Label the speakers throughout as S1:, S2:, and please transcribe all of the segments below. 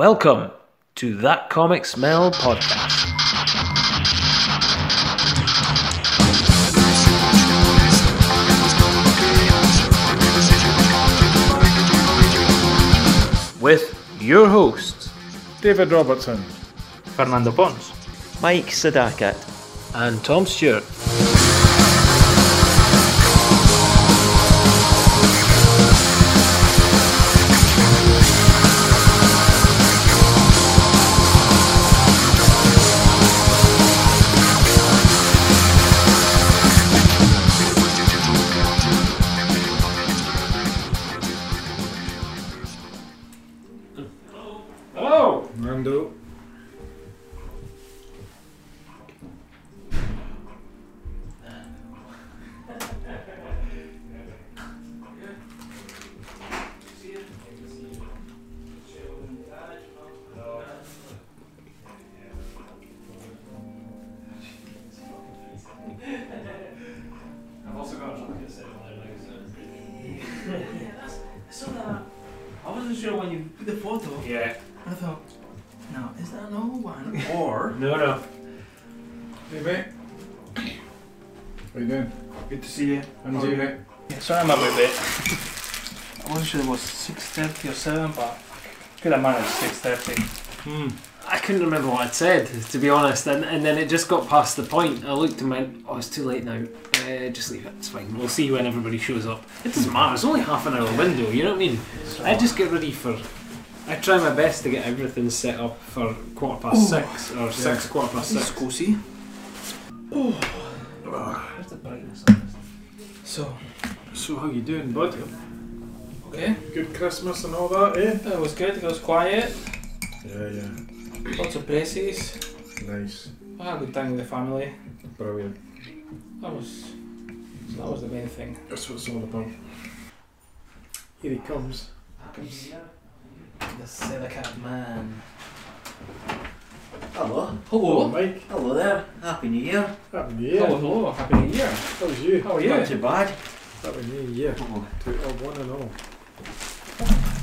S1: Welcome to That Comic Smell podcast. With your hosts
S2: David Robertson.
S3: Fernando Pons.
S4: Mike Sadakat.
S1: and Tom Stewart.
S2: Hello. Nando.
S5: uh, I wasn't sure when you put the photo.
S3: Yeah.
S5: I thought, no, is that an old one? Or
S3: No, no.
S2: Hey mate. How you doing?
S3: Good to see you.
S2: I'm doing mate.
S3: Sorry I'm a bit late. I wasn't sure it was 6.30 or 7, but could have managed 6.30.
S6: I couldn't remember what I'd said, to be honest, and, and then it just got past the point. I looked and went, oh, it's too late now. Uh, just leave it, it's fine. We'll see when everybody shows up. It doesn't matter, it's only half an hour window, you know what I mean? I just get ready for. I try my best to get everything set up for quarter past six, or six, quarter past six.
S5: Scusi.
S3: Where's the brightness on this?
S5: So,
S3: So how you doing, bud?
S5: okay.
S2: Good Christmas and all that, eh?
S5: It was good, it was quiet,
S2: Yeah, yeah.
S5: lots of places.
S2: Nice.
S5: I had a good time with the family.
S2: Brilliant.
S5: That was that was the main thing.
S2: That's what it's all about. Here he comes.
S5: The Silicat Man.
S4: Hello.
S2: Oh,
S5: Hello.
S2: Mike.
S4: Hello there. Happy New Year.
S2: Happy New Year.
S5: Hello, hello, happy new year.
S2: That was you.
S6: Oh,
S5: How are
S4: Not
S5: you?
S4: too bad.
S2: Happy New Year.
S4: Oh,
S2: To all one and all.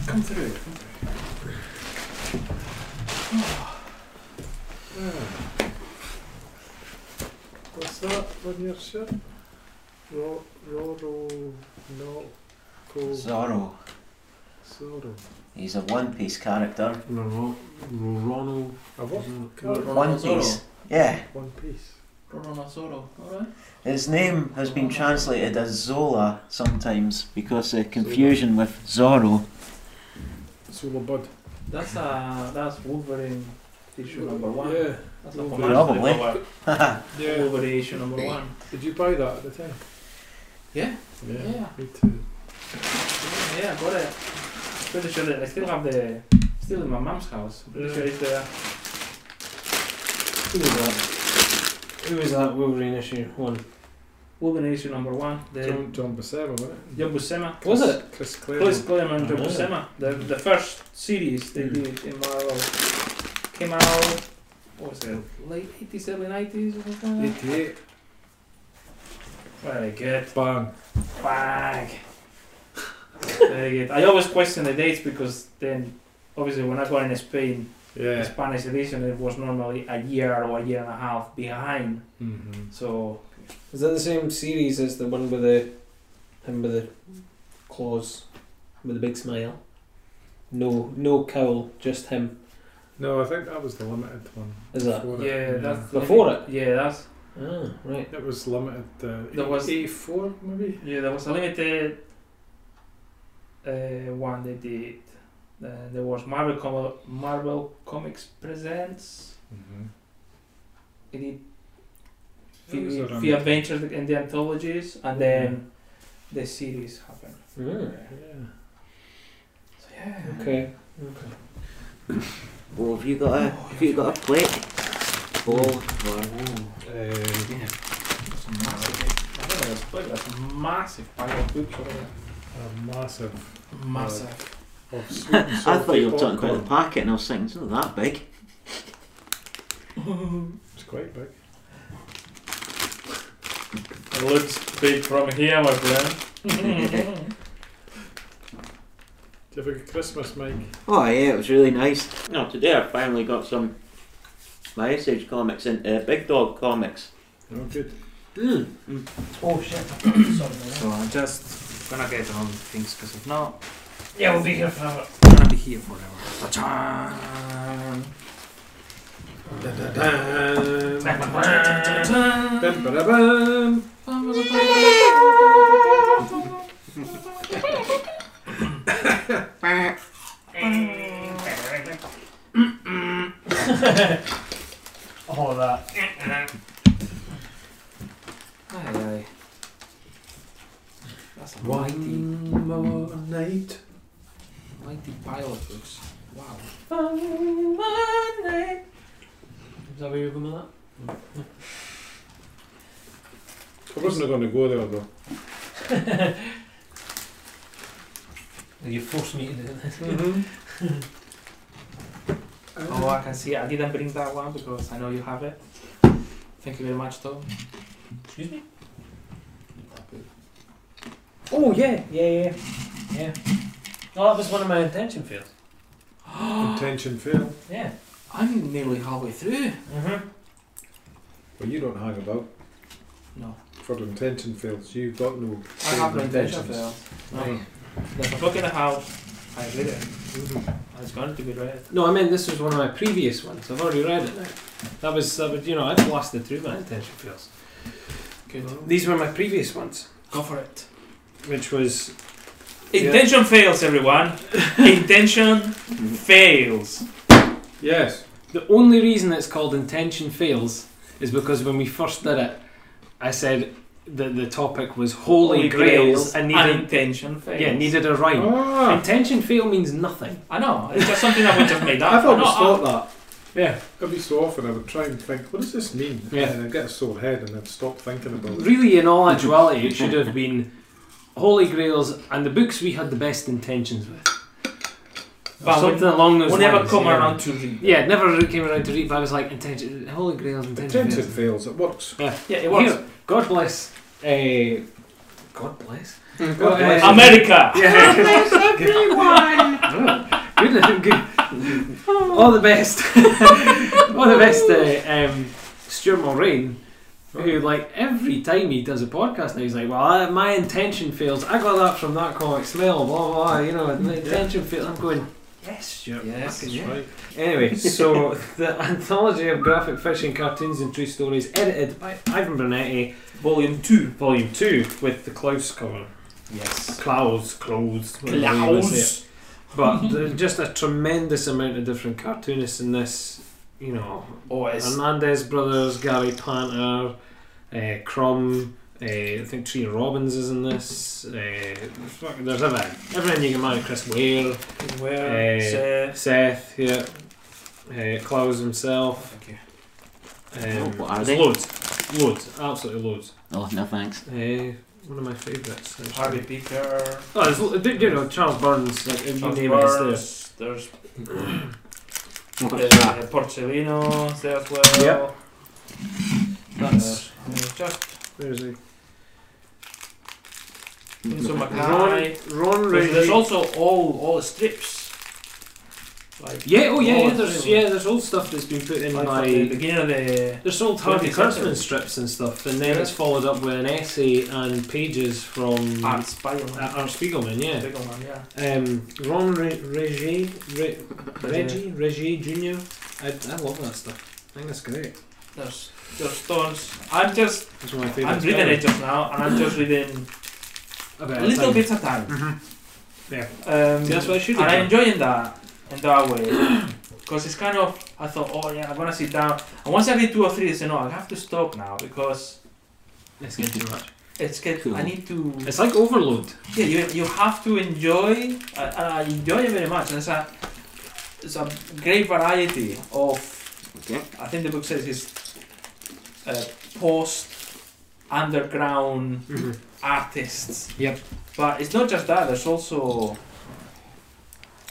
S2: Come through. Come through. Yeah. Ah. What's that on your shirt? Ro- Roro, no, cool,
S4: Zorro.
S2: sorrow.
S4: He's a One Piece character.
S6: Ronald.
S2: A what?
S4: One Piece. Yeah.
S2: One piece.
S5: Alright.
S4: His name has been translated as Zola sometimes because of confusion with Zorro.
S2: Solar bud.
S5: That's uh that's Wolverine issue number one.
S2: Yeah.
S5: That's a
S2: Wolverine.
S5: Wolverine
S4: Probably.
S2: Yeah.
S5: Wolverine issue number one.
S2: Did you buy that at the time?
S5: Yeah.
S2: Yeah.
S5: Yeah.
S2: Me too.
S5: Yeah, I got it. Pretty sure that I still have the still in my mum's house. Pretty sure it's there.
S6: Who was that? Who was that Wolverine issue one?
S5: Wolverine issue number one. The
S2: John, John Buscema, wasn't it?
S5: Yobusema.
S6: Was it?
S2: Chris
S5: Chris
S2: Claremont.
S5: Claremont and
S6: Oh.
S5: Yobusema. The the first series er- they did in Marvel came out. What was it? Late eighties, early nineties or something. like
S2: 88.
S5: that? Very good.
S2: Bang.
S5: Bang. Very good. er I always question the dates because then. Obviously, when I got in Spain, the
S2: Yeah.
S5: Spanish edition, it was normally a year or a year and a half behind.
S2: Mm-hmm.
S5: So,
S6: Is that the same series as the one with the him with the claws with the big smile? No, no cowl, just him.
S2: No, I think that was the limited one.
S6: Is that?
S2: Before it,
S5: yeah, that's
S6: Before it?
S5: Yeah, that's
S6: Ah, right.
S2: It was limited. Uh,
S5: There was-
S2: 84 maybe.
S5: Yeah, there was a limited uh, one they did. Then there was Marvel, Com- Marvel Comics Presents.
S2: Mm-hmm.
S5: They did
S2: It was
S5: the,
S2: around
S5: the
S2: that.
S5: Adventures and the Anthologies,
S6: Mm-hmm.
S5: and then the series happened.
S6: Mm.
S2: Yeah.
S5: So, yeah.
S6: Okay.
S4: Well, have you got a have you got a plate? Bowl or
S5: Um,
S2: Uh,
S5: That's a massive. I don't know, it's big, that's a massive pile of books over there.
S2: a massive.
S5: Massive.
S2: Of sweet and
S4: I thought
S2: salty
S4: you were talking about
S2: popcorn.
S4: the packet and I was thinking it's not that big.
S2: It's quite big.
S5: It looks big from here, my friend.
S2: Do you have a good Christmas, Mike?
S4: Oh yeah, it was really nice. No, today I finally got some my Ice Age comics into Big Dog comics.
S2: Oh, good.
S3: Oh shit, sorry.
S5: So I'm just gonna get on things because if not,
S3: Yeah, we'll be here forever.
S5: I'm gonna be here forever. Ta-chan.
S2: Dun-ba-da-bum.
S5: Ta-chan.
S3: Oh, that.
S5: Aye, aye. That's a mighty,
S2: One more night.
S5: mighty pile of books. Wow.
S6: Is that where you're going with that?
S2: I wasn't going to go there though.
S6: You forced me to do this.
S5: Oh, I can see it. I didn't bring that one because I know you have it. Thank you very much, Tom.
S6: Excuse me?
S5: Oh, yeah, yeah, yeah. Yeah.
S6: Oh, that was one of my intention fields.
S2: Intention fail.
S6: Yeah.
S5: I'm nearly halfway through.
S6: Mm-hmm.
S2: Well, you don't hang about
S5: No.
S2: for intention fails. You've got no.
S5: I have no intention of it. No. There's a book in the house. I read it. It's going to be read.
S6: No, I meant this was one of my previous ones. I've already read it now. That was, that was you know, I've blasted through my intention fields.
S5: Good.
S6: These were my previous ones,
S5: Go for it.
S6: which was
S2: Yeah.
S5: Intention fails, everyone. Intention fails.
S2: Yes.
S6: The only reason it's called Intention Fails is because when we first did it, I said that the topic was Holy, Grails, and
S5: and
S6: needed,
S5: intention fails.
S6: yeah, needed a rhyme.
S2: Ah,
S6: Intention Fail means nothing.
S5: I know. It's just something I would have made up.
S2: I've
S5: I
S2: always
S5: know,
S2: thought that.
S6: Yeah.
S2: Every so often I would try and think, what does this mean?
S6: Yeah.
S2: And I'd get a sore head and I'd stop thinking about it.
S6: Really, in all actuality, it should have been Holy Grails and the books we had the best intentions with. Or
S5: Ah, But we-
S6: something along those
S5: We'll
S6: lines.
S5: never come
S6: yeah.
S5: around to read.
S6: Yeah, it never came around to read, but I was like, intention, Holy Grails, Intention,
S2: Intention
S6: Fails.
S2: fails, it works.
S5: Yeah, it was.
S6: Here, God bless. Uh, God bless.
S2: God bless
S6: uh,
S2: you.
S5: America!
S6: Yeah. Oh, good, good. All the best. All the best to um, Stuart Mulrain, who, like, every time he does a podcast now, he's like, Well, I, my intention fails. I got that from that comic smell, blah, blah, you know, my intention fails. I'm going, Yes, Stuart.
S5: Yes,
S6: fucking
S2: That's
S6: yeah."
S2: right.
S6: Anyway, so the anthology of graphic fiction, cartoons, and true stories, edited by Ivan Brunetti,
S5: Volume 2.
S6: Volume 2, with the Klaus cover.
S5: Yes.
S6: Klaus, closed.
S5: Klaus.
S6: But there's just a tremendous amount of different cartoonists in this. You know,
S5: Oh, it's
S6: Hernandez brothers, Gary Panter, uh, Crumb. Uh, I think Trina Robbins is in this. Uh, fuck, there's everything. Everything you can mind. Chris Ware,
S5: where
S6: Eh,
S5: it's, uh,
S6: Seth, yeah, uh, Klaus himself.
S5: Thank you.
S6: Um,
S4: Oh, what are
S6: there's
S4: they?
S6: loads, loads, absolutely loads.
S4: Oh no, thanks.
S6: Uh, one of my favourites. actually.
S5: Harvey Picker.
S6: Oh, there's, lo- you know Charles Burns. Like, if you
S5: Charles
S6: name it, it's there.
S5: Burns, There's
S4: What's that?
S5: uh, Porcellino there as well.
S6: Yep. Uh,
S5: That's I mean, just
S6: There's a
S5: Enzo
S6: Ron,
S5: Mackay.
S6: Ron
S5: There's, there's
S6: Ridley.
S5: also all all the strips. Like
S6: Yeah, oh yeah, yeah, there's
S5: Really?
S6: yeah, there's old stuff that's been put in
S5: like at the
S6: by.
S5: beginning of the
S6: There's old Harvey
S5: 20th century.
S6: Kurtzman strips and stuff, and then
S5: Yeah.
S6: it's followed up with an essay and pages from
S5: Art
S6: Art,
S5: Spiegelman.
S6: Art Spiegelman. Mm. Uh, Yeah,
S5: Spiegelman, yeah.
S6: um, Ron Re- Reggie, Re- Reggie, Reggie Junior. I, I love that stuff. I think that's great.
S5: There's there's stones. I'm just
S6: That's one of my
S5: I'm
S6: favourite.
S5: reading it just now, and I'm just reading a little bit at a time.
S6: Mm-hmm. Yeah.
S5: Um,
S6: See, that's what I should
S5: And
S6: have
S5: I'm
S6: done.
S5: enjoying that in that way because it's kind of I thought, oh yeah, I'm gonna sit down. And once I read two or three, I said, no, I have to stop now because
S6: It's getting too much.
S5: it's get.
S4: Cool.
S5: I need to.
S6: It's like overload.
S5: Yeah, you, you have to enjoy. Uh, and I enjoy it very much. And it's a it's a great variety of.
S4: Okay.
S5: I think the book says it's uh, post underground
S6: Mm-hmm.
S5: artists.
S6: Yep.
S5: But it's not just that. There's also,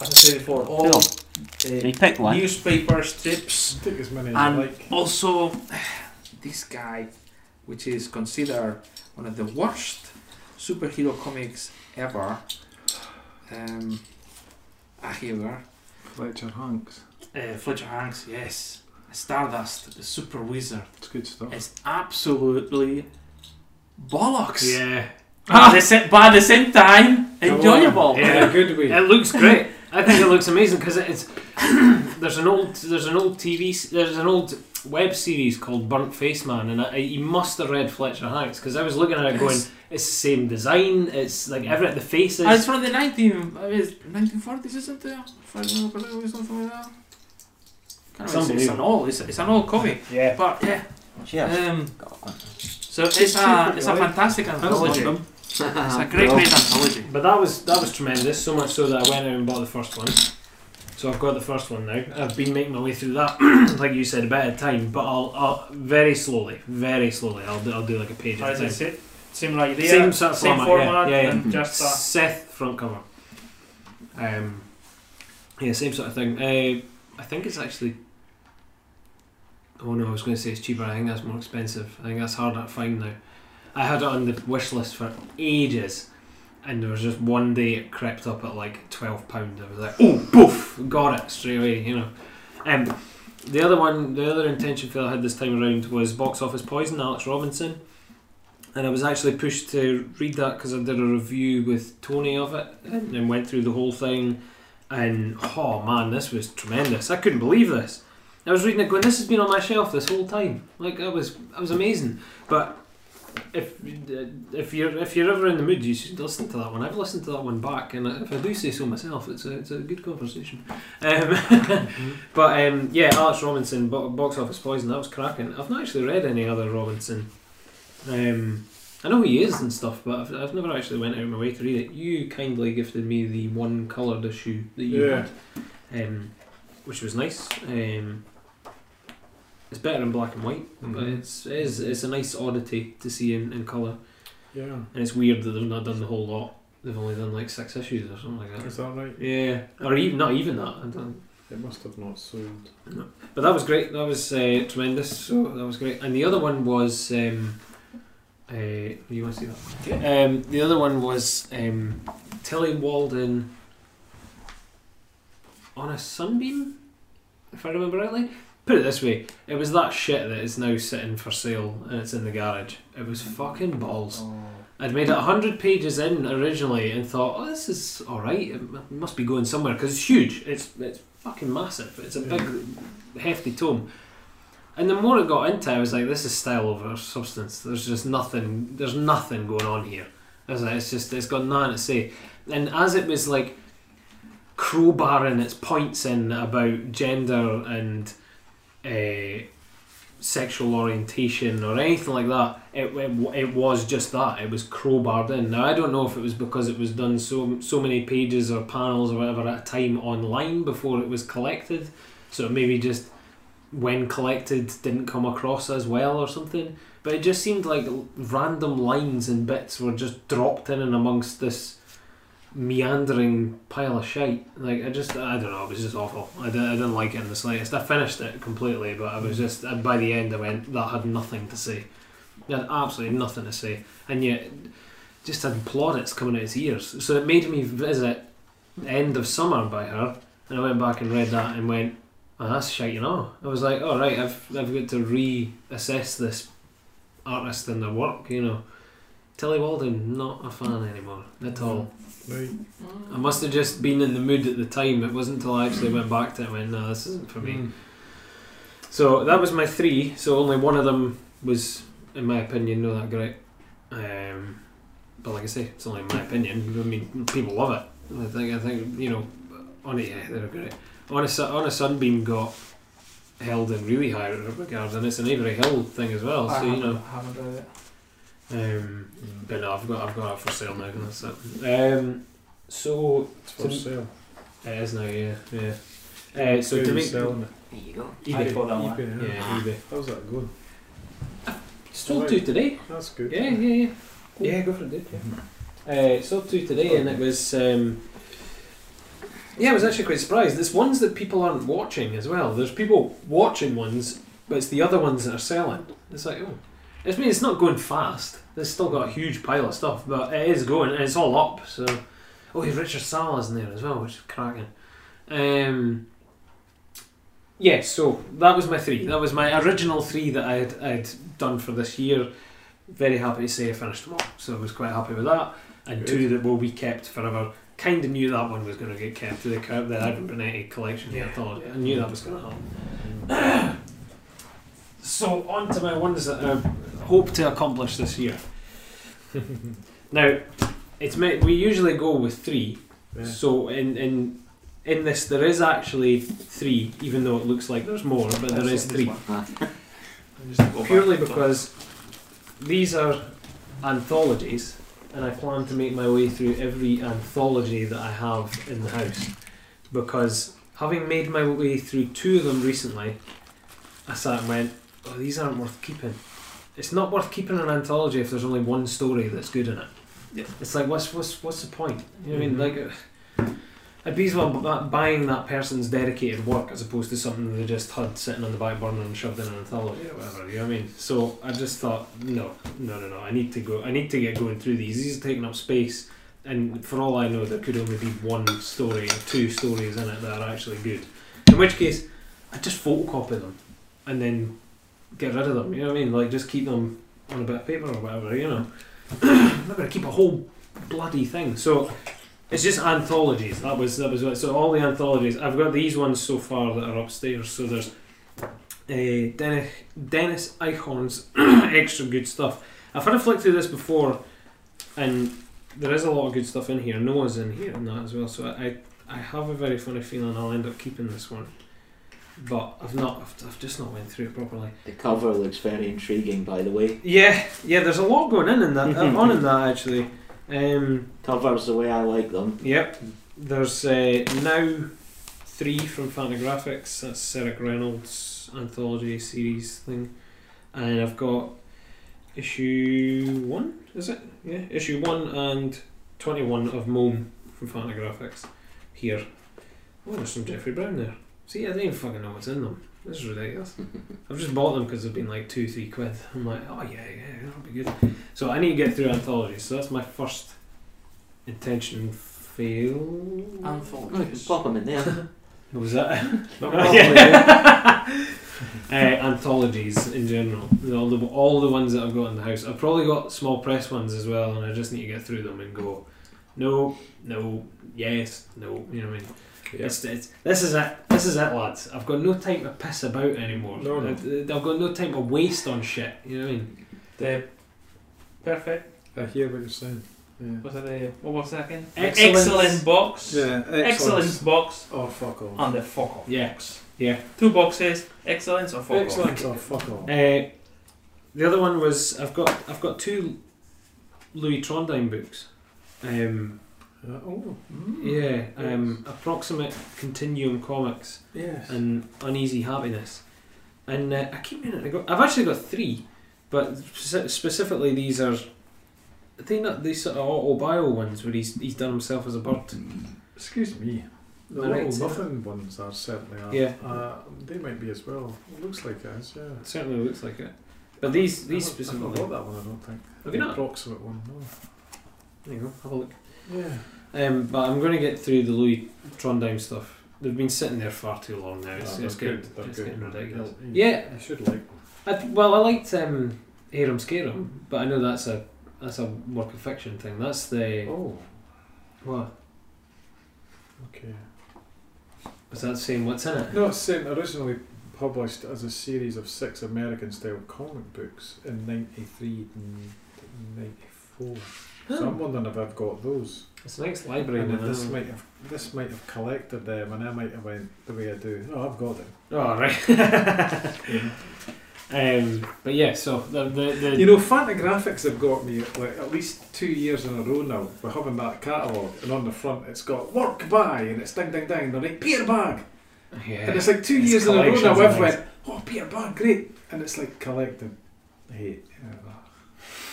S5: as I said before, all
S4: Phil,
S5: uh,
S4: Can you pick one?
S5: newspaper strips.
S2: Take as many as
S5: And-
S2: you like.
S5: Also, this guy, which is considered one of the worst superhero comics ever. Um, Ah, here we are.
S2: Fletcher Hanks.
S5: Uh, Fletcher Hanks, yes. Stardust, the super wizard.
S2: It's good stuff.
S5: It's absolutely bollocks. Ah.
S6: Yeah.
S5: At the sa- but at the same time, enjoyable.
S6: Yeah.
S2: In a good way.
S6: It looks great. I think it looks amazing because it's there's an old there's an old TV s- there's an old web series called Burnt Face Man, and I, I, you must have read Fletcher Hanks because I was looking at it going,
S5: Yes.
S6: it's the same design, it's like every the faces.
S5: And it's from the 19, I mean, it's 1940s, isn't it? If I remember correctly, or something like that. Can't
S6: It's
S5: remember, it's, it's an
S6: unbelievable.
S5: old, it's, it's an old comic.
S3: Yeah.
S5: But yeah,
S4: Cheers.
S5: um, so it's a it's a fantastic anthology. It's a great great anthology.
S6: But that was that was tremendous. So much so that I went out and bought the first one. So I've got the first one now. I've been making my way through that, like you said, a bit of time, but I'll, I'll very slowly, very slowly. I'll do, I'll do like a page at
S3: As
S6: a
S3: I
S6: time.
S3: said, same like there.
S6: Same sort of
S3: same
S6: format, yeah,
S3: format
S6: yeah, yeah.
S3: and just that.
S6: Seth front cover. Um, yeah, same sort of thing. Uh, I think it's actually. Oh no, I was going to say it's cheaper. I think that's more expensive. I think that's harder to find now. I had it on the wish list for ages, and there was just one day it crept up at like twelve pound. I was like, oh, poof, got it straight away. You know. Um, the other one, the other intention Phil had this time around was box office poison. Alex Robinson and I was actually pushed to read that because I did a review with Tony of it and then went through the whole thing. And oh man, this was tremendous! I couldn't believe this. I was reading it, going, "This has been on my shelf this whole time." Like I was, I was amazing. But if uh, if you're if you're ever in the mood, you should listen to that one. I've listened to that one back, and if I do say so myself, it's a it's a good conversation. Um, but um, yeah, Alex Robinson, Bo- box office poison. That was cracking. I've not actually read any other Robinson. Um, I know he is and stuff, but I've, I've never actually went out of my way to read it. You kindly gifted me the one coloured issue that you
S2: Yeah.
S6: had, um, which was nice. Um, it's better in black and white, but
S2: Mhm.
S6: it's it is, it's a nice oddity to see in, in colour,
S2: Yeah.
S6: and it's weird that they've not done the whole lot. They've only done like six issues or something like
S2: Is
S6: that.
S2: that right?
S6: Yeah, or even not even that. I don't,
S2: It must have not sold.
S6: but that was great. That was uh, tremendous. So that was great. And the other one was. Um, uh, you want to see that? Um, the other one was um, Tilly Walden on a sunbeam, if I remember rightly. Put it this way: it was that shit that is now sitting for sale and it's in the garage. It was fucking balls. I'd made it 100 pages in originally and thought, oh, this is alright, it m- must be going somewhere because it's huge. It's, it's fucking massive. It's a big, hefty tome. And the more I got into it, I was like, this is style over substance. There's just nothing, there's nothing going on here. I was like, it's just, it's got nothing to say. And as it was like crowbarring its points in about gender and uh, sexual orientation or anything like that. It, it, w- it was just that. It was crowbarred in. Now, I don't know if it was because it was done so, so many pages or panels or whatever at a time online before it was collected. So it maybe just when collected didn't come across as well or something. But it just seemed like l- random lines and bits were just dropped in and amongst this meandering pile of shite. Like I just, I don't know, it was just awful. I didn't, I didn't like it in the slightest. I finished it completely, but I was just and by the end I went that had nothing to say. It had absolutely nothing to say, and yet just had plaudits coming out his ears. So it made me visit End of Summer by her, and I went back and read that and went. Oh, that's shite, you know. I was like, all right, I've I've got to reassess this artist and their work, you know. Tilly Walden, not a fan anymore at all.
S2: Right.
S6: I must have just been in the mood at the time. It wasn't until I actually went back to it and went, no, this isn't for me.
S2: Mm.
S6: So that was my three. So only one of them was, in my opinion, not that great. Um, but like I say, it's only my opinion. I mean, people love it. I think, I think you know, on it, yeah, they're great. On a, Su- on a Sunbeam got held in really high regard, and it's an Avery Hill thing as well. So, you know.
S5: I haven't read it.
S6: Um, but no, I've got, I've got it for sale now, and that's it. Um, so
S2: It's for
S6: To-
S2: sale.
S6: it is now, yeah, yeah. Uh, so
S2: Who's
S6: to make
S2: selling it?
S4: There you go.
S3: I
S6: eBay,
S4: Oh,
S3: bought that one.
S2: eBay, yeah.
S6: yeah, eBay.
S2: How's that going?
S6: Sold two today.
S2: That's good.
S6: Yeah, yeah, yeah. Yeah, go for it, dude. Yeah. Uh, sold two today, and it was. Um, yeah, I was actually quite surprised. There's ones that people aren't watching as well. There's people watching ones, but it's the other ones that are selling. It's like, oh, it's I mean it's not going fast. There's still got a huge pile of stuff, but it is going, and it's all up. So, oh, yeah, Richard Sala's in there as well, which is cracking. Um, yeah, so that was my three. That was my original three that I had, I had done for this year. Very happy to say I finished them all, so I was quite happy with that. And
S2: Good.
S6: two that will be kept forever. Kind of knew that one was going to get kept to the co- the Ivan Brunetti collection here. I thought I knew that was going to happen. so on to my ones that I hope to accomplish this year. now, it's ma- we usually go with three.
S2: Yeah.
S6: So in in in this there is actually three, even though it looks like there's more, but there is three. Purely because these are anthologies, and I plan to make my way through every anthology that I have in the house. Because having made my way through two of them recently, I sat and went, "Oh, these aren't worth keeping." It's not worth keeping an anthology if there's only one story that's good in it.
S3: Yeah.
S6: It's like, what's what's what's the point? You know what
S2: Mhm.
S6: I mean? Like, I'd be as well bu- buying that person's dedicated work as opposed to something they just had sitting on the back burner and shoved in an anthology or whatever. You know what I mean? So I just thought, no, no, no, no. I need to go. I need to get going through these. These are taking up space, and for all I know, there could only be one story or two stories in it that are actually good. In which case, I just photocopy them and then get rid of them. You know what I mean? Like just keep them on a bit of paper or whatever. You know, I'm not going to keep a whole bloody thing. So it's just anthologies. That was that was what, so all the anthologies. I've got these ones so far that are upstairs. So there's uh, Dennis Dennis Eichhorn's extra good stuff. I've had a flick through this before, and there is a lot of good stuff in here. Noah's in here and that as well. So I I have a very funny feeling I'll end up keeping this one, but I've not. I've, I've just not went through it properly.
S4: The cover looks very intriguing, by the way.
S6: Yeah, yeah. There's a lot going in in that uh, on in that actually. Um,
S4: Covers the way I like them.
S6: Yep. There's uh, now three from Fantagraphics. That's Sarah Reynolds' anthology series thing. And I've got issue one, is it? Yeah, issue one and 21 of Mome from Fantagraphics here. Oh, there's some Jeffrey Brown there. See, I don't even fucking know what's in them. This is ridiculous. I've just bought them because they've been like two, three quid. I'm like, oh yeah, yeah, that'll be good. So I need to get through anthologies. So that's my first intention fail.
S4: No, Oh, you can pop them in there.
S6: What was that?
S2: Not
S6: Yeah.
S2: properly, yeah.
S6: uh, anthologies in general. All the all the ones that I've got in the house. I've probably got small press ones as well, and I just need to get through them and go. No, no, yes, no. You know what I mean?
S2: Yeah.
S6: It's, it's, this is it. This is it, lads. I've got no time to piss about anymore.
S2: No, no.
S6: I've, I've got no time to waste on shit. You know what I mean?
S5: The perfect.
S2: I hear what you're saying. Yeah.
S5: Was it the what was that again?
S6: Excellence.
S5: Excellent box.
S2: Yeah.
S5: Excellence box
S2: Oh fuck off.
S5: and the fuck off.
S6: Yeah.
S5: box.
S6: Yeah.
S5: Two boxes. Excellence or fuck off.
S2: Excellence. Oh fuck off.
S6: Uh, the other one was I've got I've got two Louis Trondheim books. Um,
S2: Uh, oh
S6: yeah, um, approximate continuum comics
S2: yes.
S6: and uneasy happiness, and uh, I keep meaning to go. I've actually got three, but spe- specifically these are. Are they not these sort of auto bio ones where he's he's done himself as a bird?
S2: Excuse me. The
S6: All right,
S2: little
S6: so-
S2: muffin ones are certainly are.
S6: Yeah.
S2: Uh, they might be as well. It looks like it is, yeah.
S6: It certainly looks like it. But these these
S2: I haven't- I've not
S6: specifically.
S2: got that one, I don't think.
S6: Have you
S2: The
S6: not?
S2: Approximate one, no.
S6: There you go. Have a look.
S2: Yeah.
S6: Um, but I'm going to get through the Louis Trondheim stuff. They've been sitting there far too long now. It's,
S2: Ah,
S6: it's,
S2: they're
S6: getting,
S2: good, they're
S6: it's
S2: good.
S6: getting ridiculous.
S2: You-
S6: Yeah,
S2: You should like them.
S6: I, well, I liked um, Aram Scarum, but I know that's a that's a work of fiction thing. That's the
S2: Oh,
S6: what
S2: okay.
S6: was that saying? What's in it?
S2: No, it's saying originally published as a series of six American style comic books in 93 and 94. So
S6: Oh.
S2: I'm wondering if I've got those.
S6: It's the next library.
S2: And
S6: now,
S2: if this
S6: isn't it?
S2: might have this might have collected them, and I might have went the way I do. Oh, I've got them.
S6: Oh right. um, but yeah, so the the, the
S2: You know, Fantagraphics have got me like at least two years in a row now. We're having that catalogue, and on the front it's got work by, and it's ding ding ding. They're like Peter Bag,
S6: yeah.
S2: and it's like two
S6: It's
S2: years in a row
S6: collections
S2: now.
S6: and
S2: I've
S6: things.
S2: went, oh Peter Bag, great, and it's like collecting hate. Yeah, well,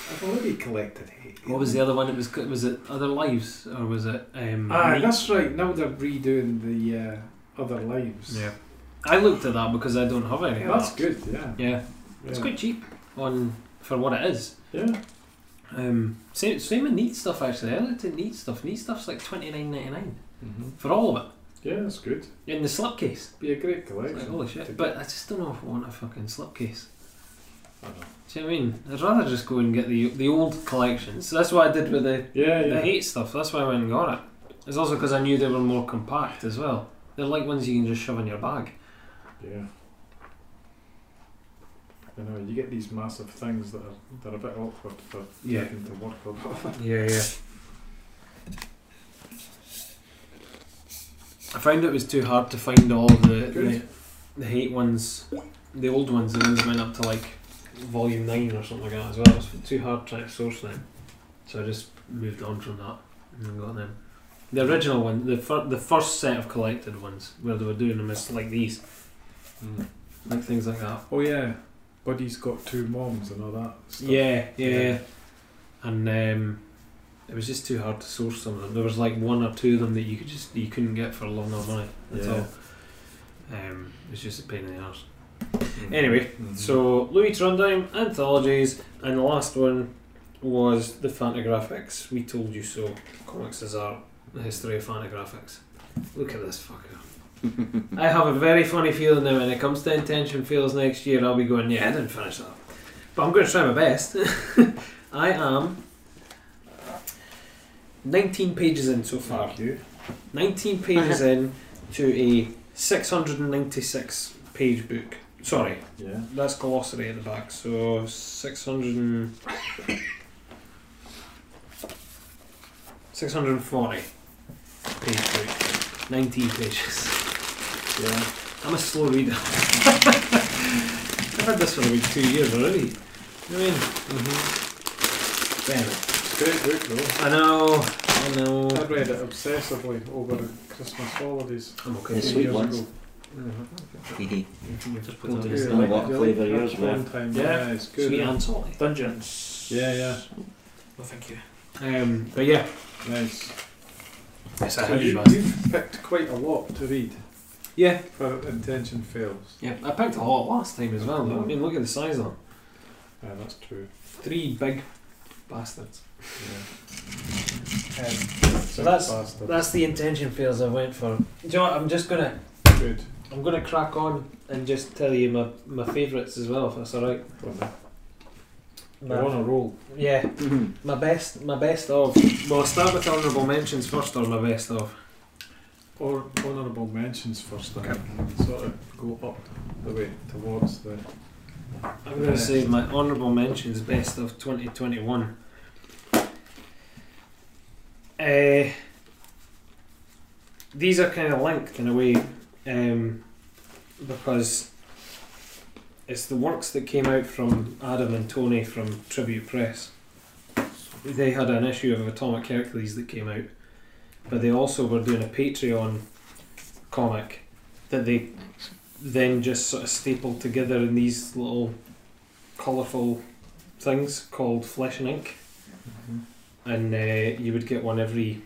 S2: I've already collected hate.
S6: what was the other one? It was was it Other Lives or was it? Um,
S2: Ah,
S6: Meat?
S2: that's right. Now they're redoing the uh, other lives.
S6: Yeah. I looked at that because I don't have any. of
S2: that's
S6: that.
S2: good. Yeah,
S6: Yeah.
S2: yeah.
S6: It's quite cheap on for what it is.
S2: Yeah,
S6: Um, same same with neat stuff actually. I looked at neat stuff. Neat stuff's like twenty nine ninety nine
S2: mm-hmm.
S6: for all of it.
S2: Yeah, that's good.
S6: in the slipcase.
S2: Be a great
S6: It's Like,
S2: collection.
S6: holy shit. But I just don't know if I want a fucking slipcase.
S2: I know.
S6: Do you know what I mean? I'd rather just go and get the the old collections. That's what I did with the,
S2: Yeah,
S6: the
S2: yeah.
S6: hate stuff. That's why I went and got it. It's also because I knew they were more compact as well. They're like ones you can just shove in your bag.
S2: Yeah. I know, you get these massive things that are, that are a bit awkward for
S6: Yeah.
S2: taking to work on.
S6: Yeah, yeah. I found it was too hard to find all of the, the
S2: Good.
S6: the hate ones, the old ones, the ones that went up to like volume nine or something like that as well. It was too hard trying to source them, so I just moved on from that and got them. The original one, the fir- the first set of collected ones, where they were doing them is like these,
S2: Mm.
S6: like things like that.
S2: Oh yeah, Buddy's got two moms and all that stuff.
S6: Yeah, yeah,
S2: Yeah.
S6: yeah. And um, it was just too hard to source some of them. There was like one or two of them that you could just you couldn't get for a lot of money at
S2: Yeah.
S6: all. Um, it was just a pain in the arse.
S2: Mm.
S6: Anyway,
S2: Mhm.
S6: so Louis Trondheim anthologies, and the last one was the Fantagraphics. We told you so. Comics is art. The history of Fantagraphics. Look at this fucker. I have a very funny feeling that when it comes to intention fails next year, I'll be going, yeah, I didn't finish that. But I'm going to try my best. I am 19 pages in so far.
S2: Thank you.
S6: 19 pages in to a 696 page book. Sorry,
S2: Yeah.
S6: that's glossary at the back, so 600 and 640 page book. 19 pages.
S2: Yeah.
S6: I'm a slow reader. I've had this for about two years already. You know what I mean? Mm-hmm. Damn
S2: It's a great book
S6: it.
S2: though.
S6: I know, I
S2: I
S6: know.
S2: read it obsessively over the Christmas holidays.
S6: I'm okay.
S4: It's
S2: eight
S4: sweet
S2: years
S4: ones.
S2: ago.
S6: Mm-hmm. Just put it on.
S4: Yeah.
S2: Yeah,
S4: don't know
S2: like-
S4: what
S2: yeah,
S4: flavour
S2: like
S4: yours were.
S2: long time,
S6: Yeah.
S2: Yeah. it's good.
S6: Sweet and salty.
S3: Dungeons.
S2: Yeah, yeah.
S3: Well, thank you.
S6: Um, but yeah,
S2: Nice.
S6: it's a
S2: So
S6: huge
S2: you,
S6: bastard.
S2: you've picked quite a lot to read
S6: Yeah,
S2: for intention fails.
S6: yeah. I picked a lot last time as well. though. I mean, look at the size of them.
S2: Yeah, that's true.
S6: Three big bastards.
S2: Yeah.
S6: So that's-
S2: bastard.
S6: Um, That's the intention fails I went for. Do you know what? I'm just gonna,
S2: good.
S6: I'm gonna crack on and just tell you my my favourites as well, if that's all right.
S2: We're on a roll.
S6: Yeah, my best, my best of. Well, I'll start with honourable mentions first, or my best of.
S2: Or honourable mentions first. I
S6: Okay.
S2: think. Sort of go up the way towards the.
S6: I'm going to say my honourable mentions best of 2021. Uh, these are kind of linked in a way um, because it's the works that came out from Adam and Tony from Tribute Press. They had an issue of Atomic Hercules that came out, but they also were doing a Patreon comic that they then just sort of stapled together in these little colourful things called flesh and ink,
S2: mm-hmm.
S6: and uh, you would get one every.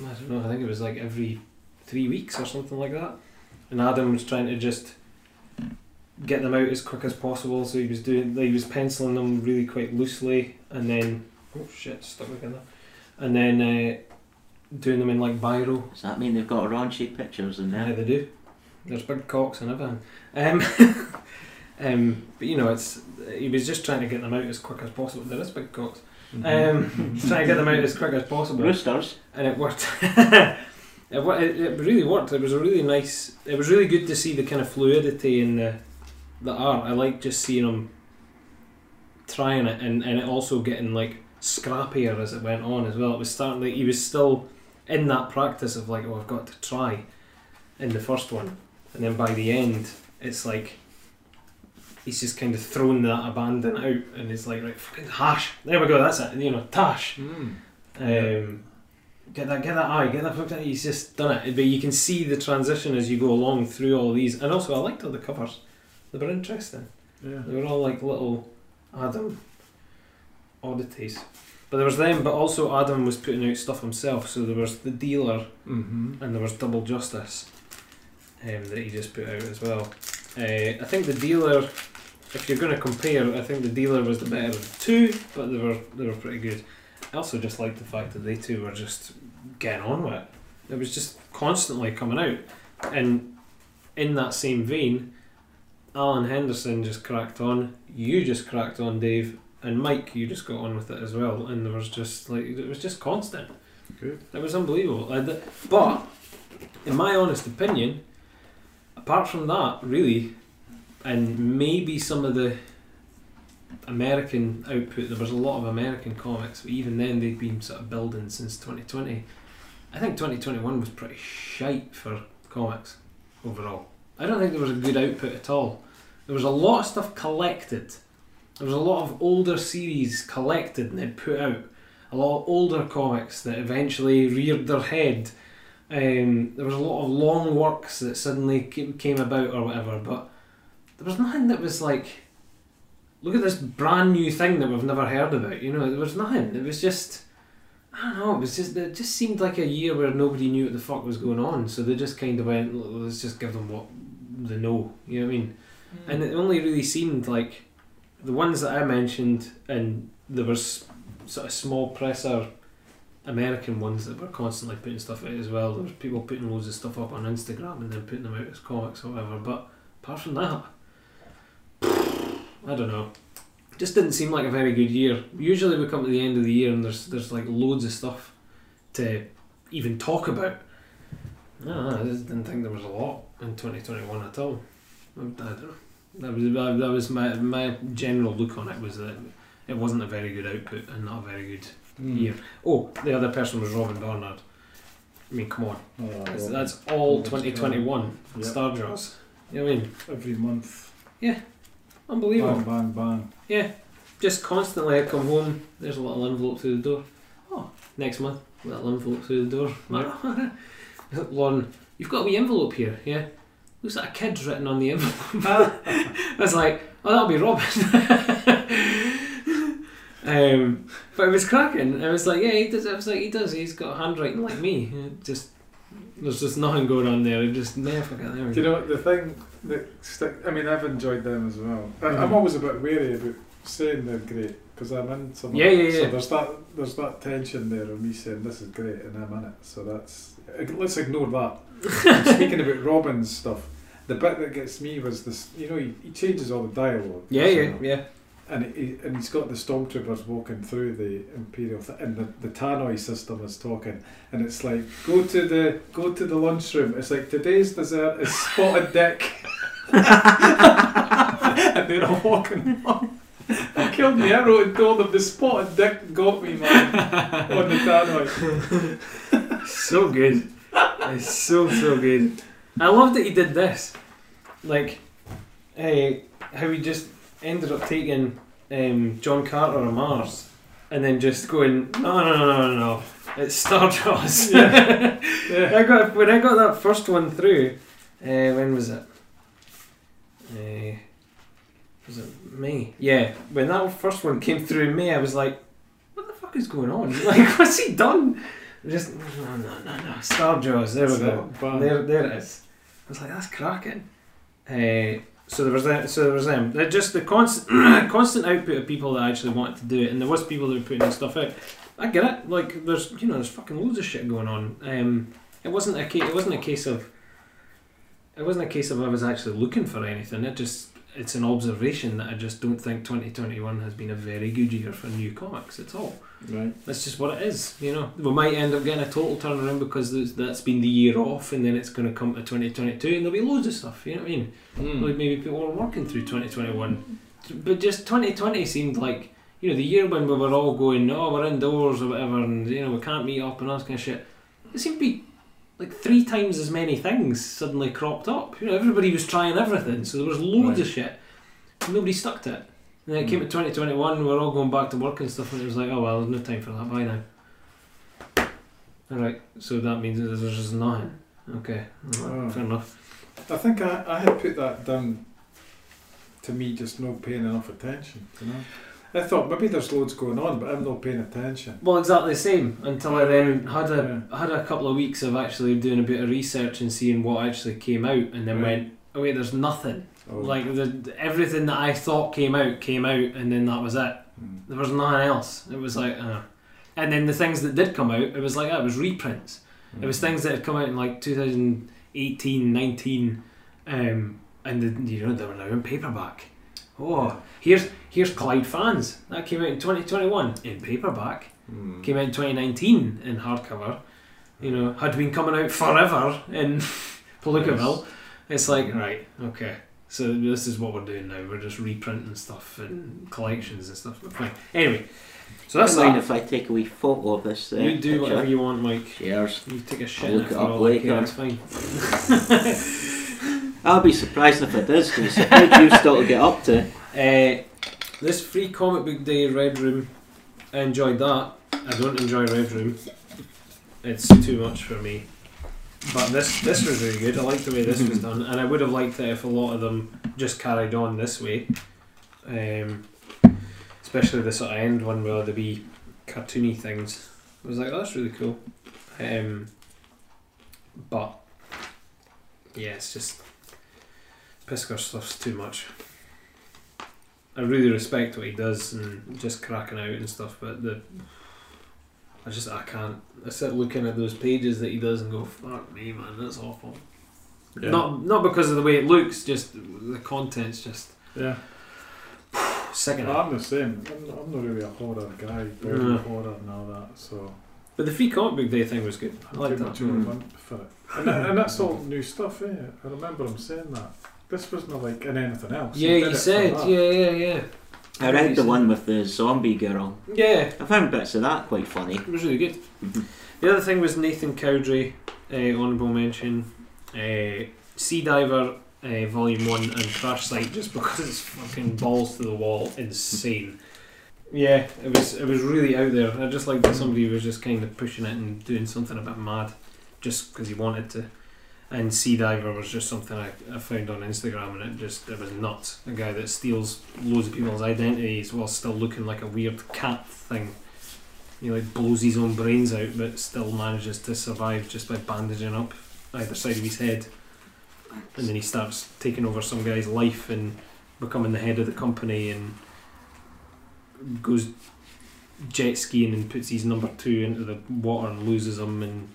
S6: I don't know. I think it was like every three weeks or something like that. And Adam was trying to just get them out as quick as possible, so he was doing. He was penciling them really quite loosely, and then oh shit, stuck back in there, and then uh, doing them in like biro.
S4: Does that mean they've got raunchy pictures in
S6: Yeah,
S4: there?
S6: they do. There's big cocks and everything. Um, um, but you know, it's he was just trying to get them out as quick as possible. There is big cocks.
S2: Mm-hmm.
S6: Um, trying to get them out as quick as possible,
S4: Roosters.
S6: and it worked. it, wor- it, it really worked. It was a really nice. It was really good to see the kind of fluidity in the the art. I like just seeing them trying it, and and it also getting like scrappier as it went on as well. It was starting. Like, he was still in that practice of like, oh, I've got to try in the first one, and then by the end, it's like he's just kind of thrown that abandon out, and it's like right, fucking hash. There we go. That's it. You know, tash.
S2: Mm.
S6: Um, get that, get that eye, get that hooked. eye. He's just done it, but you can see the transition as you go along through all these. And also, I liked all the covers; they were interesting.
S2: Yeah.
S6: They were all like little Adam oddities. But there was them, but also Adam was putting out stuff himself. So there was the dealer,
S2: Mm-hmm.
S6: and there was Double Justice um, that he just put out as well. Uh, I think the dealer, if you're going to compare, I think the dealer was the better of the two, but they were they were pretty good. I also just liked the fact that they two were just getting on with it. It was just constantly coming out. And in that same vein, Alan Henderson just cracked on, you just cracked on, Dave, and Mike, you just got on with it as well. And there was just like, it was just constant.
S2: Good.
S6: It was unbelievable. And th- But, in my honest opinion, apart from that, really, and maybe some of the American output, there was a lot of American comics, but even then they'd been sort of building since 2020. I think 2021 was pretty shite for comics overall. I don't think there was a good output at all. There was a lot of stuff collected. There was a lot of older series collected and then put out. A lot of older comics that eventually reared their head. Um, there was a lot of long works that suddenly ca- came about or whatever, but there was nothing that was like, look at this brand new thing that we've never heard about. You know, there was nothing. It was just, I don't know. It was just it just seemed like a year where nobody knew what the fuck was going on, so they just kind of went, "Look, let's just give them what they know. You know what I mean? And it only really seemed like the ones that I mentioned, and there was sort of small presser American ones that were constantly putting stuff out as well. There was people putting loads of stuff up on Instagram and then putting them out as comics or whatever. But apart from that, I don't know. Just didn't seem like a very good year. Usually we come to the end of the year and there's there's like loads of stuff to even talk about. No, I just didn't think there was a lot in 2021 at all. I don't know. That was that was my my general look on it was that it wasn't a very good output and not a very good
S2: Hmm.
S6: year.
S2: Mm.
S6: Oh, the other person was Robin Barnard. I mean, come on,
S2: Oh,
S6: that's,
S2: well,
S6: that's all
S2: Robin's
S6: 2021
S2: Yep.
S6: Star Jaws. You know what I mean?
S2: every month.
S6: Unbelievable.
S2: Bang, bang, bang.
S6: Just constantly, I come home, there's a little envelope through the door. Oh, next month, little envelope through the door. Like, Lauren, you've got a wee envelope here, yeah? Looks like a kid's written on the envelope.
S2: Ah.
S6: I was like, oh, that'll be Robin. um, but it was cracking. I was like, yeah, he does. I was like, he does. He's got handwriting like me. It just there's just nothing going on there. It just never got there. we
S2: Do you
S6: go.
S2: know the thing that stick? I mean, I've enjoyed them as well. I, I'm
S6: Mhm.
S2: always a bit wary about saying they're great because I'm in some. of
S6: Yeah,
S2: it.
S6: yeah, yeah.
S2: So there's that there's that tension there of me saying this is great and I'm in it. So that's ig- let's ignore that. I'm speaking about Robin's stuff, the bit that gets me was this. You know, he, he changes all the dialogue.
S6: Yeah,
S2: so-
S6: yeah, yeah.
S2: And he and he's got the stormtroopers walking through the imperial th- and the, the Tannoy system is talking and it's like go to the go to the lunchroom. It's like today's dessert is spotted dick. and they're all walking along. It killed me. I wrote and told them the spotted dick got me,
S5: uh,
S2: man, on the Tannoy.
S6: so good. It's so so good. I love that he did this. Like, eh, how he just ended up taking um, John Carter of Mars, and then just going, no no no no no, no. it's Star Jaws. I got when I got that first one through. Uh, when was it? Uh, was it May? Yeah, when that first one came through in May, I was like, "What the fuck is going on? Like, what's he done?" Just no, no, no, no. Star Jaws. There we go.
S2: Bang.
S6: There, there it is. I was like, that's cracking. Uh, so there was that. So there was them. They're just the constant, constant output of people that actually wanted to do it, and there was people that were putting stuff out. I get it. Like there's, you know, there's fucking loads of shit going on. Um, it wasn't a case. It wasn't a case of. It wasn't a case of I was actually looking for anything. It just, it's an observation that I just don't think 2021 has been a very good year for new comics at all.
S2: Right.
S6: That's just what it is, you know. We might end up getting a total turnaround because th- that's been the year off, and then it's going to come to 2022, and there'll be loads of stuff, you know what I mean?
S2: Hmm.
S6: Like maybe people are working through 2021. But just 2020 seemed like, you know, the year when we were all going, oh, we're indoors or whatever, and, you know, we can't meet up and all this kind of shit. It seemed to be like three times as many things suddenly cropped up. You know, everybody was trying everything, so there was loads of shit. Nobody stuck to it. And then it came to 2021, we're all going back to work and stuff, and it was like, oh well, there's no time for that, bye now. Alright, so that means that there's just nothing. Okay, well,
S2: Oh.
S6: fair enough.
S2: I think I, I had put that down to me just not paying enough attention. You know, I thought maybe there's loads going on, but I'm not paying attention.
S6: Well, exactly the same until I then had a
S2: Yeah.
S6: had a couple of weeks of actually doing a bit of research and seeing what actually came out, and then
S2: Right.
S6: went, oh wait, there's nothing.
S2: Oh.
S6: Like the, everything that I thought came out came out, and then that was it.
S2: Mm.
S6: There oh, was nothing else. It was like, uh, and then the things that did come out, it was like that. It was reprints. It
S2: Mm.
S6: was things that had come out in like 2018, 19, um, and the, you know they were now in paperback. Oh, here's here's Clyde fans that came out in 2021 in paperback.
S2: Mm.
S6: Came out in 2019 in hardcover. You know had been coming out forever in Palookaville. It's like right, okay. So this is what we're doing now. We're just reprinting stuff and collections and stuff. Fine. Anyway, so that's
S4: Don't mind
S6: that.
S4: if I take a wee photo of this. Uh,
S6: You do
S4: picture.
S6: whatever you want, Mike.
S4: Cheers.
S6: You take a shit
S4: I'll look
S6: if
S4: it
S6: you're
S4: up
S6: all okay,
S4: later.
S6: that's fine.
S4: I'll be surprised if it does, because how do you still get up to?
S6: Uh, this free comic book day Red Room, I enjoyed that. I don't enjoy Red Room. It's too much for me. But this this was really good. I liked the way this was done, and I would have liked it if a lot of them just carried on this way. Um, especially the sort of end one where the wee cartoony things. I was like, oh, that's really cool. Um, but yeah, it's just Piskor stuff's too much. I really respect what he does and just cracking out and stuff, but the I just I can't. I sit looking at those pages that he does and go, "Fuck me, man, that's awful."
S2: Yeah.
S6: Not not because of the way it looks, just the content's just
S2: Yeah.
S6: sick
S2: Well, I'm the same. I'm, I'm not really a horror guy, but
S6: No.
S2: horror and all that. So
S6: But the free comic book day thing was good. I
S2: I'm
S6: liked
S2: too
S6: that. Hmm.
S2: much of a wimp for it. And, that- and that's all new stuff, eh? I remember him saying that. This wasn't like in anything else.
S6: Yeah,
S2: did
S6: he
S2: it for
S6: said.
S2: that.
S6: Yeah, yeah, yeah.
S4: I read the one with the zombie girl.
S6: Yeah,
S4: I found bits of that quite funny.
S6: it was really good. The other thing was Nathan Cowdrey, uh, honourable mention. Uh, sea Diver uh, Volume 1 and Crash Site, just because it's fucking balls to the wall, insane. Yeah, it was it was really out there. I just liked that somebody was just kind of pushing it and doing something a bit mad just because he wanted to. And Sea Diver was just something I, I found on Instagram and it just it was nuts. A guy that steals loads of people's identities while still looking like a weird cat thing. He like blows his own brains out but still manages to survive just by bandaging up either side of his head. And then he starts taking over some guy's life and becoming the head of the company and goes jet skiing and puts his number two into the water and loses him and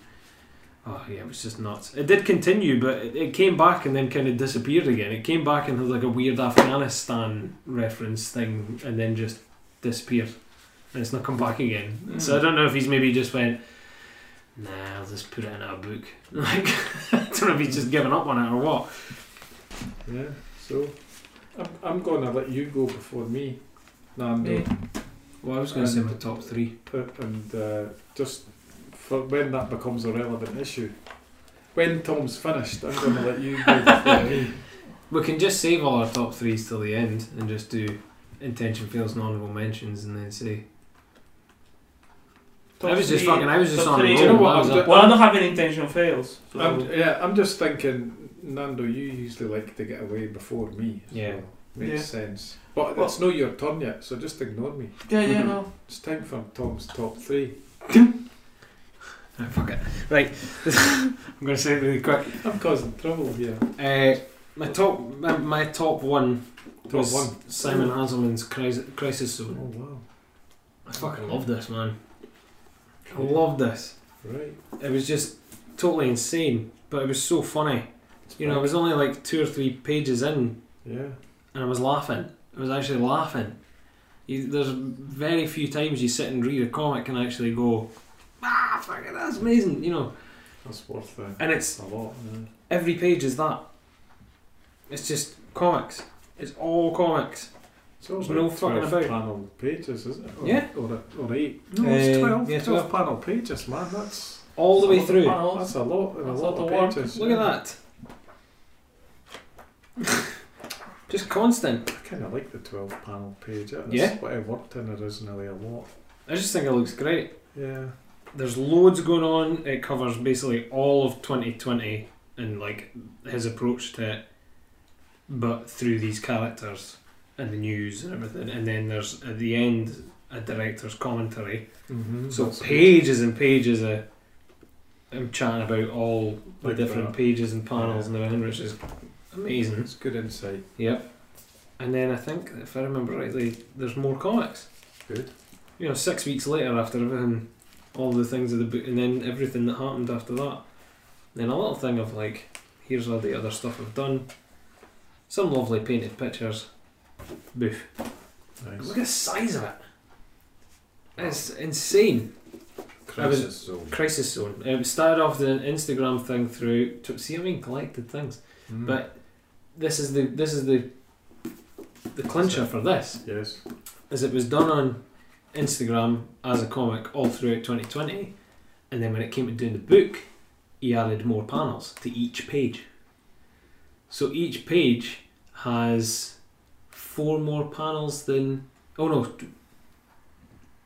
S6: oh yeah it was just nuts it did continue but it, it came back and then kind of disappeared again it came back and had like a weird afghanistan reference thing and then just disappeared and it's not come back again so i don't know if he's maybe just went nah i'll just put it in a book like i don't know if he's just given up on it or what
S2: Yeah. So I'm, I'm going to let you go before me, Nando.
S5: Me?
S6: well i was
S2: gonna say my
S6: top three
S2: put and uh, just for when that becomes a relevant issue. When Tom's finished, I'm going to let you go before me.
S6: We can just save all our top threes till the end and just do intention fails and honourable mentions and then say. I was just
S5: Top
S6: fucking. I was just
S5: top
S6: on a
S5: three.
S6: roll.
S2: You know what,
S6: I was
S2: I'm
S6: up-
S2: do-
S5: Well, I don't have any intentional fails. So
S2: I'm, yeah, I'm just thinking, Nando, you usually like to get away before me. So
S6: Yeah.
S2: Makes
S5: Yeah.
S2: sense. But
S5: Well-
S2: it's not your turn yet, so just ignore me.
S5: yeah, yeah,
S6: Mm-hmm.
S5: no.
S2: It's time for Tom's top three.
S6: Ah, fuck it. Right. I'm gonna say it really quick.
S2: I'm causing trouble here.
S6: Uh, my top, my, my top one
S2: Top
S6: was
S2: one.
S6: Simon Hazelman's Crisis, Crisis
S2: Oh,
S6: Zone.
S2: wow.
S6: I fucking love this man. I love this.
S2: Right.
S6: It was just totally insane, but it was so funny. You know, I was only like two or three pages in
S2: Yeah.
S6: and I was laughing. I was actually laughing. You, there's very few times you sit and read a comic and actually go, ah, fuck it, that's amazing, you know.
S2: That's worth uh,
S6: And it's
S2: a lot. Yeah.
S6: every page is that. It's just comics. It's all comics.
S2: It's all
S6: There's
S2: about
S6: no fucking
S2: 12
S6: about.
S2: panel pages, isn't it? Or,
S6: Yeah.
S2: Or, or eight. No, it's
S6: Uh,
S2: 12,
S6: yeah, Oh,
S2: 12 panel pages, man. That's
S6: All the way
S5: Lots of
S6: through.
S5: panels.
S2: that's a lot and a
S5: That's
S2: lot
S5: a
S2: of
S5: lot.
S2: pages.
S6: Look at that. just constant.
S2: I kind of like the 12 panel page. That's
S6: Yeah.
S2: what I worked in originally a lot.
S6: I just think it looks great.
S2: Yeah.
S6: There's loads going on. It covers basically all of 2020 and like his approach to it, but through these characters and the news and everything. And then there's at the end a director's commentary.
S2: Mm-hmm.
S6: So pages and pages of him chatting about all the
S2: Like
S6: different
S2: that.
S6: pages and panels and everything, which is amazing.
S2: It's good insight.
S6: Yep. And then I think, if I remember rightly, there's more comics.
S2: Good.
S6: You know, six weeks later after everything all the things of the book, and then everything that happened after that. Then a little thing of like, here's all the other stuff I've done. Some lovely painted pictures. Boof. Look at the size of it. It's insane.
S2: Crisis zone.
S6: Crisis Zone. It started off the Instagram thing through. To, see, I mean, collected things.
S2: Mm.
S6: But this is the this is the the clincher for this
S2: yes,
S6: is it was done on Instagram as a comic all throughout 2020, and then when it came to doing the book, he added more panels to each page. So each page has four more panels than oh no, t-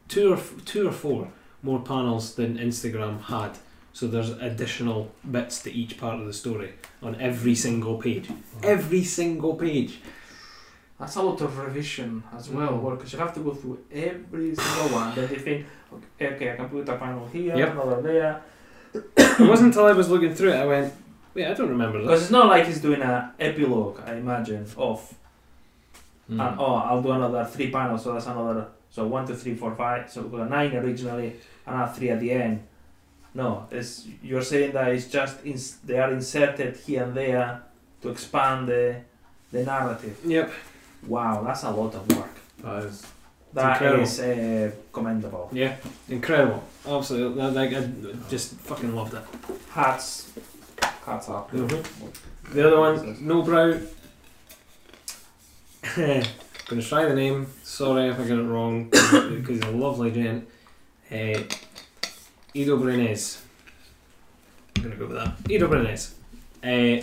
S6: two or f- two or four more panels than Instagram had. So there's additional bits to each part of the story on every single page. Every single page.
S5: That's a lot of revision
S2: Mm.
S5: as well, because you have to go through every single one. Then you think, okay, okay, I can put a panel here,
S6: Yep.
S5: another there.
S6: it wasn't until I was looking through it I went, wait, I don't remember that.
S5: Because it's not like he's doing an epilogue, I imagine, of,
S6: Mm.
S5: and, oh, I'll do another three panels, so that's another, so one, two, three, four, five, so we've got a nine originally, and a three at the end. No, it's, you're saying that it's just, ins- they are inserted here and there to expand the, the narrative.
S6: Yep.
S5: Wow, that's a lot of work.
S2: that is.
S5: That
S6: incredible.
S5: is uh, commendable.
S6: Yeah. Incredible. Absolutely. Like I just fucking loved it.
S5: Hats. Hats up.
S6: Mhm. The other one, No Brow. Gonna try the name. Sorry if I got it wrong because he's a lovely gent. Uh, Ido Brenes. I'm gonna go with that. Ido Brenes. Uh,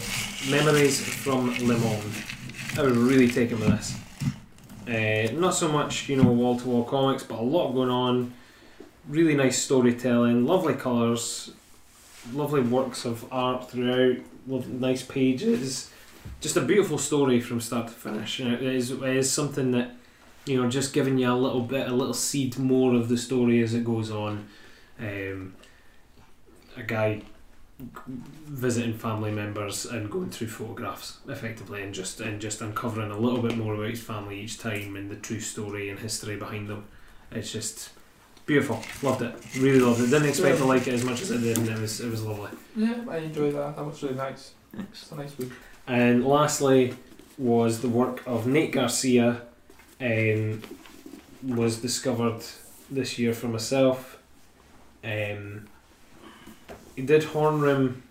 S6: memories from Le Monde. I was really taken with this. Uh, not so much, you know, wall to wall comics, but a lot going on. Really nice storytelling, lovely colours, lovely works of art throughout, lov nice pages. Just a beautiful story from start to finish. You know, it, is, it is something that, you know, just giving you a little bit, a little seed more of the story as it goes on. Um, a guy visiting family members and going through photographs effectively and just and just uncovering a little bit more about his family each time and the true story and history behind them. It's just beautiful. Loved it. Really loved it. Didn't expect to like it as much as I did and it was it was lovely.
S5: Yeah, I enjoyed that. That was really nice. It's a nice week.
S6: And lastly was the work of Nate Garcia um, was discovered this year for myself. Um, he did Hornrim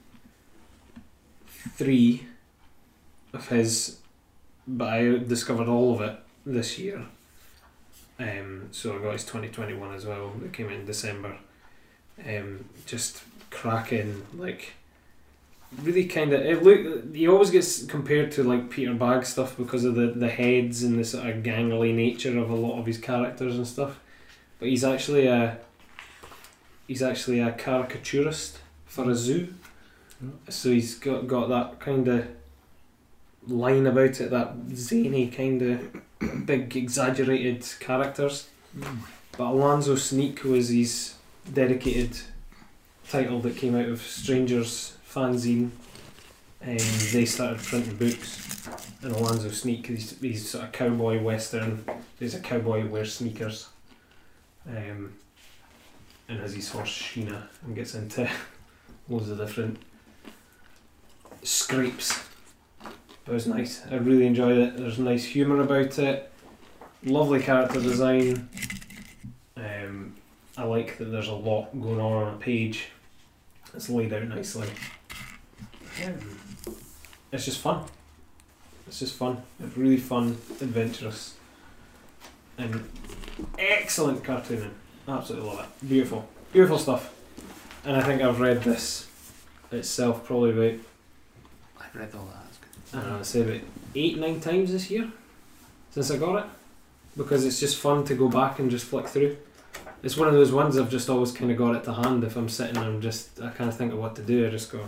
S6: three of his, but I discovered all of it this year. Um, so I got his twenty twenty one as well. That came in December. Um, just cracking like really kind of it look he always gets compared to like Peter Bag stuff because of the the heads and the sort of gangly nature of a lot of his characters and stuff but he's actually a he's actually a caricaturist for a zoo
S2: Yeah.
S6: so he's got got that kind of line about it that zany kind of big exaggerated characters but Alonzo Sneak was his dedicated title that came out of Strangers fanzine. Um, they started printing books, and Alonzo Sneak, he's, he's sort of cowboy western. There's a cowboy who wears sneakers, um, and has his horse Sheena, and gets into loads of different scrapes. But it was nice. I really enjoyed it. There's nice humour about it. Lovely character design. Um, I like that there's a lot going on on a page. It's laid out nicely. Um, it's just fun. It's just fun. It's really fun, adventurous, and excellent cartooning. Absolutely love it. Beautiful, beautiful stuff. And I think I've read this itself probably about
S3: I've read all that.
S6: I don't know, I'd say about eight, nine times this year since I got it because it's just fun to go back and just flick through. It's one of those ones I've just always kind of got it to hand. If I'm sitting and I'm just, I can't think of what to do, I just go,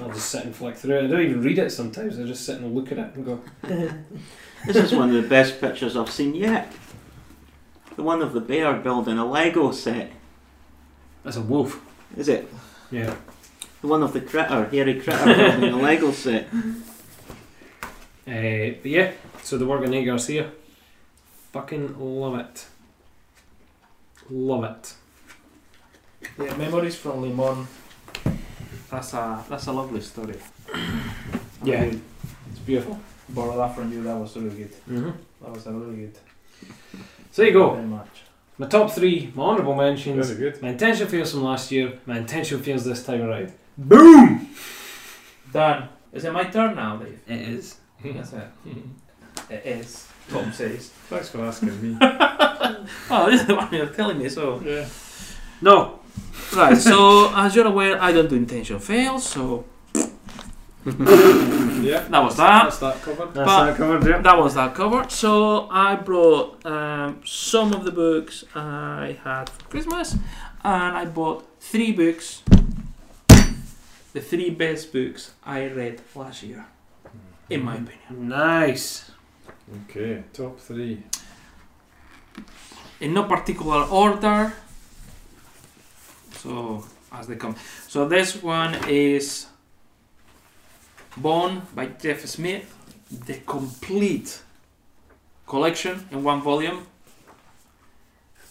S6: I'll just sit and flick through it. I don't even read it sometimes, I just sit and look at it and go,
S4: This is one of the best pictures I've seen yet. The one of the bear building a Lego set.
S6: that's a wolf.
S4: Is it?
S6: Yeah.
S4: The one of the critter, hairy critter building a Lego set.
S6: Uh, but yeah, so the work of Nate Garcia. Fucking love it. Love it.
S5: Yeah, memories from Limon. That's a that's a lovely story.
S2: Yeah.
S5: I
S2: It's beautiful.
S5: borrow that from you. That was really good.
S6: Mm-hmm.
S5: That was a really good.
S6: So there you go.
S5: Very much.
S6: My top three, my honourable mentions.
S2: Very good.
S6: My intention fails from last year. My intention fails this time around.
S5: Done. Is it my turn now, Dave?
S6: It is.
S5: That's it. It is. Tom says.
S2: Thanks for asking me.
S5: Oh, this is the one you're telling me. So
S2: yeah.
S5: no. Right. So as you're aware, I don't do intention fails. So
S2: Yeah.
S5: that was
S6: Ah.
S5: that.
S2: That's that covered.
S6: That's
S5: But-
S6: that covered, yeah.
S5: That was that covered. So I brought um, some of the books I had for Christmas, and I bought three books. The three best books I read last year, in my opinion.
S6: Nice.
S2: Okay. Top three.
S5: In no particular order. So as they come. So this one is Bone by Jeff Smith, the complete collection in one volume,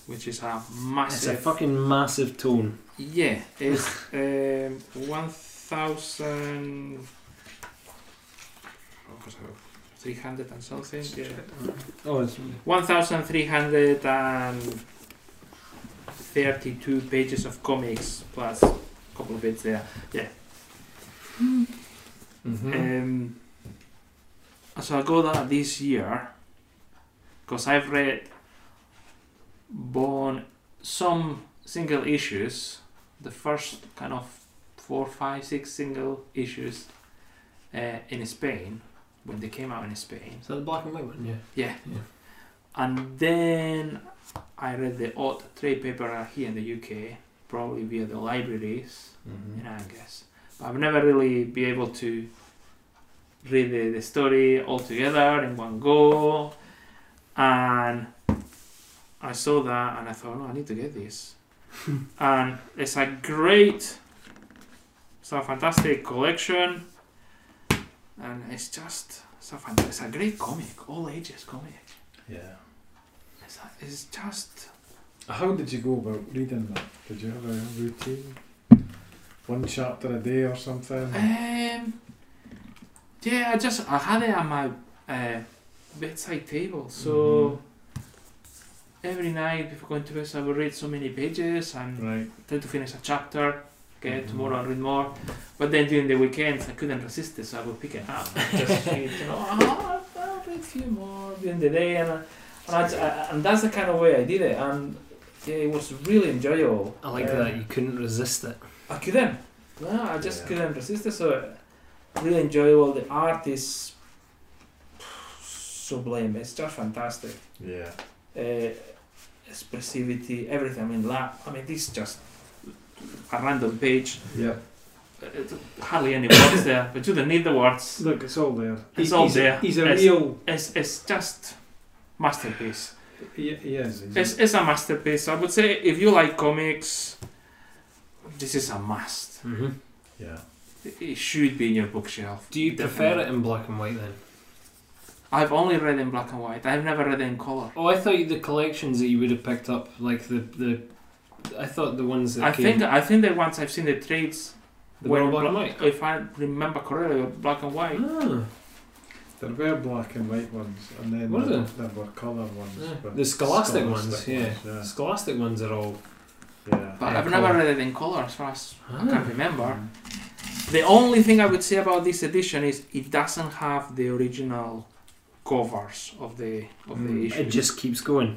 S5: which is a
S6: It's a
S5: massive.
S6: fucking massive tone.
S5: Yeah, it's um, 1,000. oh, what's that? 300 and something. Yeah.
S6: Oh, it's
S5: 1,332 pages of comics plus a couple of bits there.
S6: Mm-hmm. Hmm. Uh,
S5: Um, so I go that this year because I've read born some single issues, the first kind of four, five, six single issues uh, in Spain when they came out in Spain,
S6: Is that the black and white one? Yeah.
S5: and then I read the odd trade paper here in the UK, probably via the libraries
S6: Mm-hmm.
S5: in Angus. But I've never really been able to read the, the story all together in one go. And I saw that and I thought, no, I need to get this. and it's a great, it's a fantastic collection. And it's just, it's a, fan- it's a great comic, all ages comic.
S2: Yeah.
S5: It's, a, it's just,
S2: How did you go about reading that? Did you have a routine? One chapter a day or something?
S5: Um, yeah, I just I had it on my uh, bedside table, so
S6: Mm-hmm.
S5: every night before going to bed, I would read so many pages and
S2: Right.
S5: try to finish a chapter. Okay,
S6: Mm-hmm.
S2: Mhm.
S5: tomorrow I'll read more. But then during the weekends, I couldn't resist it, so I would pick it up. just read, you know, oh, I'll read a few more during the day, and I, and, I, I- and that's the kind of way I did it, and yeah, it was really enjoyable.
S6: I like
S5: Um,
S6: that. You couldn't resist it.
S5: I couldn't. No, I just
S2: Yeah.
S5: couldn't resist it. So really enjoyable. The art is sublime. It's just fantastic.
S2: Yeah.
S5: Uh, expressivity, everything. I mean, la- I mean, this is just a random page.
S2: Yeah.
S5: Uh, it- hardly any words there, but you don't need the words.
S2: Look, it's all there.
S5: It's all there.
S6: He's
S5: a It's-
S6: real.
S5: It's it's just masterpiece.
S2: He, he is. He's
S5: It's, it's a masterpiece. I would say if you like comics, this is a must.
S6: hmm
S2: yeah.
S5: It- It should be in your bookshelf.
S6: Do you prefer
S5: Definitely.
S6: it in black and white then?
S5: I've only read in black and white. I've never read in color.
S6: Oh, I thought the collections that you would have picked up, like the the, I thought the ones that
S5: I
S6: came,
S5: think I think that once I've seen the trades,
S6: they
S5: were
S6: were
S5: in
S6: black and
S5: bla-
S6: white.
S5: if I remember correctly, were black and white.
S6: Ah,
S2: There were black and white ones, and then
S6: Were
S2: there,
S6: there?
S2: there were colour ones.
S6: yeah.
S2: but
S6: the scholastic, ones,
S2: scholastic
S6: yeah.
S2: ones,
S6: Scholastic ones are all.
S2: yeah. yeah.
S5: But
S6: Yeah,
S5: I've
S6: colour.
S5: never read it in color as far as I
S6: Ah.
S5: can remember. The only thing I would say about this edition is it doesn't have the original covers of the of
S2: Mm.
S5: the
S6: It
S5: issue.
S6: just keeps going.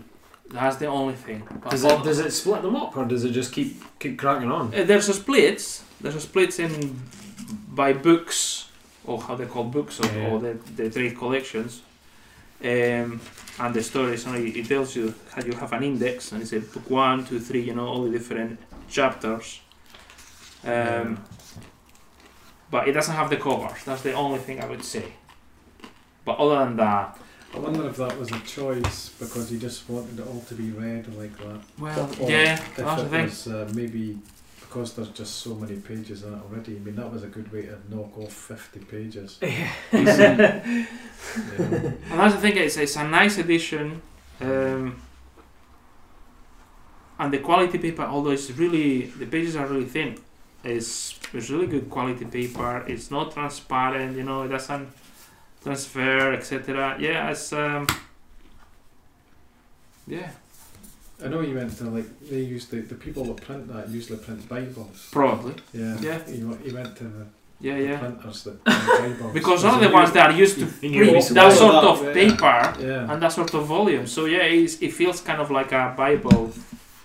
S5: That's the only thing. But
S6: Does it does it split them up or does it just keep keep cracking on?
S5: Uh, there's a splits. There's a splits in by books or how they call books or,
S6: Yeah.
S5: or the, the trade collections. Um, and the stories, and it it tells you how you have an index, and it's a book one, two, three, you know, all the different chapters. Um,
S2: Yeah.
S5: But it doesn't have the covers. That's the only thing I would say. But other than that,
S2: I wonder if that was a choice because he just wanted it all to be red like that.
S5: well,
S2: Or
S5: yeah,
S2: if
S5: that's the
S2: it
S5: thing.
S2: was uh, maybe because there's just so many pages in it already. I mean, that was a good way to knock off fifty pages. you know.
S5: And that's the thing, it's, it's a nice addition. Um, and the quality paper, although it's really the pages are really thin, it's it's really good quality paper. It's not transparent, you know. It doesn't transfer, etc. Yeah, it's um, yeah,
S2: I know you went to like they used the, the people that print that usually print Bibles.
S5: probably.
S2: Yeah.
S5: Yeah.
S2: You, went- you went to the,
S5: Yeah,
S2: the
S5: yeah.
S2: printers that print Bibles.
S5: Because
S2: There's
S5: none of the
S2: a
S5: ones that are used to
S6: you knew
S5: print
S6: it was
S5: that
S2: a
S5: sort
S2: lot,
S5: of
S2: yeah.
S5: paper
S2: new- Yeah.
S5: and that sort of volume. So yeah, it's, it feels kind of like a Bible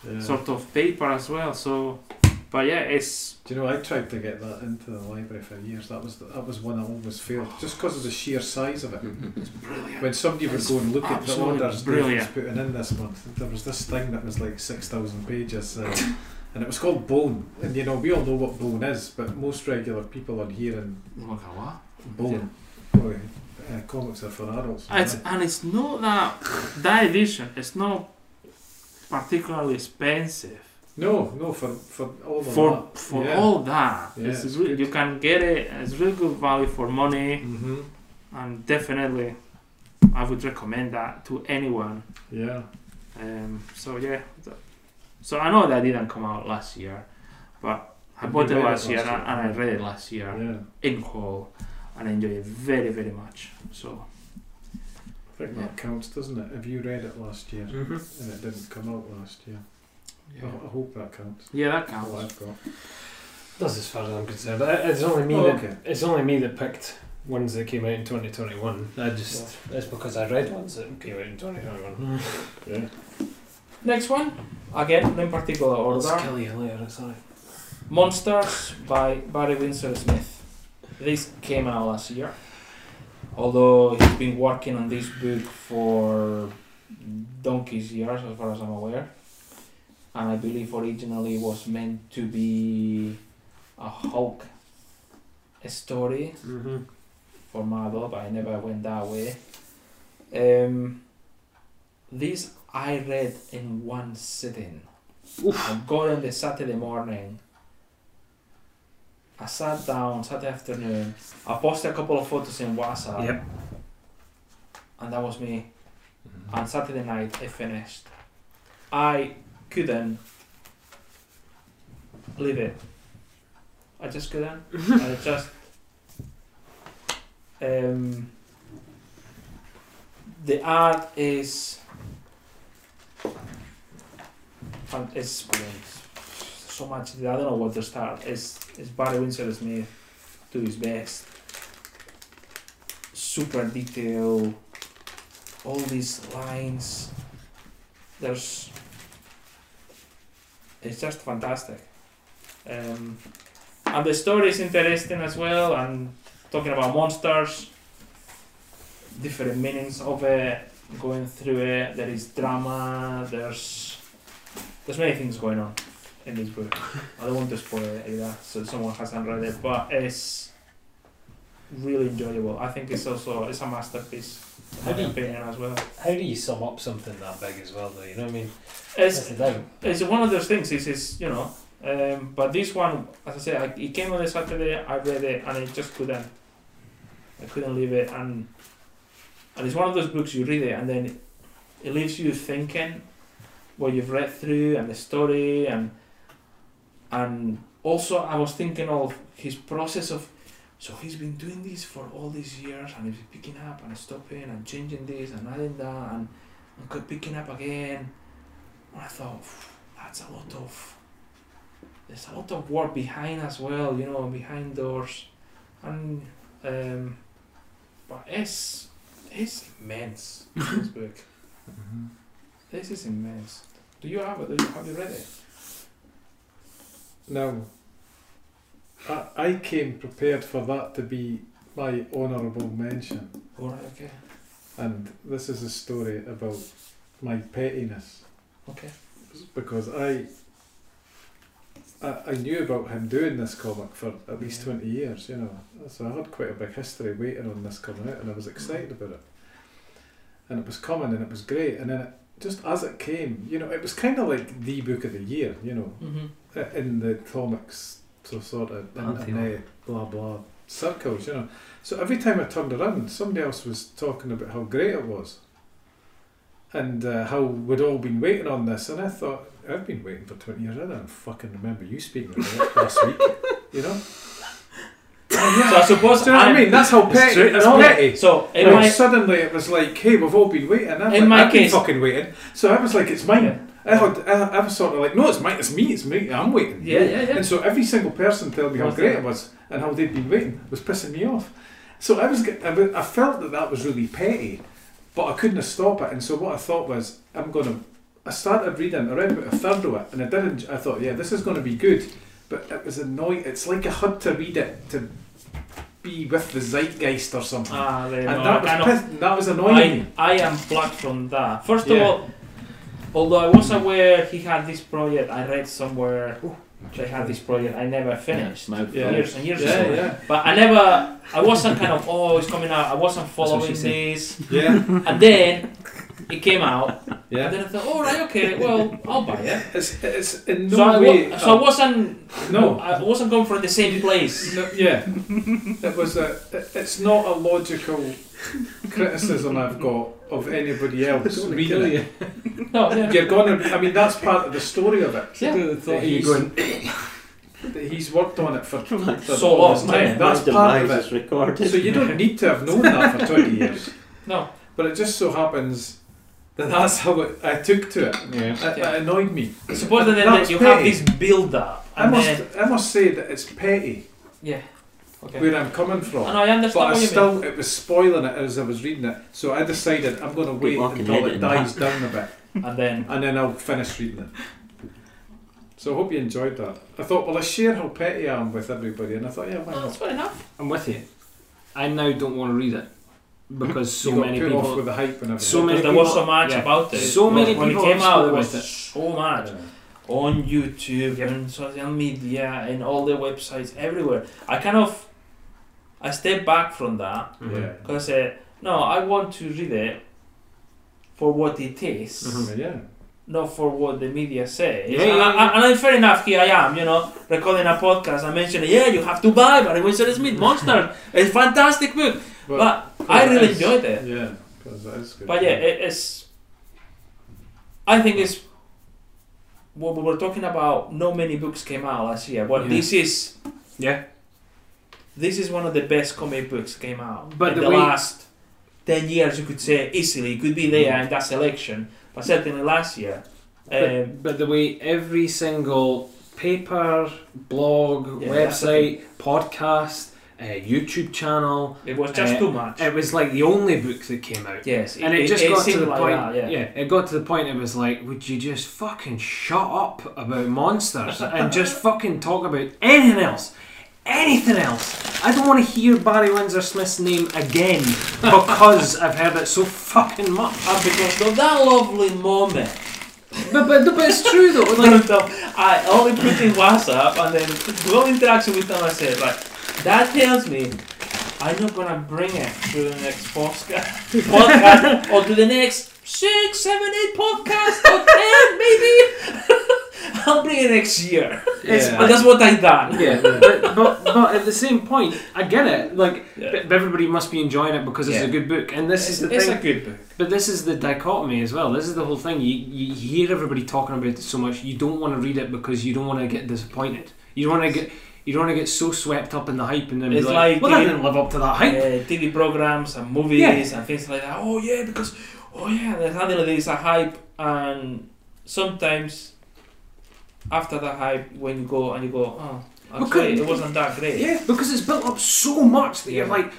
S2: yeah.
S5: sort of paper as well. So, but yeah, it's
S2: Do you know I tried to get that into the library for years. That was the, that was one I always failed
S5: Oh.
S2: just because of the sheer size of it.
S5: brilliant.
S2: When somebody would
S5: It's
S2: go and look at the
S5: absolutely
S2: orders David's
S5: brilliant.
S2: putting in this month, there was this thing that was like six thousand pages, uh, and it was called Bone. And you know we all know what Bone is, but most regular people on here and
S5: Look at what?
S2: Bone, boy, uh, comics are for adults.
S5: Ah, It's,
S2: right?
S5: and it's not that that edition. It's not particularly expensive
S2: No, no, for for all of
S5: for
S2: that.
S5: for
S2: yeah.
S5: all that.
S2: Yeah,
S5: it's
S2: it's
S5: really,
S2: good.
S5: you can get it. It's really good value for money,
S2: Mm-hmm.
S5: and definitely, I would recommend that to anyone.
S2: Yeah.
S5: Um, so yeah, th- so I know that didn't come out last year, but I
S2: You
S5: bought it
S2: read it
S5: last year,
S2: last
S5: and
S2: year.
S5: I- and I read it last year
S2: Yeah.
S5: in hall, and I enjoyed it very very much. So
S2: I think that counts, doesn't it? Have you read it last year and it didn't come out last year? I,
S5: yeah,
S2: I hope that counts.
S5: yeah that
S2: That's what
S5: counts.
S2: I've got.
S6: That's as far as I'm concerned. I- It's only me.
S2: Oh,
S6: that,
S2: okay.
S6: It's only me that picked ones that came out in 2021. I just it's because I read ones that came out in 2021.
S2: Yeah.
S5: Next one, again no particular order.
S6: Let's kill you later. It's alright.
S5: Monsters by Barry Windsor Smith. This came out last year, although he's been working on this book for donkey's years, as far as I'm aware. And I believe originally it was meant to be a Hulk story
S6: Mm-hmm.
S5: for Marvel, but I never went that way. Um, this I read in one sitting. I got on the Saturday morning. I sat down Saturday afternoon. I posted a couple of photos in WhatsApp.
S6: Yep.
S5: And that was me.
S6: Mm-hmm.
S5: And Saturday night I finished. I couldn't leave it. I just couldn't. I just um, the art is fan- um, it's brilliant. So much I don't know where to start. It's it's Barry Windsor Smith to his best. Super detail. All these lines. There's. It's just fantastic. Um, and the story is interesting as well. And talking about monsters, different meanings of it, going through it. There is drama. There's there's many things going on in this book. I don't want to spoil it either, so someone hasn't read it, but it's really enjoyable. I think it's also it's a masterpiece.
S6: How
S5: In
S6: do
S5: my
S6: you-
S5: opinion as well.
S6: How do you sum up something that big as well, though? You know what I mean?
S5: It's
S6: That's the thing.
S5: it's one of those things. It's, it's you know, um, but this one, as I said, I, it came on the Saturday. I read it and I just couldn't. I couldn't leave it, and and it's one of those books you read it and then it leaves you thinking what you've read through and the story and and also I was thinking of his process of. So he's been doing this for all these years, and he's picking up and stopping and changing this and adding that and, and kept picking up again. And I thought, "Phew, that's a lot of. There's a lot of work behind as well, you know, behind doors, and um, but it's it's immense. this book, this is immense. Do you have it? Do you, have you read it?
S2: Now, I, I came prepared for that to be my honourable mention,
S5: All right, okay,
S2: and this is a story about my pettiness
S5: okay.
S2: because I. I I knew about him doing this comic for at least
S5: Yeah.
S2: 20 years, you know. So I had quite a big history waiting on this coming out and I was excited about it. And it was coming and it was great. And then it, just as it came, you know, it was kind of like the book of the year, you know.
S5: Mm-hmm.
S2: uh, in the comics, so sort of in, in the blah blah circles, you know. So every time I turned around, somebody else was talking about how great it was, and uh, how we'd all been waiting on this. And I thought, I've been waiting for 20 years. I don't fucking remember you speaking about it last week, you know?
S5: So I suppose
S2: Do you know what I mean? That's how petty.
S5: Um, true,
S2: That's
S5: no.
S2: petty.
S5: So in
S2: Like,
S5: my
S2: suddenly it was like, hey, we've all been waiting. I'm
S5: In
S2: like,
S5: my
S2: I've been
S5: case-
S2: fucking waiting. So I was like, it's mine. I, had, I, I was sort of like, no, it's mine. It's me. It's me. I'm waiting.
S5: Yeah, yeah, yeah.
S2: And so every single person telling me how
S5: Was
S2: great
S5: it?
S2: it was and how they'd been waiting was pissing me off. So I was, get- I, wa- I felt that that was really petty, but I couldn't stop it. And so what I thought was, I'm gonna. I started reading. I read about a third of it, and I didn't. I thought, yeah, this is gonna be good, but it was annoying. It's like I had to read it to be with the zeitgeist or something.
S5: ah, there you
S2: And
S5: go.
S2: that,
S5: I kind of-
S2: was piss- that was annoying
S5: I,
S2: me.
S5: I am blocked from that. First
S2: Yeah.
S5: of all, although I was aware he had this project, I read somewhere they had this project. I never finished
S4: mouthful.
S2: Yeah.
S5: years and years
S2: Yeah,
S5: ago.
S2: yeah,
S5: But I never, I wasn't kind of oh it's coming out. I wasn't
S1: what she
S5: following
S1: said.
S5: this,
S2: yeah,
S5: and then it came out, and
S2: yeah.
S5: then I thought, all right, okay, well I'll buy it.
S2: It's, it's in no
S5: so I, wa-
S2: way. um,
S5: so I wasn't
S2: no,
S5: I wasn't going for the same place.
S2: no, yeah. it was a. it- It's not a logical criticism I've got of anybody else reading it.
S5: No, yeah.
S2: You're gonna. I mean, that's part of the story of it.
S5: Yeah.
S2: That he's, that he's worked on it for for
S5: So
S2: all
S5: long,
S2: this
S5: man.
S2: time. That's
S4: My
S2: part of
S4: demise
S2: it.
S4: is recorded.
S2: So you don't need to have known that for 20 years.
S5: No.
S2: But it just so happens that that's how it, I took to it.
S6: Yeah.
S2: It,
S5: Yeah.
S2: it annoyed me.
S5: Supposedly
S2: That
S5: that
S2: was
S5: you have
S2: petty.
S5: this build up,
S2: I
S5: and
S2: must,
S5: then
S2: I must say that it's petty
S5: yeah, okay.
S2: where I'm coming from.
S5: And I understand
S2: but I
S5: what you mean.
S2: still, it was spoiling it as I was reading it, so I decided I'm going to wait
S4: walking
S2: until
S4: head
S2: it
S4: in
S2: dies down a bit,
S5: And then
S2: and then I'll finish reading it. So I hope you enjoyed that. I thought, well, I share how petty I am with everybody, and I thought, yeah, why
S5: oh,
S2: not?
S5: that's fair enough.
S6: I'm with you. I now don't want to read it because so
S2: you got
S6: many
S2: put off
S6: people.
S2: with the hype and everything.
S6: So many
S5: there was
S6: people-
S5: so much
S6: yeah.
S5: about it.
S6: So many
S5: when
S6: people
S5: it came
S6: have
S5: out,
S6: spoken
S5: there was
S6: about it.
S5: so much on YouTube and social media and all the websites everywhere. I kind of I step back from that
S2: Yeah.
S5: because I said, no, I want to read it for what it is,
S2: Yeah. Mm-hmm. yeah.
S5: not for what the media says.
S6: Yeah,
S5: and,
S6: yeah,
S5: I,
S6: yeah.
S5: and then fair enough, here I am, you know, recording a podcast. I mentioned, yeah, you have to buy Barry Windsor Smith Monster. It's a fantastic book, but I
S2: it
S5: really
S2: is-
S5: enjoyed it.
S2: Yeah, because that is good.
S5: But yeah, it, it's. I think it's. What we were talking about. Not many books came out last year. Well,
S6: Yeah.
S5: this is.
S6: Yeah.
S5: This is one of the best comic books came out.
S6: But
S5: in
S6: the
S5: the,
S6: way-
S5: last ten years, you could say easily it could be there in that selection. But certainly last year, um,
S6: Mm-hmm. but, but the way every single paper, blog,
S5: Yeah, that's the
S6: website, podcast, uh, YouTube channel,
S5: it was just
S6: Uh,
S5: too much.
S6: it was like the only book that came out.
S5: yes,
S6: And it, just got to
S5: seemed
S6: the
S5: like
S6: point.
S5: that,
S6: yeah. it got to the point. It was like, would you just fucking shut up about monsters and just fucking talk about anything else? Anything else? I don't want to hear Barry Windsor Smith's name again because I've heard it so fucking much.
S5: And because of that lovely moment.
S6: But but, but it's true though. Like,
S5: so I only put in WhatsApp and then the only interaction with them I said like that tells me I'm not gonna bring it to the next podcast, podcast or to the next six, seven, eight podcast or ten maybe. I'll bring it next year.
S6: it's-
S5: And that's what I done.
S6: yeah, but, but but at the same point, I get it. Like
S5: Yeah.
S6: but everybody must be enjoying it because it's
S5: Yeah.
S6: a good book, and this is the
S5: it's
S6: thing.
S5: a good book.
S6: But this is the dichotomy as well. This is the whole thing. You, you hear everybody talking about it so much, you don't want to read it because you don't want to get disappointed. You don't want to get you don't want to get so swept up in the hype and then
S5: It's
S6: be like,
S5: like
S6: well, that
S5: the-
S6: didn't live up to that hype.
S5: Uh, TV programs and movies and things like that. Oh yeah, because oh yeah, there's suddenly there's a hype, and sometimes after the hype, when you go and you go, oh, actually,
S6: Because-
S5: it wasn't that great.
S6: Yeah, because it's built up so much that you're
S5: Yeah.
S6: like,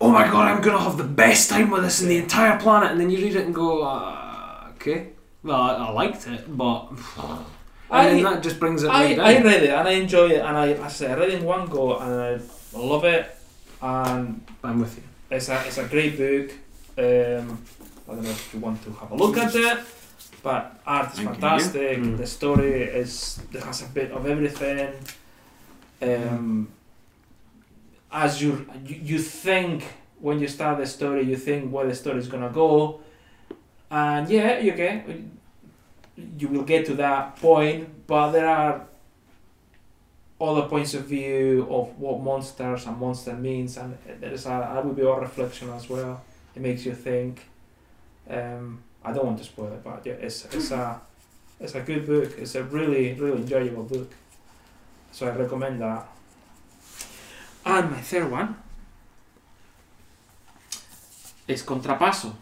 S6: oh my god, I'm gonna have the best time with this in the entire planet, and then you read it and go, uh, okay, well, I, I liked it, but and
S5: Oh.
S6: then
S5: I
S6: that just brings it
S5: I,
S6: right down.
S5: I read it and I enjoy it, and I, I said I read it in one go and I love it, and
S6: I'm with you.
S5: it's a it's a great book. Um, I don't know if you want to have a look at it. But art is
S4: Thank you.
S5: fantastic.
S6: Mm.
S5: The story is it has a bit of everything. Um, as you, you you think when you start the story, you think where the story is gonna go, and yeah, you can you will get to that point, but there are other points of view of what monsters and monster means, and there is a that will be our reflection as well. It makes you think. Um, I don't want to spoil it, but yeah, it's it's a it's a good book. It's a really really enjoyable book. So I recommend that. And my third one is Contrapasso.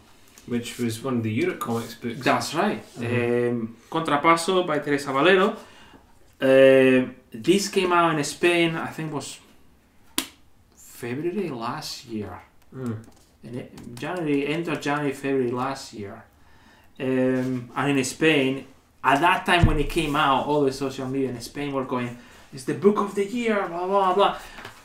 S6: Which was one of the Europe comics books.
S5: That's right.
S6: Mhm.
S5: Um, Contrapasso by Teresa Valero. Um, this came out in Spain, I think was February last year.
S6: Mm.
S5: In it- January, end of January, February last year. Um, and in Spain, at that time when it came out, all the social media in Spain were going, it's the book of the year, blah, blah, blah.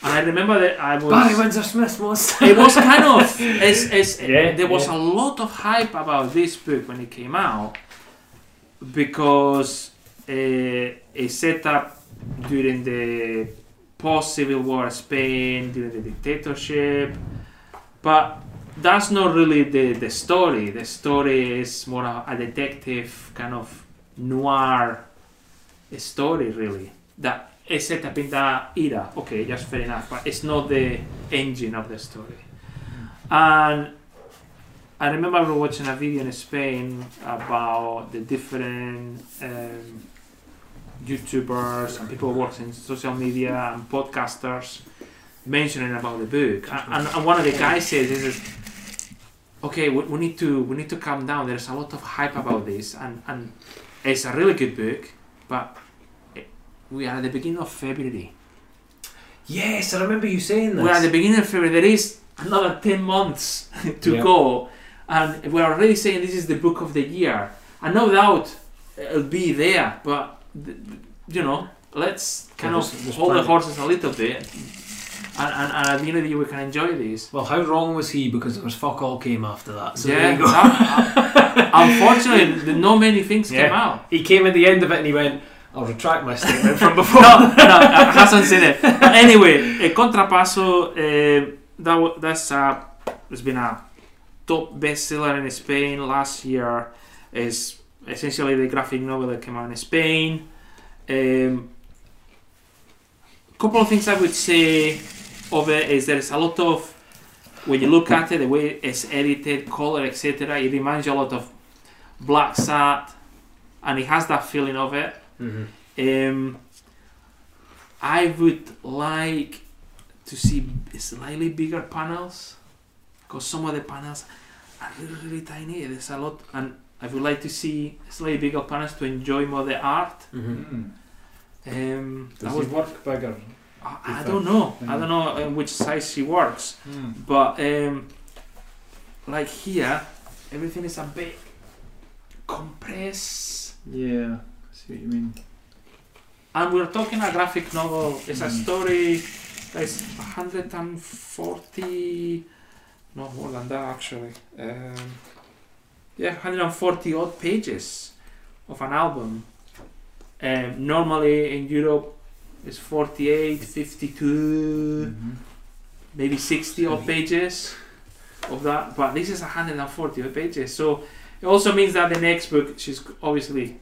S5: And I remember that I was
S6: Barry Windsor Smith was.
S5: it was kind of it's, it's,
S3: Yeah,
S5: there was
S3: yeah.
S5: a lot of hype about this book when it came out because uh, it set up during the post civil war spain during the dictatorship but that's not really the, the story the story is more a, a detective kind of noir story really that is set up in that era okay that's fair enough but it's not the engine of the story. And I remember we were watching a video in Spain about the different um, YouTubers and people working in social media and podcasters mentioning about the book. A- And, and one of the guys says, "This is okay. We, we need to we need to calm down. There's a lot of hype about this, and and it's a really good book, but." it- We are at the beginning of February.
S1: Yes, I remember you saying
S5: We're at the
S1: this.
S5: beginning of February. There is another 10 months to
S2: Yeah.
S5: go. And we're already saying this is the book of the year. And no doubt it'll be there. But, th- you know, let's kind
S6: Yeah,
S5: of
S6: there's- there's
S5: hold the
S6: plenty.
S5: horses a little bit. And, and, and at the end of the year, we can enjoy this.
S6: Well, how wrong was he? Because there was fuck all came after that. So there
S5: yeah.
S6: you go.
S5: that- uh, unfortunately, the- not many things came
S6: Yeah.
S5: out.
S6: He came at the end of it and he went, "I'll retract my statement from before."
S5: no, no, I hasn't seen it. But anyway, a contrapasso. Uh, that wa- that's a it's been a top bestseller in Spain last year. Is essentially the graphic novel that came out in Spain. Um, couple of things I would say of it is there's a lot of when you look at it, the way it's edited, color, etc. It reminds you a lot of Black Sat, and it has that feeling of it.
S6: Mhm.
S5: Um, I would like to see slightly bigger panels because some of the panels are really, really tiny. There's a lot, and I would like to see slightly bigger panels to enjoy more the art.
S6: Mhm.
S2: Mm.
S5: Um, that
S2: Does
S5: would-
S2: he work bigger?
S5: I,
S2: you
S5: I
S2: think?
S5: don't know. I
S2: Mm.
S5: don't know in which size she works,
S2: Mm.
S5: but um, like here, everything is a bit compressed.
S2: Yeah, I see what you mean.
S5: And we're talking a graphic novel. It's a
S2: Mm.
S5: story that's 140, no more than that actually. Um, yeah, 140 odd pages of an album. Um, normally in Europe, it's 48, 52
S2: Mm-hmm.
S5: maybe 60 odd pages of that but this is 140 odd pages so it also means that the next book she's g- obviously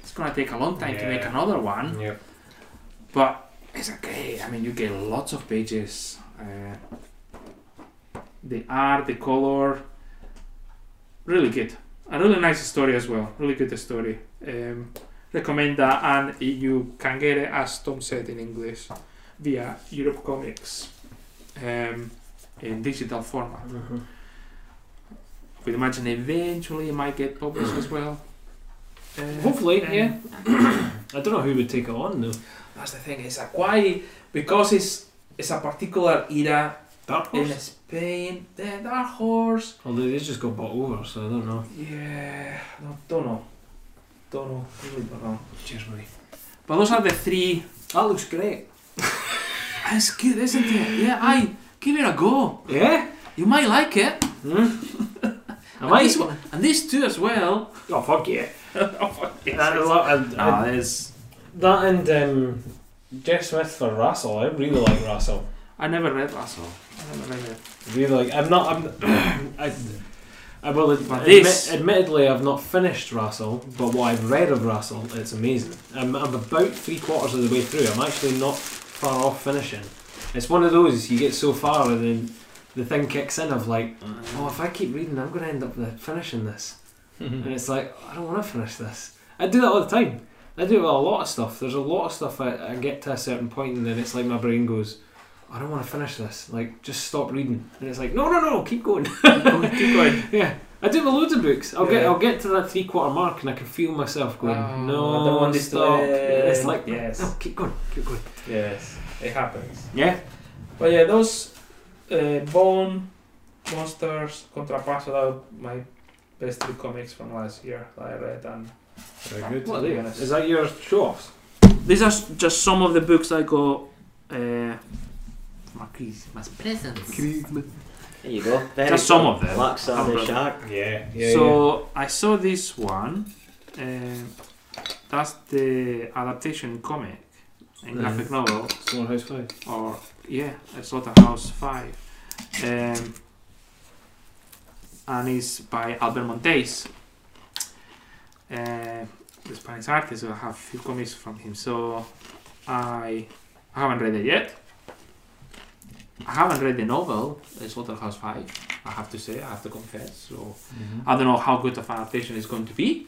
S5: it's gonna take a long time to make
S6: Yeah.
S5: another one
S6: Yeah.
S5: but it's okay i mean you get lots of pages uh, the art the color really good a really nice story as well really good story um, recommend that and you can get it as tom said in english via europe comics um, in digital format.
S6: Mhm.
S5: I would imagine eventually it might get published as well. Uh,
S6: Hopefully,
S5: um,
S6: yeah. I don't know who would take it on though.
S5: That's the thing. It's a quite because it's it's a particular era
S6: Dark
S5: in
S6: Horse.
S5: Spain. The Dark Horse.
S6: Although they just got bought over, so I don't know.
S5: Yeah, no, don't know, don't know, really don't know.
S6: Cheers, buddy.
S5: But those are the three. Ah,
S6: That looks great.
S5: It's good, isn't it? Yeah, I give it a go.
S6: Yeah.
S5: You might like it.
S6: Hmm. I
S5: and
S6: might.
S5: This one, and these two as well.
S6: Oh fuck yeah.
S5: oh, fuck yes,
S6: That,
S5: yes.
S6: that,
S5: Ah,
S6: that,
S5: there's-
S6: that and um, Jeff Smith for Russell. I really like Russell.
S5: I never read Lasso. I never read it.
S6: Really like. I'm not. I'm. I, I will admit,
S5: But this-
S6: admittedly I've not finished Russell, but what I've read of Russell, it's amazing. I'm, I'm about three quarters of the way through. I'm actually not far off finishing. It's one of those you get so far and then the thing kicks in of like, oh, if I keep reading, I'm going to end up the- finishing this. and it's like I don't want to finish this. I do that all the time. I do it with a lot of stuff. There's a lot of stuff I, I get to a certain point and then it's like my brain goes, "Oh, I don't want to finish this. Like just stop reading. And it's like no no no keep going.
S5: Keep going.
S6: yeah. I do it with loads of books. I'll get
S5: Yeah.
S6: I'll get to that three quarter mark and I can feel myself going
S5: Oh,
S6: no
S5: I don't want this to
S6: stop.
S5: end.
S6: It's like no,
S5: Yes.
S6: no, keep going keep going.
S5: Yes, it happens.
S6: Yeah.
S5: But yeah, those uh, Bone, Monsters, Contrapasso, that were my best three comics from last year that I read. And
S2: Very good.
S6: What are
S5: be
S6: they?
S5: honest.
S6: Is that your show offs?
S7: These are s- just some of the books I got uh, for my Christmas presents.
S4: There you go. Very
S7: Just some
S4: good.
S7: of them.
S4: Black Saturday
S7: Umbrella.
S4: Shark.
S2: Yeah,
S7: so I saw this one. Uh, that's the adaptation comic and graphic novel,
S6: Slaughterhouse Five.
S7: or yeah, a Slaughterhouse Five, um, and it's by Albert Montes. Uh, the Spanish artist. I have few comics from him, so I I haven't read it yet. I haven't read the novel uh, Slaughterhouse Five. I have to say, I have to confess. So
S6: Mm-hmm.
S7: I don't know how good of an adaptation it's going to be.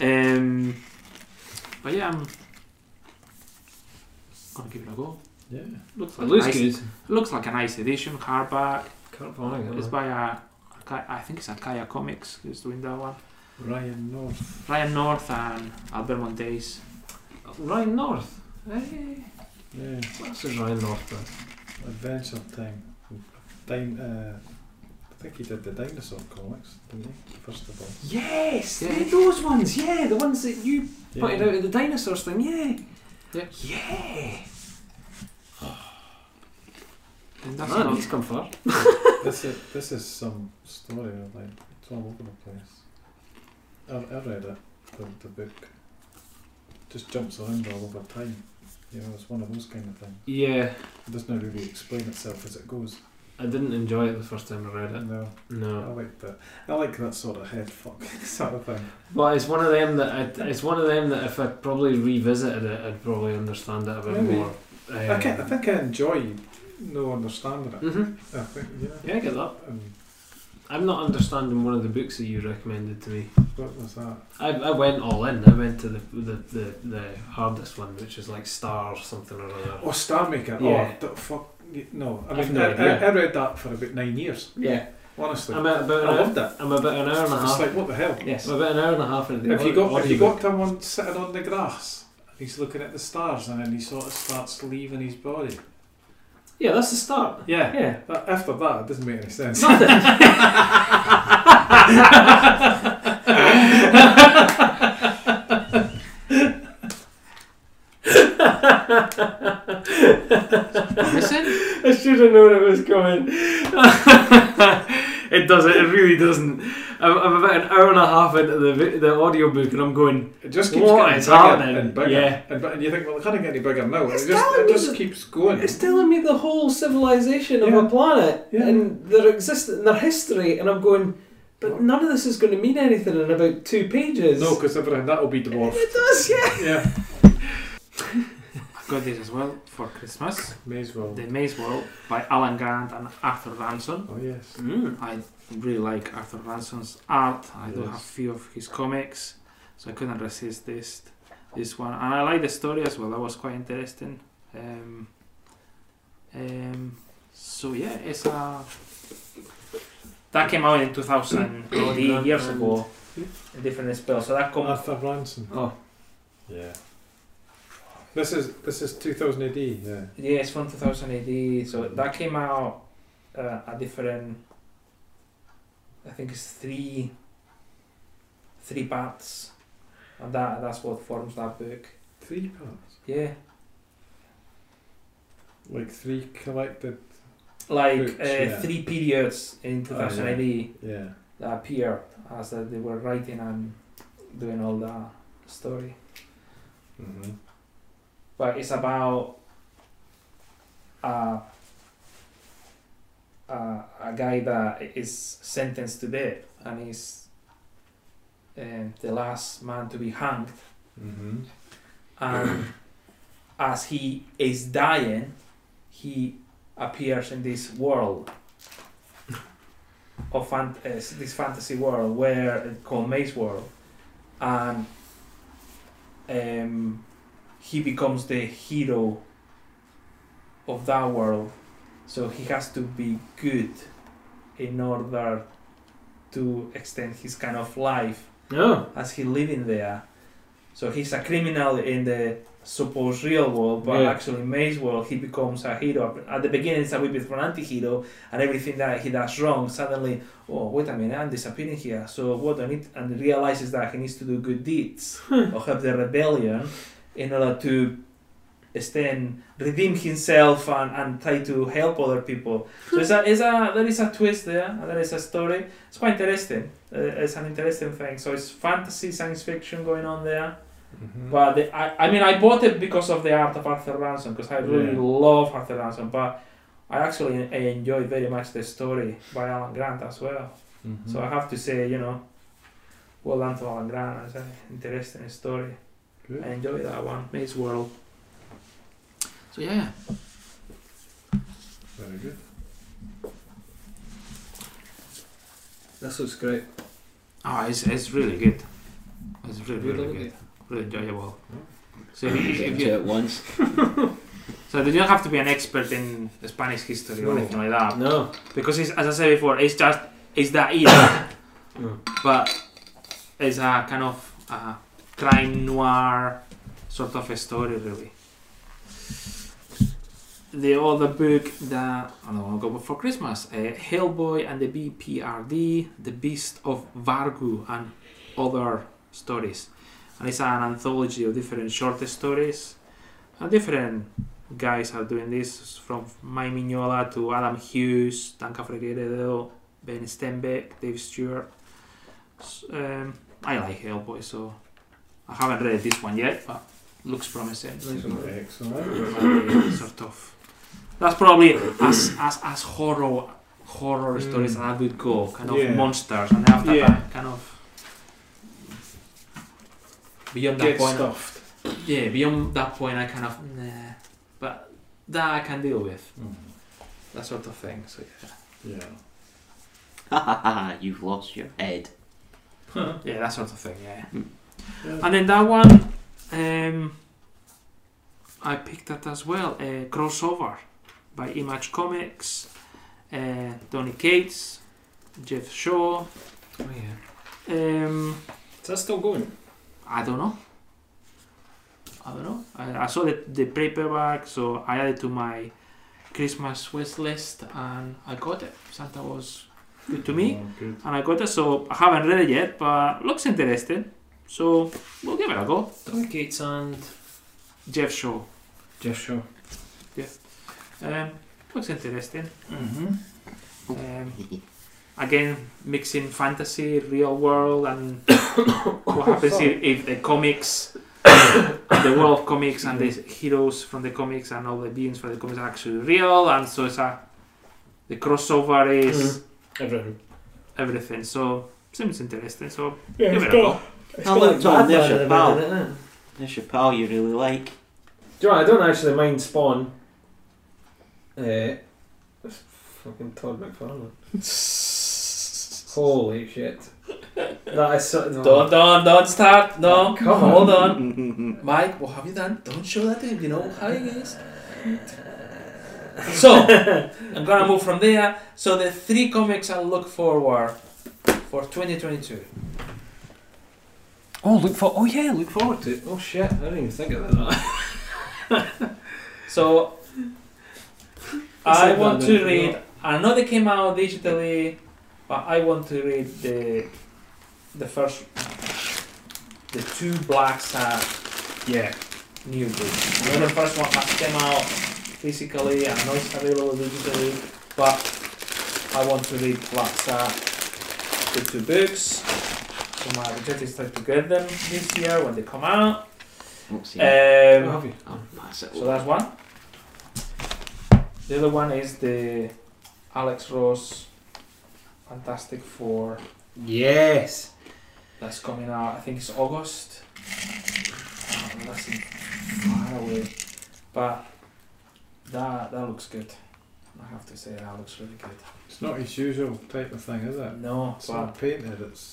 S7: Um, but yeah, I'm gonna give it a go.
S2: Yeah.
S7: Looks
S6: It
S7: like
S6: looks
S7: a nice,
S6: good.
S7: looks like a nice edition, hardback.
S6: Can't find it.
S7: It's by a, Arca- I think it's Akaya Comics who's doing that one.
S2: Ryan North.
S7: Ryan North and Albert Montes.
S6: Ryan North. Hey,
S2: Yeah.
S6: what's is Ryan North then?
S2: Adventure Time. Dine, uh, I think he did the dinosaur comics, didn't he? First of all.
S6: Yes,
S7: Yeah.
S6: eh, those ones. Yeah, the ones that you pointed
S2: Yeah.
S6: out at the dinosaurs thing. Yeah.
S7: Yeah.
S6: Yeah.
S7: And that's
S6: Man,
S7: another,
S6: he's come far.
S2: this is this is some story like it's all over the place. I, I read it, the, the book. Just jumps around all over time. You know, it's one of those kind of things.
S6: Yeah,
S2: It doesn't really explain itself as it goes.
S6: I didn't enjoy it the first time I read it.
S2: No, I
S6: No,
S2: like that. I like that sort of head fuck sort of thing.
S6: but it's one of them that I, it's one of them that if I probably revisited it, I'd probably understand it a bit
S2: Maybe.
S6: more. Um,
S2: I, can, I think I enjoy no understanding it.
S6: hmm
S2: I think yeah.
S6: Yeah, I get that.
S2: Um,
S6: I'm not understanding one of the books that you recommended to me.
S2: what was that?
S6: I, I went all in. I went to the the, the, the hardest one, which is like Star something or other.
S2: Oh, Star Maker.
S6: Yeah.
S2: Oh, the fuck. No, I
S6: I've
S2: mean,
S6: no
S2: I, I,
S6: idea.
S2: I read that for about nine years.
S6: Yeah, Oh.
S2: Honestly,
S6: I'm at
S2: I
S6: about an hour,
S2: loved it.
S6: I'm about an hour and a
S2: It's
S6: half.
S2: like what the hell.
S6: yes, I'm about an hour and a half into the
S2: If you
S6: au-
S2: got if you
S6: audiobook.
S2: got someone sitting on the grass, he's looking at the stars, and then he sort of starts leaving his body.
S6: yeah, that's the start.
S2: Yeah.
S6: Yeah,
S2: That, after that, it doesn't make any sense.
S7: listen,
S6: I should have known it was coming. it doesn't. It really doesn't. I'm, I'm about an hour and a half into the vi- the audiobook, and I'm going.
S2: It just keeps
S6: What
S2: getting
S6: is
S2: bigger
S6: happening?
S2: and bigger.
S6: Yeah.
S2: And, bu- and you think, well, it can't get any bigger now.
S6: It's
S2: it just
S6: telling
S2: it
S6: me
S2: just
S6: that-
S2: keeps going.
S6: It's telling me the whole civilization of
S2: Yeah.
S6: a planet
S2: Yeah.
S6: and their existence, and their history, and I'm going. But none of this is going to mean anything in about two pages.
S2: no, because everything that'll be dwarfed.
S6: it does. Yeah.
S2: yeah.
S7: I've got this as well for Christmas.
S2: May as well.
S7: The Maze World by Alan Grant and Arthur Ranson.
S2: Oh yes.
S6: Hmm.
S7: I really like Arthur Ranson's art. I do
S2: Yes.
S7: have few of his comics, so I couldn't resist this this one. And I like the story as well. That was quite interesting. Um, um, so yeah, it's a
S5: that came out in 2000,
S6: Oh,
S5: three years
S6: and-
S5: ago. A different spell. So that comes.
S2: Arthur Ranson.
S6: Oh.
S2: Yeah. This is this is 2000 AD. Yeah.
S5: Yeah, it's from 2008. So
S2: Mm-hmm.
S5: that came out uh, a different. I think it's three. Three parts, and that that's what forms that book.
S2: Three parts.
S5: Yeah,
S2: Like three collected.
S5: like
S2: Books,
S5: uh,
S2: yeah. Oh,
S5: three periods in 2008
S2: Yeah.
S5: that appeared as that they were writing and doing all that story.
S2: Mm-hmm.
S5: but it's about uh, uh, a guy that is sentenced to death and is um, the last man to be hanged.
S2: Mm-hmm.
S5: And as he is dying, he appears in this world of fant- uh, this fantasy world where it's called Maze World, and um, he becomes the hero of that world. So he has to be good in order to extend his kind of life
S6: Oh.
S5: as he living there. So he's a criminal in the supposed real world, but
S6: Yeah.
S5: actually Maze world he becomes a hero. At the beginning, it's a wee bit of an anti-hero, and everything that he does wrong suddenly, oh wait a minute, I'm disappearing here. So what do I need? And realizes that he needs to do good deeds or help the rebellion in order to extend, redeem himself, and, and try to help other people. So it's a, it's a there is a twist there, and there is a story it's quite interesting. Uh, it's an interesting thing. So it's fantasy, science fiction going on there.
S2: Mm-hmm.
S5: But the, I, I mean, I bought it because of the art of Arthur Ransom because I really
S2: Yeah.
S5: love Arthur Ransom. But I actually en- I enjoyed very much the story by Alan Grant as well.
S2: Mm-hmm.
S5: So
S7: Mm-hmm.
S5: I have to say, you know, well done to Alan Grant. It's an interesting story.
S2: Good.
S5: I enjoy that one.
S7: Maze World. So yeah,
S2: Very good.
S6: This looks great.
S7: oh, it's, it's really good. It's really
S6: Really
S7: really
S6: good.
S7: good, really enjoyable.
S5: Mm-hmm.
S7: So if, you- if
S4: Do
S7: you
S4: it once.
S7: so you don't have to be an expert in Spanish history or
S2: No.
S7: anything like that
S6: No.
S7: because it's, as I said before, it's just it's that era, but it's a kind of uh, crime noir sort of a story really. The other book that I don't want to go for Christmas, uh, Hellboy and the BPRD, The Beast of Vargu and other stories, and it's an anthology of different short stories. And different guys are doing this from Mike Mignola to Adam Hughes, Dan Cafregueredo, Ben Stenbeck, Dave Stewart. S- Um, I like Hellboy, so I haven't read this one yet, but looks promising.
S2: Excellent.
S7: Uh, sort of. That's probably as as as horror horror
S2: Mm.
S7: stories as I would go, kind of
S2: Yeah.
S7: monsters, and after
S2: Yeah.
S7: that, kind of beyond that
S2: Get
S7: point.
S2: stuffed.
S7: Yeah, beyond that point, I kind of nah, but that I can deal with
S2: Mm.
S7: that sort of thing. So
S2: Yeah.
S4: Ha ha ha, ha, you've lost your head.
S7: yeah, yeah, that sort of thing. Yeah,
S6: Hmm.
S2: Yeah.
S7: and then that one, um, I picked that as well. Uh, crossover by Image Comics, uh, Donny Cates, Jeff Shaw.
S6: Oh yeah.
S7: Um,
S6: Is that still going?
S7: I don't know. I don't know. I, I saw the, the paperback, so I added to my Christmas wish list, and I got it. Santa was good to me.
S2: Oh, good.
S7: and I got it, so I haven't read it yet, but looks interesting. So we'll give it a go.
S6: Donny Gates and
S7: Jeff Shaw.
S6: Jeff Shaw.
S7: Um, looks interesting.
S2: Mm-hmm.
S7: Um, again, mixing fantasy, real world, and what happens if, if the comics, the world of comics, and the heroes from the comics and all the beings from the comics are actually real, and so it's a the crossover is
S6: Everyone.
S7: everything. So seems interesting. So
S6: Yeah,
S7: give it a go.
S4: I looked on, there's your pal. There's your pal you really like.
S6: Do you know, what, I don't actually mind Spawn. Uh, that's fucking Todd McFarlane. Holy shit. That is so.
S5: Don't, don't, don't start. No,
S6: Come
S5: hold on.
S4: Mm-hmm.
S5: Mike, what have you done? Don't show that to him. You know how he is. So I'm gonna move from there. So the three comics I look forward for 2022.
S6: Oh, look for. Oh yeah, look forward to it. Oh shit, I didn't even think of that.
S5: So I
S6: Except
S5: want
S6: that
S5: to
S6: the-
S5: read. I know they came out digitally, but I want to read the the first, the two Black Sabbath
S6: Yeah.
S5: new books. I know the first one has came out physically. I know it's available digitally, but I want to read Black Sabbath, the two books. So my objective is to get them this year when they come out.
S4: Don't see it.
S6: Where
S5: Um,
S6: have you?
S4: I'll pass it
S5: so
S4: over.
S5: that's one. The other one is the Alex Ross Fantastic Four
S6: Yes.
S5: that's coming out. I think it's August. Um, that's in- far away, but that that looks good. I have to say that looks really good.
S2: It's not his usual type of thing, is it?
S5: No,
S2: It's
S5: but
S2: not painted, it's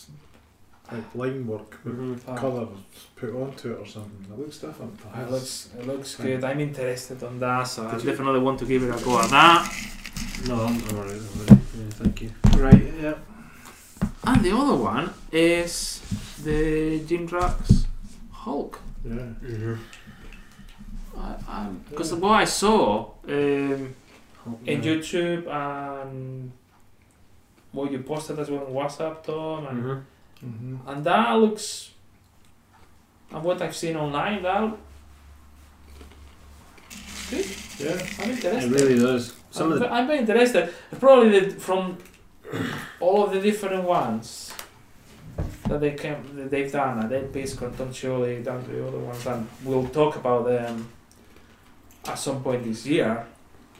S2: like line work with
S5: Oh.
S2: colour put onto it or something. It looks different.
S5: it
S2: perhaps.
S5: looks it looks good. I'm interested on that, so I
S8: I definitely want to give it a go at that.
S6: No, I'm alright. Yeah, thank you.
S2: Right, yeah.
S8: And the other one is the Jim Drax Hulk.
S2: Yeah.
S8: Because what I saw, um,
S5: in YouTube and what you posted as well on WhatsApp, Tom, and,
S6: hmm
S2: Mm-hmm.
S5: and that looks. And what I've seen online, that
S2: Yeah.
S5: I'm interested.
S6: It really does. Some
S5: I'm,
S6: of the
S5: ve- I'm very interested. Probably the, from all of the different ones that they came, that they've done, and then Piscor, Tom Chuli, down to the other ones, and we'll talk about them at some point this year.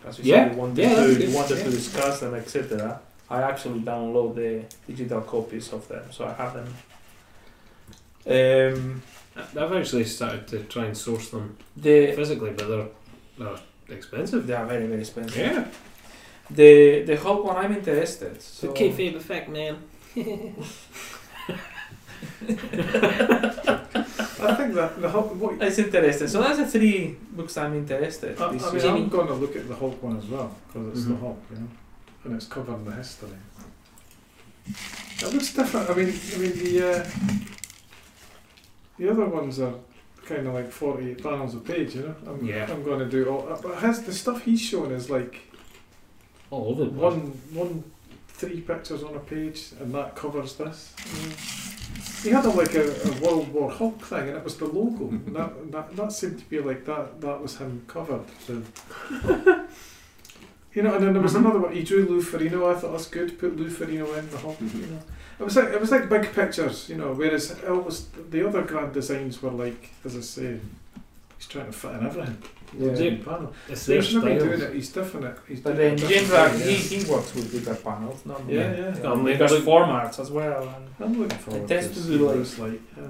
S5: As we
S6: Yeah,
S5: said, we wanted,
S6: yeah,
S5: to,
S6: that's-
S5: we wanted
S6: yeah.
S5: to discuss them, etc. I actually download the digital copies of them, so I have them. Um,
S6: I've actually started to try and source them
S5: the
S6: physically, but they're, they're expensive.
S5: they are very very expensive.
S6: Yeah.
S5: The the whole one I'm interested. So
S4: effect, man.
S2: I think that the Hulk. What, I,
S5: It's interesting. So that's the three books I'm interested.
S2: I
S5: this
S2: mean,
S5: year.
S2: I'm going to look at the Hulk one as well because it's the
S6: Mhm.
S2: Hulk, you know, and it's covering the history. It looks different. I mean, I mean the uh, the other ones are kind of like forty-eight panels a page, you know. I'm,
S6: Yeah.
S2: I'm going to do all, uh, but his, the stuff he's showing is like
S6: All over the place.
S2: one one three pictures on a page, and that covers this. He had a, like a, a World War Hulk thing, and it was the logo. and that, that that seemed to be like that. That was him covered. So. You know, and then there was another one. He drew Lou Ferrino. I thought that's good. Put Lou Ferrino in the Hulk. You know, it was like it was like big pictures. You know, whereas Elvis, the other grand designs were like, as I say, he's trying to fit in everything.
S5: Yeah.
S2: Jim Panel.
S6: It's their
S2: There's nobody doing
S6: styles.
S2: it. He's different. it- He's
S5: But
S2: doing
S5: then
S2: it
S5: Jim
S2: different,
S5: Drag,
S2: yeah.
S5: he, he works with bigger panels, not me.
S2: Yeah, yeah.
S6: Um,
S5: He does formats as well, and
S2: I'm looking forward
S5: tends
S2: to
S5: to
S2: see
S5: be
S2: what
S5: like-
S2: it's like. Yeah.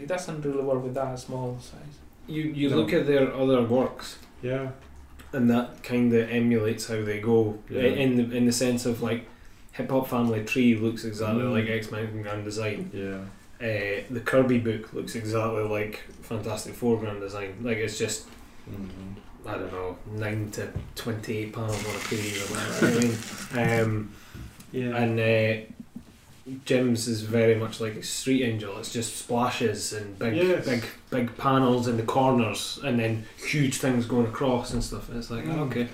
S5: he doesn't really work with that small size.
S6: You, you
S2: No.
S6: look at their other works,
S2: yeah.
S6: and that kind of emulates how they go
S2: Yeah.
S6: in the in the sense of like hip hop family tree looks exactly
S2: Mm.
S6: like X Men Grand Design.
S2: Yeah.
S6: Uh, the Kirby book looks exactly like Fantastic Four Grand Design. Like it's just I don't know nine to twenty eight pounds on a page or whatever. I mean, um,
S2: Yeah.
S6: and uh, Jim's is very much like a Street Angel. It's just splashes and big,
S2: Yes.
S6: big, big panels in the corners, and then huge things going across and stuff. It's like
S2: Mm.
S6: okay.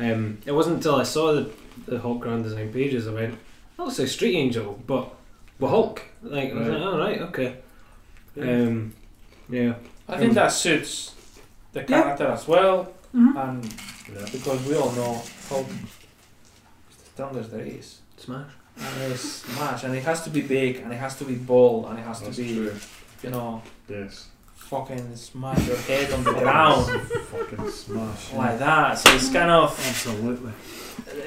S6: Um, it wasn't until I saw the the Hulk Grand Design pages I went, "That looks like Street Angel, but with Hulk." Like, I was
S2: Right.
S6: like, "Oh right, okay."
S2: Yeah.
S6: Um, yeah.
S5: I think
S6: Mm.
S5: that suits the character as well, and because we all know how it's the strongest there is.
S6: Smash.
S5: And it's much, and it has to be big, and it has to be bold, and it has
S2: That's
S5: to be,
S2: true.
S5: you know,
S2: Yes.
S5: fucking smash your head on the ground
S2: Fucking smash.
S5: like that. So it's kind of.
S2: Absolutely.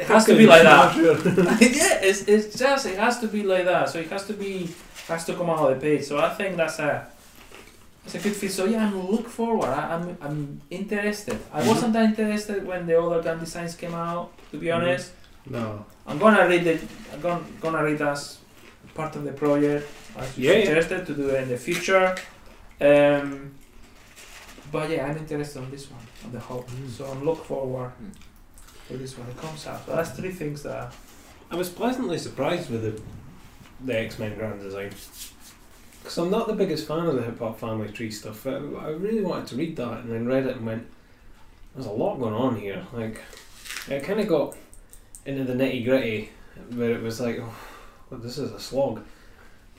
S5: It has to be like that. yeah, it's, it's just it has to be like that. So it has to be has to come out of the page. So I think that's a it's a good fit. So yeah, I'm look forward. I, I'm I'm interested. I wasn't that interested when the other gun designs came out. To be
S2: Mhm.
S5: honest,
S2: No.
S5: I'm gonna read it. I'm gonna, gonna read as part of the project as you
S6: Yeah, yeah.
S5: suggested to do in the future. Um, but yeah, I'm interested on this one, on the whole.
S9: Mm.
S5: So I'm look forward
S4: Mm.
S5: to this when it comes out. So that's three things that.
S6: I was pleasantly surprised with the the X Men Grand Design because I'm not the biggest fan of the Hip Hop Family Tree stuff. But I really wanted to read that, and then read it and went, "There's a lot going on here." Like, it kind of got into the nitty gritty, where it was like, "Oh, well, this is a slog."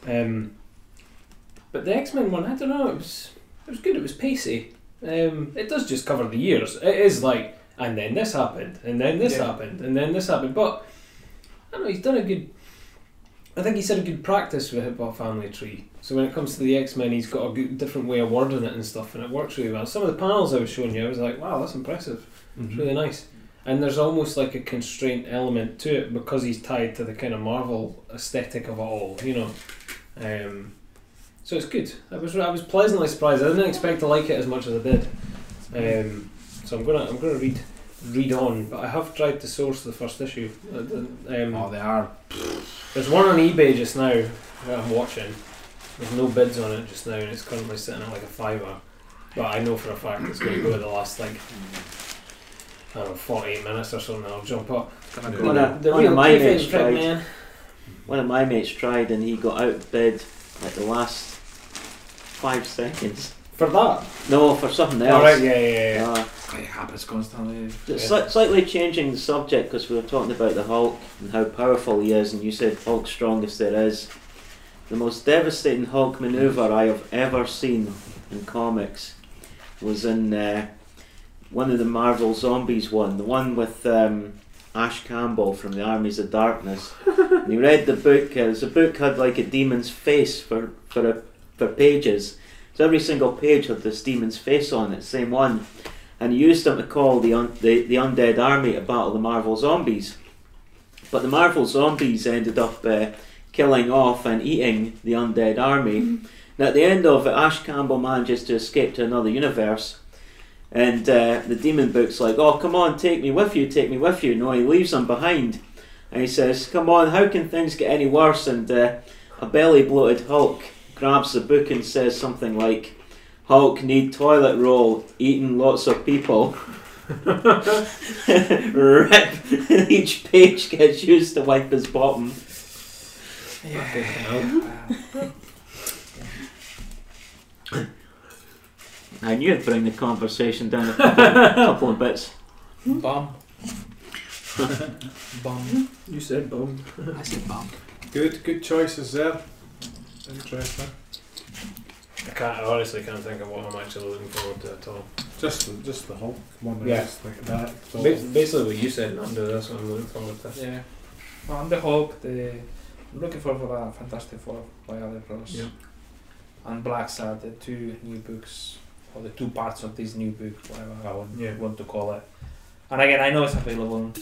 S6: Um, but the X Men one, I don't know. It was it was good. It was pacey. Um, it does just cover the years. It is like, and then this happened, and then this
S5: Yeah.
S6: happened, and then this happened. But I don't know. He's done a good. I think he's had a good practice with Hip Hop Family Tree. So when it comes to the X Men, he's got a good, different way of wording it and stuff, and it works really well. Some of the panels I was showing you, I was like, wow, that's impressive.
S2: Mm-hmm. Mhm.
S6: It's really nice. And there's almost like a constraint element to it because he's tied to the kind of Marvel aesthetic of it all, you know. Um, so it's good. I was I was pleasantly surprised. I didn't expect to like it as much as I did. Um, so I'm gonna I'm gonna read read on, but I have tried to source the first issue. Uh, the- Um,
S9: Oh, they are.
S6: There's one on eBay just now that I'm watching. There's no bids on it just now, and it's currently sitting at like a fiver. But I know for a fact it's going to go to the last like I don't know, 48 minutes or something. I'll jump up.
S2: Yeah.
S4: One of,
S6: The
S4: one of
S6: real
S4: my
S6: Cleveland
S4: mates
S6: Red
S4: tried.
S6: man.
S4: One of my mates tried, and he got outbid at the last five seconds.
S6: for that.
S4: No, for something else.
S6: All right, yeah, yeah, yeah.
S4: Ah.
S9: It happens constantly.
S6: Yeah.
S4: Just sli- slightly changing the subject because we were talking about the Hulk and how powerful he is, and you said Hulk's strongest there is. The most devastating Hulk maneuver I have ever seen in comics was in uh, one of the Marvel Zombies one, the one with um, Ash Campbell from the Armies of Darkness. and he read the book. Uh, the book had like a demon's face for for a, for pages. So every single page had this demon's face on it, same one and he used them to call the, un- the the undead army to battle the Marvel zombies. But the Marvel zombies ended up uh, killing off and eating the undead army. Now, at the end of it, Ash Campbell manages to escape to another universe, and uh, the demon book's like, "Oh, come on, take me with you, take me with you." No, he leaves him behind, and he says, "Come on, how can things get any worse?" And uh, a belly bloated Hulk grabs the book and says something like. Hulk need toilet roll, eating lots of people. Rip. Each page gets used to wipe his bottom. I knew it'd bring the conversation down a couple, couple of bits.
S5: Bum. Bum.
S10: You said bum.
S9: I said bum.
S2: Good, good choices there. Interesting.
S6: I can't. I honestly can't think of what I'm actually looking forward to at all.
S2: Just, the- just the Hulk one.
S6: Yeah.
S2: Yeah. Just like that. So-
S6: Ba- Basically, what you said, not do this. I'm looking forward to.
S5: Yeah. Well, I'm eh, the Hulk. The I'm looking forward for a Fantastic Four by Alan Ross.
S6: Yeah.
S5: And Black Sad, the two new books, or the two parts of this new book, whatever I want,
S6: Yeah.
S5: want to call it. And again, I know it's available. on-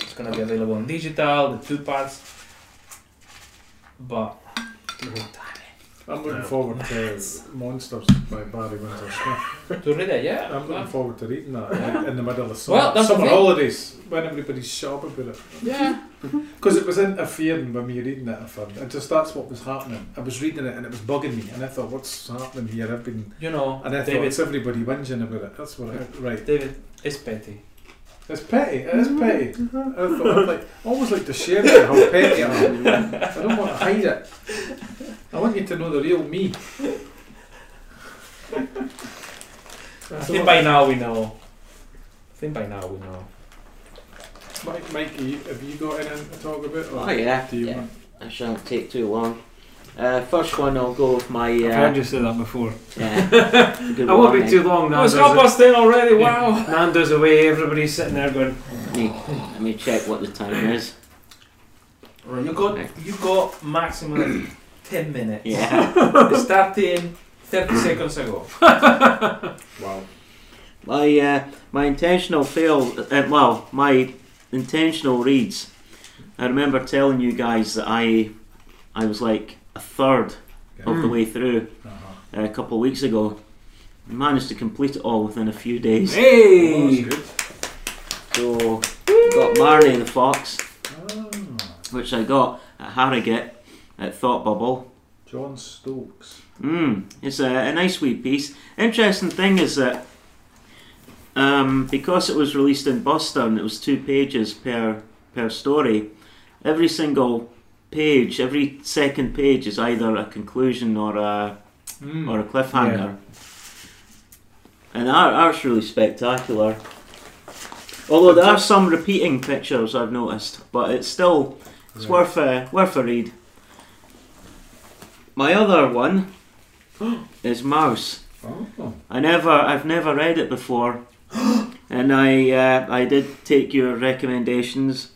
S5: It's gonna be available on digital, the two parts. But
S2: I'm looking
S6: No.
S2: forward to Monsters by Barry Windsor Smith.
S5: to read it, yeah.
S2: I'm looking
S5: well,
S2: forward to reading that in- in the middle of summer,
S5: Well, that's the
S2: summer
S5: thing.
S2: holidays when everybody's sharp about it.
S5: yeah.
S2: Because it was interfering with me reading it, I found. And just that's what was happening. I was reading it and it was bugging me, and I thought, what's happening here? I've been.
S5: You know,
S2: And I thought,
S5: David.
S2: it's everybody whinging about it. That's what I. Right.
S5: David is petty.
S2: It's petty. It is petty. I thought, I'd like, I always like to share with you how petty I
S4: Oh,
S2: am. I don't want to hide it. I want you to know the real me.
S5: I think by now we know. I think by now we know.
S2: Mike, Mikey, have you got anything to talk about? or
S4: Oh, yeah.
S2: Do you
S4: Yeah.
S2: want?
S4: I shan't take too long. Uh, first one, I'll go with my.
S10: I've heard
S4: Uh,
S10: you say that before.
S4: yeah, good
S10: I won't
S4: one,
S10: be too long.
S5: Oh,
S10: Nando's,
S5: it's half
S10: a-
S5: past ten already. Wow.
S10: Nando's away. Everybody's sitting there going,
S4: eh? Let me, let me check what the time is.
S5: Right, you got you got maximum ten minutes.
S4: Yeah.
S5: Starting thirty seconds ago.
S2: Wow.
S4: My uh, my intentional fail. Uh, well, my intentional reads. I remember telling you guys that I I was like a third of the way through
S2: Uh-huh.
S4: uh, a couple of weeks ago. I managed to complete it all within a few days.
S2: Oh,
S10: "Hey,
S2: that's good.
S4: So got Marnie the Fox,
S2: Ah,
S4: which I got at Harrogate at Thought Bubble.
S2: John Stokes.
S4: Mm, it's a, a nice wee piece. Interesting thing is that um, because it was released in Buster and it was two pages per per story, every single page, every second page is either a conclusion or a or a cliffhanger. Hmm. And art, art's really spectacular. Although there are some repeating pictures I've noticed, but it's still it's
S2: Right.
S4: worth a worth a read. My other one is Mouse.
S2: Oh.
S4: I never I've never read it before, and I uh, I did take your recommendations.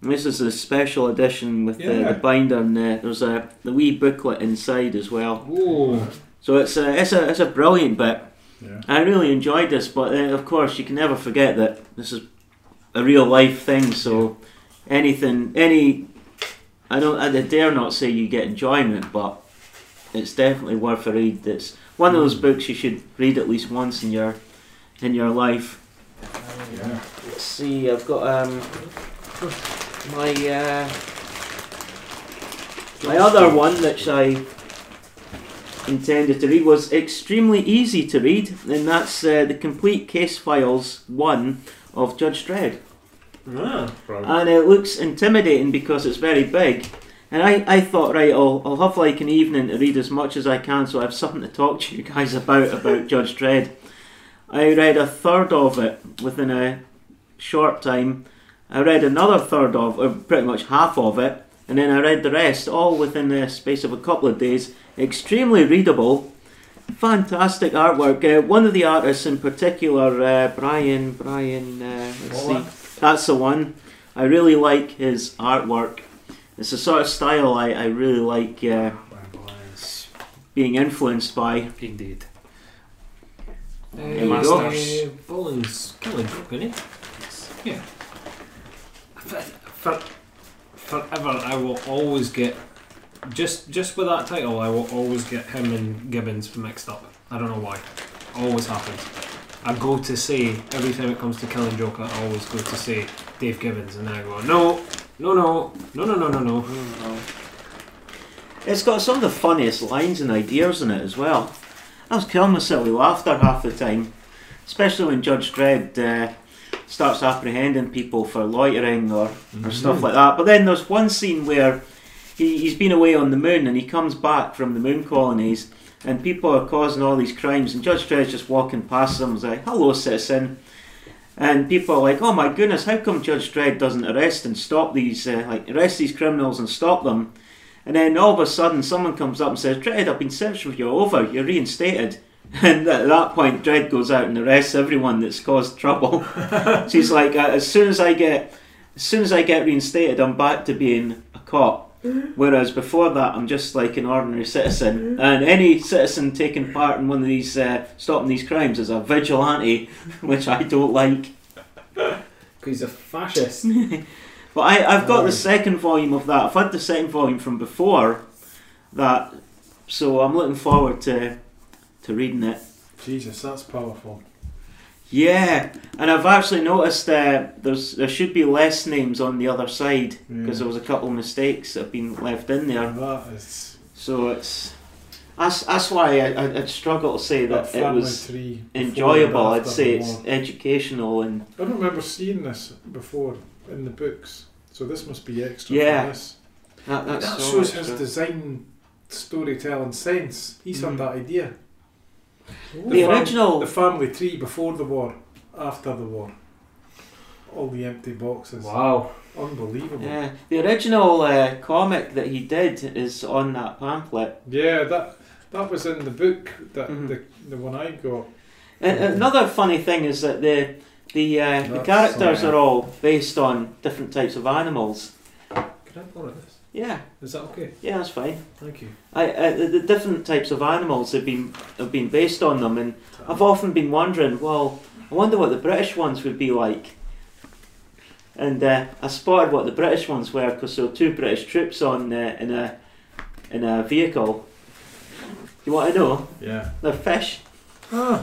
S4: This is a special edition with the,
S2: Yeah.
S4: the binder and the, there's a the wee booklet inside as well.
S2: Whoa.
S4: So it's a, it's a, it's a brilliant bit.
S2: Yeah.
S4: I really enjoyed this, but uh, of course you can never forget that this is a real life thing. So anything, any, I don't, I dare not say you get enjoyment, but it's definitely worth a read. It's one of those books you should read at least once in your in your life.
S2: Yeah.
S4: Let's see, I've got um my uh, my other one which I intended to read was extremely easy to read, and that's uh, the complete case files one of Judge Dredd.
S6: Ah.
S2: Probably.
S4: and it looks intimidating because it's very big. And I, I thought, right, I'll, I'll have like an evening to read as much as I can so I have something to talk to you guys about, about Judge Dredd. I read a third of it within a short time. I read another third of, or pretty much half of it, and then I read the rest, all within the space of a couple of days. Extremely readable, fantastic artwork. Uh, one of the artists in particular, uh, Brian, Brian, uh, let's see. That's the one. I really like his artwork. It's the sort of style I, I really like uh, being influenced by.
S7: Indeed.
S4: There you go.
S1: Uh, Bolin's killing book, isn't it? Yeah. For, for, forever, I will always get just just with that title. I will always get him and Gibbons mixed up. I don't know why. Always happens. I go to say every time it comes to Killing Joker, I always go to say Dave Gibbons, and then I go no, no, no, no, no, no, no, no.
S4: It's got some of the funniest lines and ideas in it as well. I was killing myself with laughter half the time, especially when Judge Dredd uh, starts apprehending people for loitering or or stuff like that. But then there's one scene where he, he's been away on the moon and he comes back from the moon colonies and people are causing all these crimes and Judge Dredd's just walking past them and like, hello citizen. And people are like, oh my goodness, how come Judge Dredd doesn't arrest and stop these, uh, like arrest these criminals and stop them? And then all of a sudden someone comes up and says, Dredd, I've been searched for you, over, you're reinstated. And at that point, Dredd goes out and arrests everyone that's caused trouble. She's like, "Uh, as soon as I get as soon as I get reinstated, I'm back to being a cop. Whereas before that, I'm just like an ordinary citizen. And any citizen taking part in one of these, uh, stopping these crimes, is a vigilante, which I don't like.
S1: He's a fascist.
S4: But I, I've got the second volume of that. I've had the second volume from before that, so I'm looking forward to to reading it.
S2: Jesus, that's powerful.
S4: Yeah, and I've actually noticed uh, there's there should be less names on the other side
S2: Yeah.
S4: because there was a couple of mistakes that have been left in there.
S2: That is
S4: So it's that's that's why I, I- I'd struggle to say
S2: that
S4: that it
S2: family
S4: was
S2: tree. before and
S4: enjoyable. I'd
S2: after
S4: say
S2: the
S4: it's
S2: war.
S4: educational and
S2: I don't remember seeing this before in the books, so this must be extra.
S4: Yeah.
S2: For this.
S4: that,
S2: That
S4: that's so
S2: shows
S4: much
S2: his
S4: good.
S2: design, storytelling sense. He's
S4: Mhm.
S2: had that idea.
S4: the
S2: fam-
S4: original.
S2: the family tree before the war, after the war. All the empty boxes.
S1: Wow.
S2: Unbelievable. Yeah,
S4: yeah, the original uh, comic that he did is on that pamphlet.
S2: that that was in the book that
S4: Mhm.
S2: the the one I got.
S4: And
S2: Mhm.
S4: Another funny thing is that the the uh, the
S2: That's
S4: characters
S2: something.
S4: are all based on different types of animals.
S1: Can I borrow this?
S4: Yeah,
S1: Is that okay?
S4: yeah, that's fine.
S1: Thank you.
S4: I, I, the the different types of animals have been have been based on them, and I've often been wondering. Well, I wonder what the British ones would be like. And uh, I spotted what the British ones were because there were two British troops on uh, in a in a vehicle. You want to know?
S2: Yeah.
S4: They're fish.
S2: Ah.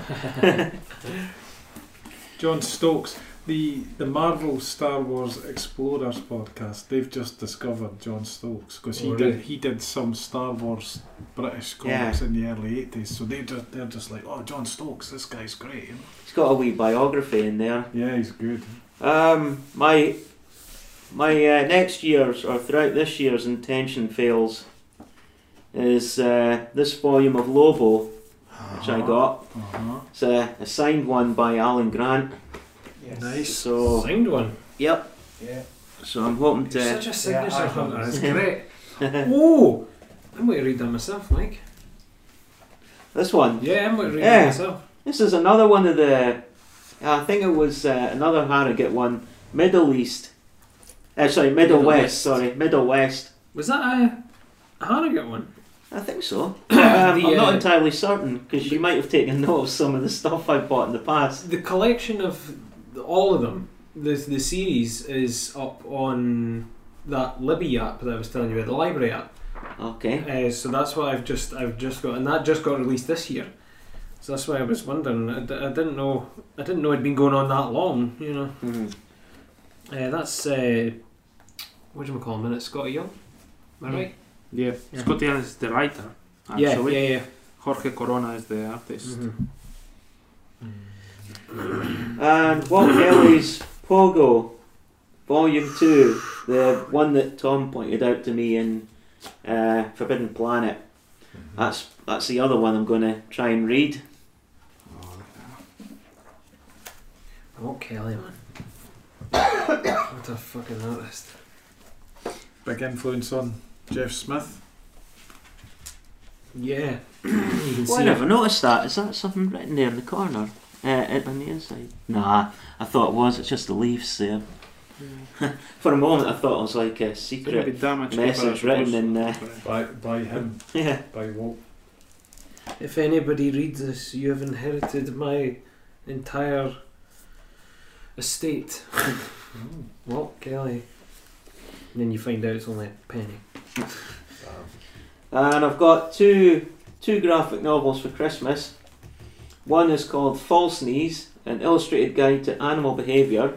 S2: John Stokes, the the Marvel Star Wars Explorers podcast. They've just discovered John Stokes because he
S1: Oh,
S2: did
S1: really?
S2: he did some Star Wars British comics in the early eighties. So they just they're just like, oh, John Stokes, this guy's great.
S4: It's got a wee biography in there.
S2: Yeah, he's good.
S4: Um, my my uh, next year's or throughout this year's intention fails is uh, this volume of Lobo, which I got.
S2: Uh-huh.
S4: It's uh, a, a signed one by Alan Grant.
S3: Yes.
S4: So
S1: Signed one.
S4: yep.
S3: Yeah.
S4: So I'm hoping to.
S1: Such a
S3: Yeah, I
S1: signature
S3: love
S1: hunter.
S3: this.
S1: It's great. oh, I'm going to read that myself, Mike.
S4: This one.
S1: Yeah, I'm going to read
S4: Yeah.
S1: that myself.
S4: This is another one of the. I think it was uh, another Harrogate one. Middle East. Uh, sorry, Middle,
S1: Middle
S4: West,
S1: West.
S4: Sorry, Middle West.
S1: Was that a Harrogate one?
S4: I think so. um, I'm
S1: The, uh,
S4: not entirely certain because you might have taken note of some of the stuff I bought in the past.
S1: The collection of the- all of them, the, the series is up on that Libby app that I was telling you about, the library app.
S4: Okay.
S1: Uh, so that's what I've just I've just got, and that just got released this year.
S6: So that's why I was wondering. I, d- I didn't know. I didn't know it'd been going on that long. You know.
S4: Mhm.
S6: Uh, that's uh, what do you call him? Is it Scotty Young? Am I
S7: Mm.
S6: right?
S7: Yeah,
S6: Yeah.
S7: Scotty Allen is the writer,
S6: yeah,
S7: actually.
S6: yeah, yeah.
S7: Jorge Corona is the artist.
S5: Mm-hmm.
S6: Mhm.
S4: And Walt Kelly's Pogo, Volume 2, the one that Tom pointed out to me in uh, Forbidden Planet.
S6: Mm-hmm.
S4: That's that's the other one I'm going to try and read.
S6: Oh, Kelly, man. what a fucking artist.
S2: Big influence on Jeff Smith.
S6: Yeah. you can
S4: Well, I
S6: see it.
S4: never noticed that. Is that something written there in the corner? Uh, it- on the inside? Nah, I thought it was. It's just the leaves there. For a moment, I thought it was like a
S7: Could be
S4: secret.
S7: damaged
S4: message
S7: by-
S4: written in there.
S2: By by him,
S4: Yeah.
S2: by Walt.
S6: If anybody reads this, you have inherited my entire estate. Walt Kelly. And then you find out it's only a penny.
S4: And I've got two two graphic novels for Christmas. One is called False Knees, an illustrated guide to animal behaviour.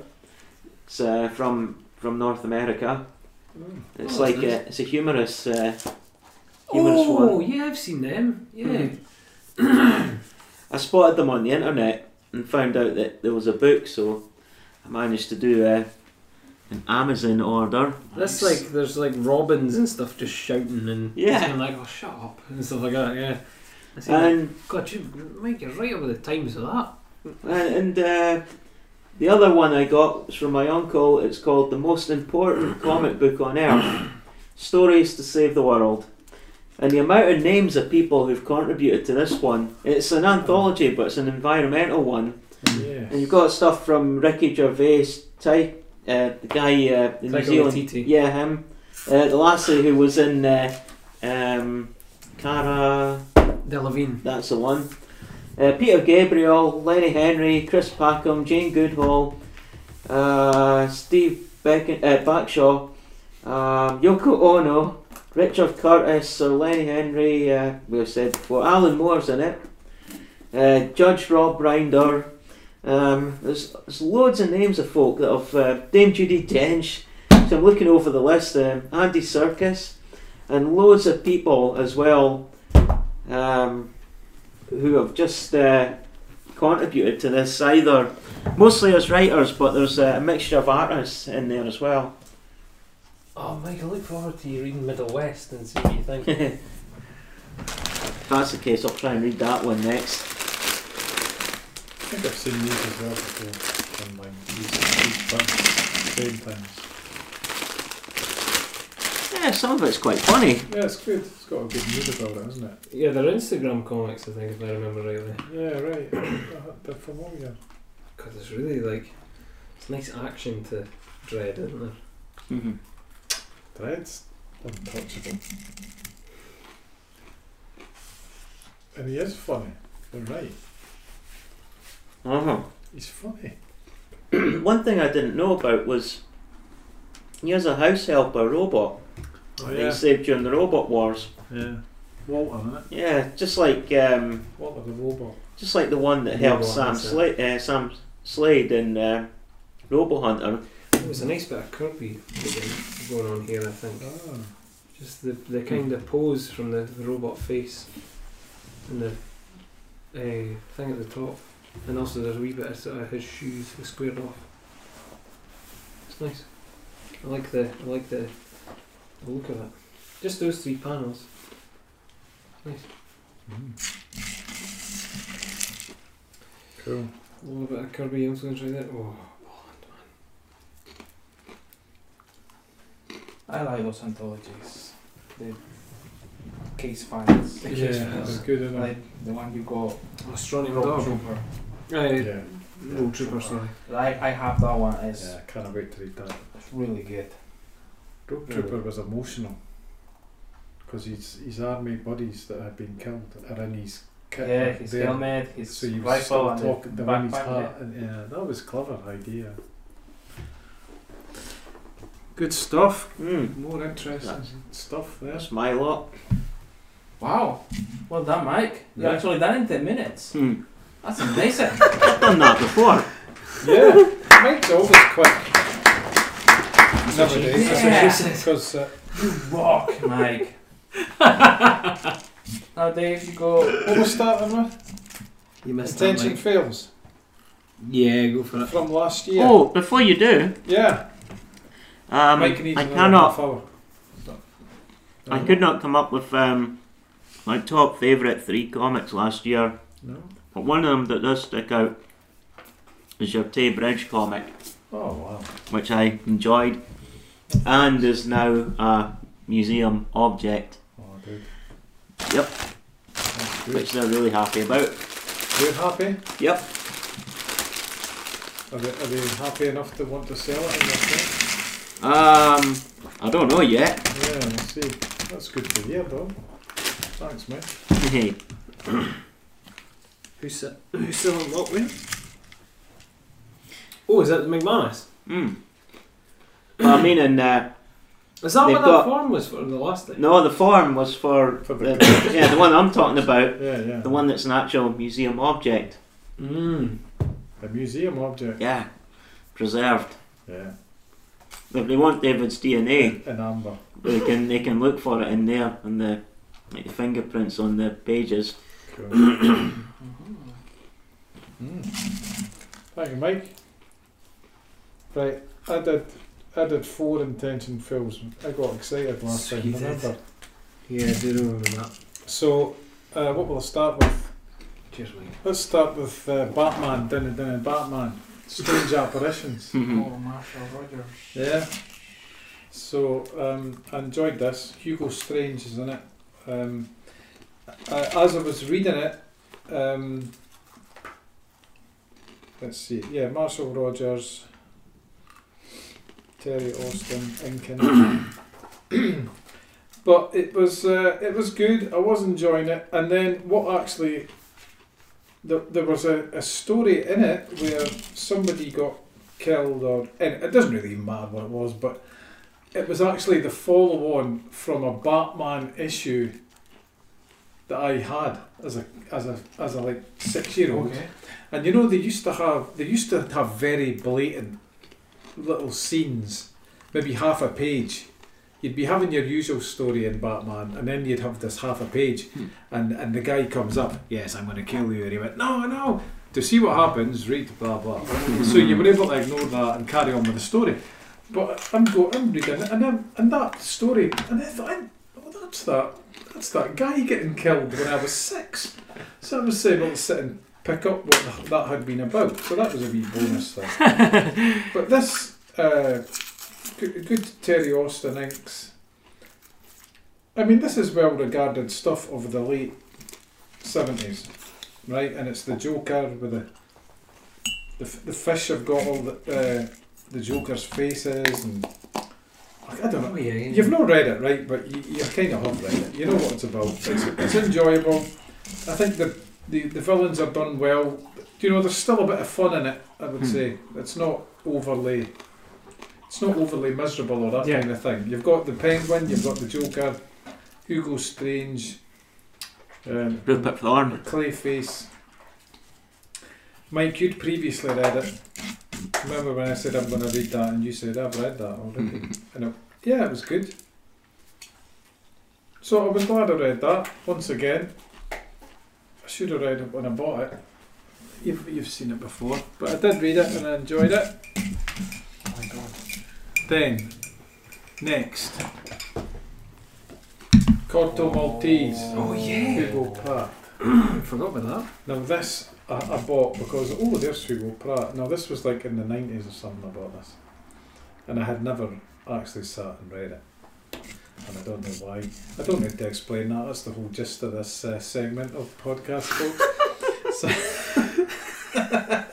S4: It's uh, from from North America. It's
S6: Oh,
S4: like
S6: that's nice.
S4: a, it's a humorous uh, humorous
S6: Oh,
S4: one.
S6: yeah, I've seen them. Yeah.
S4: Mhm. I spotted them on the internet and found out that there was a book, so I managed to do uh, an Amazon order.
S6: That's like, there's like robins and stuff just shouting and
S4: Yeah.
S6: saying like, oh, shut up, and stuff like that, yeah. I see that.
S4: And
S6: God, you, Mike, you're right over the times of that.
S4: And, and uh, the other one I got was from my uncle. It's called The Most Important Comic Book on Earth Stories to Save the World. And the amount of names of people who've contributed to this one, it's an anthology, but it's an environmental one.
S2: Yeah.
S4: And you've got stuff from Ricky Gervais, Ty, uh, the guy, uh, the New
S6: Taika
S4: Zealand.
S6: Waititi.
S4: Yeah, him. Uh, the lassie who was in uh, um, Cara.
S6: Delavine.
S4: That's the one. Uh, Peter Gabriel, Lenny Henry, Chris Packham, Jane Goodall, uh, Steve Becken, uh, Backshaw, um, Yoko Ono, Richard Curtis, Sir Lenny Henry, uh, we have said before, Alan Moore's in it, uh, Judge Rob Rinder. Um, there's, there's loads of names of folk that have uh, Dame Judy Dench. So I'm looking over the list. Um, Andy Circus, and loads of people as well um, who have just uh, contributed to this either mostly as writers but there's a mixture of artists in there as well
S6: Oh, Mike, I look forward to you reading Middle West and see what you think.
S4: if that's the case I'll try and read that one next
S2: I think I've seen these as well before online. These, these bugs, same things.
S4: yeah some of it's quite funny
S2: Yeah, it's good. It's got a good mood about it, hasn't it?
S1: Yeah, they're Instagram comics, I think, if I remember rightly.
S2: Yeah, right. Uh, They're familiar.
S1: Because it's really like, it's nice action to dread, isn't there?
S4: mm-hmm.
S2: Dread's untouchable. And he is funny. You're right.
S4: uh-huh.
S2: He's funny.
S4: one thing I didn't know about was he has a house helper robot
S2: Oh,
S4: that he
S2: yeah.
S4: saved during the robot wars
S2: Yeah. Walter, isn't it?
S4: yeah just like um,
S2: Walter the robot.
S4: Just like the one that helped Sam Slade, uh, Sam Slade in uh, Robo Hunter.
S1: It was a nice bit of Kirby again going on here, I think.
S2: Ah.
S1: Just the, the kind of pose from the, the robot face and the uh, thing at the top. And also there's a wee bit of sort of his shoes squared off. It's nice. I like the I like the, the look of it. Just those three panels.
S2: Mm. Cool.
S1: A little bit of Kirby influence right there. Oh,
S3: I like those anthologies. The case files.
S2: Yeah, it's good, isn't it?
S3: Like the one you got,
S2: Oh,
S1: Astronomy
S3: Road
S1: Dog.
S3: Trooper.
S1: Right,
S2: Yeah,
S1: Road Trooper, sorry.
S3: Like I have that one. It's,
S2: yeah, I can't wait to read that.
S3: it's really good.
S2: Road Trooper was emotional because his, his army buddies that had been killed are in his kit.
S3: yeah,
S2: right
S3: his
S2: there.
S3: helmet, his
S2: uh, So you was
S3: rifle,
S2: still
S3: and
S2: talking
S3: the
S2: the in his
S3: backpack.
S2: hat. And, yeah, that was clever idea. Good stuff.
S4: Mm.
S2: More interesting
S4: That's-
S2: stuff there.
S4: That's my lot.
S3: Wow, Well done, Mike. you
S2: Yeah.
S3: actually done in 10 minutes.
S4: Hmm.
S3: That's amazing.
S4: I've done that before.
S2: Yeah, Mike's always quick. Nowadays,
S3: Yeah.
S2: because uh,
S3: you rock, Mike. now, Dave, you go.
S2: what was starting with?
S6: You missed that,
S2: Attention
S6: mate.
S2: fails
S6: Yeah, go for it.
S2: from last year.
S4: Oh, before you do,
S2: Yeah,
S4: um, I
S2: Mike needs another
S4: cannot.
S2: half hour.
S4: I could not come up with um, my top favourite three comics last year,
S2: No.
S4: but one of them that does stick out is your Tay Bridge comic,
S2: Oh wow.
S4: which I enjoyed, and is now a museum object,
S2: Oh, good.
S4: Yep.
S2: That's good.
S4: which they're really happy about.
S2: You're happy?
S4: Yep.
S2: Are they, are they happy enough to want to sell it? in their shop?
S4: Um, I don't know yet.
S2: Yeah, I see. That's good to hear, though. Thanks, mate.
S4: Hey,
S6: Who's, se- who's selling what win? Oh, is that the McManus?
S4: mm. I mean, and uh,
S6: Is that
S4: They've
S6: what
S4: got-
S6: that form was for in the last thing?
S4: no, the form was for,
S2: For the-
S4: the yeah the one I'm talking about,
S2: Yeah, yeah.
S4: the one that's an actual museum object.
S6: Mm.
S2: A museum object.
S4: Yeah, preserved.
S2: Yeah.
S4: If they want David's DNA,
S2: In amber.
S4: they can they can look for it in there on the like the fingerprints on the pages.
S2: Cool. mm. Thank you, Mike. Right, I did. I did four intention films. I got excited last
S6: You
S2: time.
S6: did.
S2: Remember?
S6: Yeah, I do remember that.
S2: So, uh, what will I start with?
S6: Cheers, mate.
S2: Let's start with uh, Batman, Dinner Dinner Batman, Strange Apparitions.
S4: Mhm.
S5: Mm-hmm.
S3: Oh, Marshall Rogers.
S2: Yeah. So um, I enjoyed this. Hugo Strange is in it. Um, I, as I was reading it, um, let's see. Yeah, Marshall Rogers, Terry Austin, Incan. but it was uh, it was good. I was enjoying it. And then what actually? There, there was a, a story in it where somebody got killed or and it doesn't really matter what it was, but it was actually the follow on from a Batman issue that I had as a as a as a like six year old.
S3: Okay.
S2: And you know they used to have they used to have very blatant little scenes, maybe half a page. You'd be having your usual story in Batman, and then you'd have this half a page,
S4: Hmm.
S2: and and the guy comes up, yes, I'm going to kill you, and he went, no, no. To see what happens, read blah blah. so you were able to ignore that and carry on with the story. But I'm go, I'm reading it, and then and that story, and I thought, I'm- oh, that's that, that's that guy getting killed when I was six. So I was able to sit and pick up what th- that had been about. So that was a wee bonus thing. but this uh, good, good Terry Austin inks. I mean, this is well regarded stuff of the late seventies, right? And it's the Joker with the the, f- the fish have got all the uh, the Joker's faces and I don't know.
S6: Oh, yeah, yeah.
S2: You've not read it, right? But you, you kind of have read it. You know what it's about. It's, it's enjoyable. I think the, the the villains are done well. Do you know? There's still a bit of fun in it. I would
S4: Hmm.
S2: say it's not overly. It's not overly miserable or that
S7: Yeah.
S2: kind of thing. You've got the Penguin. You've got the Joker, Hugo Strange, um,
S4: Rupert Thorne.
S2: Clayface. Mike, you'd previously read it. Remember when I said I'm going to read that, and you said I've read that already. Yeah, it was good. So I was glad I read that once again. I should have read it when I bought it. You've, you've seen it before, but I did read it and I enjoyed it.
S3: Oh my god.
S2: Then, next, Corto Maltese.
S6: Oh, yeah.
S2: Hugo Pratt.
S6: I forgot about that.
S2: Now this I, I bought because oh there's Hugo Pratt. Now this was like in the nineties or something. I bought this, and I had never actually sat and read it, and I don't know why. I don't need to explain that. That's the whole gist of this uh, segment of podcast, folks. so, but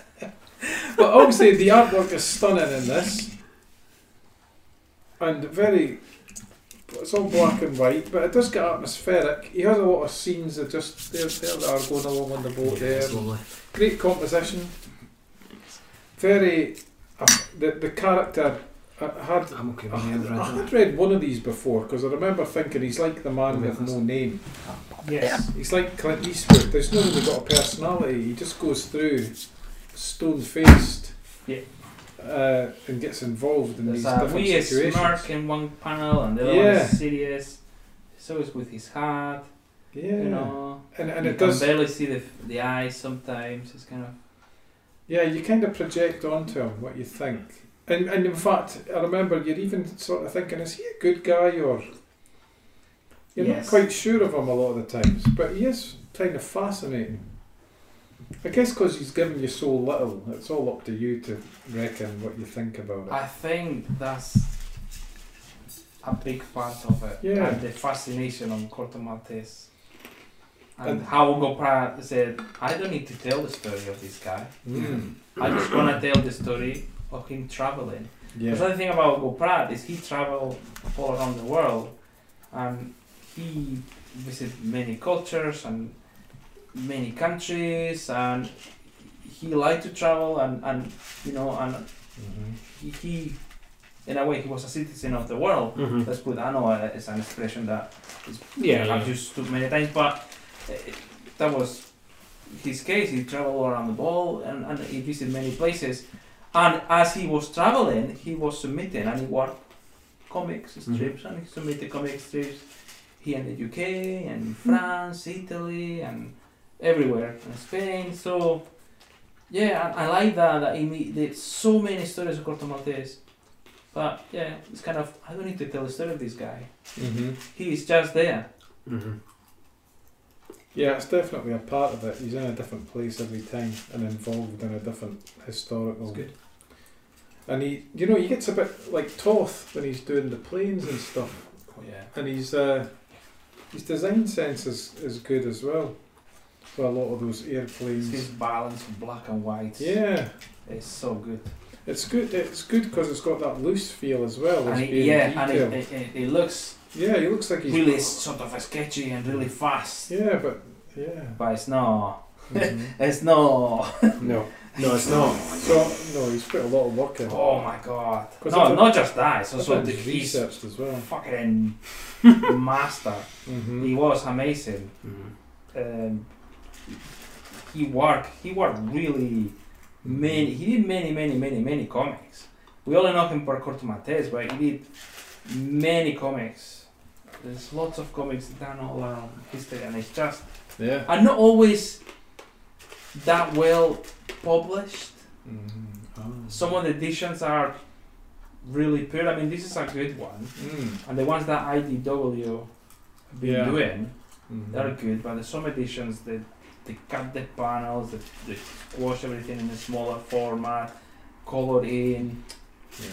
S2: obviously the artwork is stunning in this, and very. It's all black and white, but it does get atmospheric. He has a lot of scenes that just there, there that are going along on the boat there
S6: It's lovely.
S2: great composition. Very, uh, the the character uh, I had.
S6: I'm okay
S2: I
S6: with the
S2: had,
S6: other
S2: I
S6: end.
S2: had read one of these before because I remember thinking he's like the man with no name,
S5: Yes.
S2: He's like Clint Eastwood. There's no really got a personality. He just goes through stone faced.
S5: Yeah.
S2: Uh, and gets involved in
S5: There's
S2: these
S5: a
S2: different
S5: wee
S2: situations.
S5: smirk in one panel and the other one
S2: Yeah.
S5: is serious. It's always with his hat,
S2: Yeah.
S5: you know.
S2: and and
S5: you
S2: it
S5: can
S2: does.
S5: barely see the, the eyes sometimes. It's kind of.
S2: Yeah, you kind of project onto him what you think. And, and in fact, I remember you're even sort of thinking, is he a good guy or. You're
S5: Yes.
S2: not quite sure of him a lot of the times, but he is kind of fascinating. I guess because he's given you so little, it's all up to you to reckon what you think about it.
S5: I think that's a big part of it.
S2: Yeah.
S5: And the fascination on Corto Maltese. And,
S2: And-
S5: how Hugo Pratt said, I don't need to tell the story of this guy.
S2: Mm.
S5: I just want to tell the story of him traveling.
S2: Yeah.
S5: Because the thing about Hugo Pratt is he traveled all around the world and he visited many cultures and many countries and he liked to travel and, and you know and
S2: Mm-hmm.
S5: he, he in a way he was a citizen of the world
S11: Mm-hmm.
S6: Mm.
S5: let's put i know uh, it's an expression that is
S11: Yeah,
S5: i've used too many times but uh, that was his case he traveled all around the world and, and he visited many places and as he was traveling he was submitting and he worked comics
S11: Mhm.
S5: strips and he submitted comic strips here in the uk and france italy and everywhere in spain so yeah, I, I like that that he made there's so many stories of Corto Maltese. But yeah, it's kind of I don't need to tell the story of this guy.
S2: Mm-hmm.
S5: He is just there.
S11: Mm-hmm.
S2: Yeah, it's definitely a part of it. He's in a different place every time and involved in a different historical.
S5: It's good.
S2: And he, you know, he gets a bit like Toth when he's doing the planes and stuff.
S5: Oh yeah.
S2: And he's, uh, his design sense is, is good as well for a lot of those
S5: It's his
S2: airplanes.
S5: balance of black and white.
S2: Yeah,
S5: It's so good.
S2: it's good. It's good because it's got that loose feel as well.
S5: And
S2: as
S5: he,
S2: being
S5: yeah,
S2: detailed.
S5: and it, it, it, it looks
S2: yeah, he looks like he's
S5: really sort of sketchy and really fast.
S2: yeah, but yeah.
S5: But it's no
S2: Mhm.
S5: it's no
S6: No, no, it's not.
S2: so no, he's put a lot of work in.
S5: Oh my god.
S2: 'Cause
S5: No,
S2: it's-
S5: not just that, it's
S2: That's
S5: also
S2: what
S5: the
S2: he's
S5: he's
S2: researched as well.
S5: fucking master.
S2: Mm-hmm.
S5: He was amazing.
S6: Mm-hmm.
S5: um, he worked he worked really many he did many many many many comics we only know him for Corto Maltese but he did many comics there's lots of comics done all around history and it's just
S2: Yeah.
S5: are not always that well published
S2: Mm-hmm.
S5: some of the editions are really poor I mean this is a good one
S2: Mm.
S5: and the ones that IDW have been
S2: Yeah.
S5: doing
S2: Mm-hmm.
S5: they're good, but there's some editions that they cut the panels, they, they squash everything in a smaller format, color in.
S2: Yeah.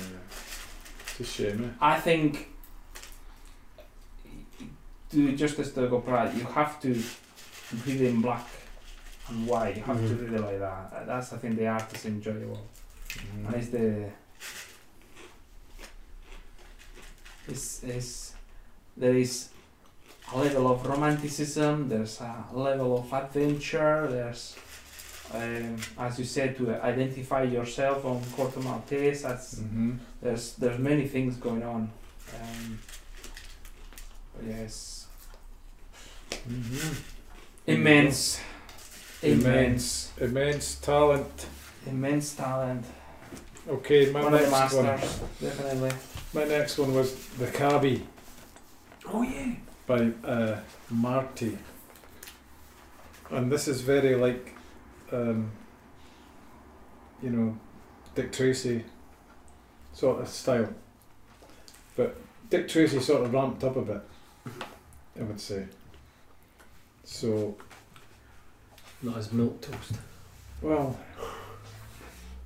S2: It's a shame. Eh?
S5: I think to justice to go Pride, you have to read in black and white. You have to read it like that. Uh, That's I think the art is enjoyable.
S2: eh? Mm-hmm.
S5: And it's the it's, it's there is a level of romanticism, there's a level of adventure, there's um, as you said to identify yourself on Corto Maltese. That's
S2: Mm-hmm.
S5: there's there's many things going on. Um, yes,
S2: Mm-hmm.
S5: immense, immense,
S2: Immense, immense talent.
S5: immense talent.
S2: Okay, my
S5: One of the
S2: next one.
S5: masters, definitely.
S2: My next one was the Cabby
S5: Oh yeah.
S2: by uh, Marty, and this is very like, um, you know, Dick Tracy sort of style, but Dick Tracy sort of ramped up a bit, I would say. So
S6: Not as milk toast.
S2: Well,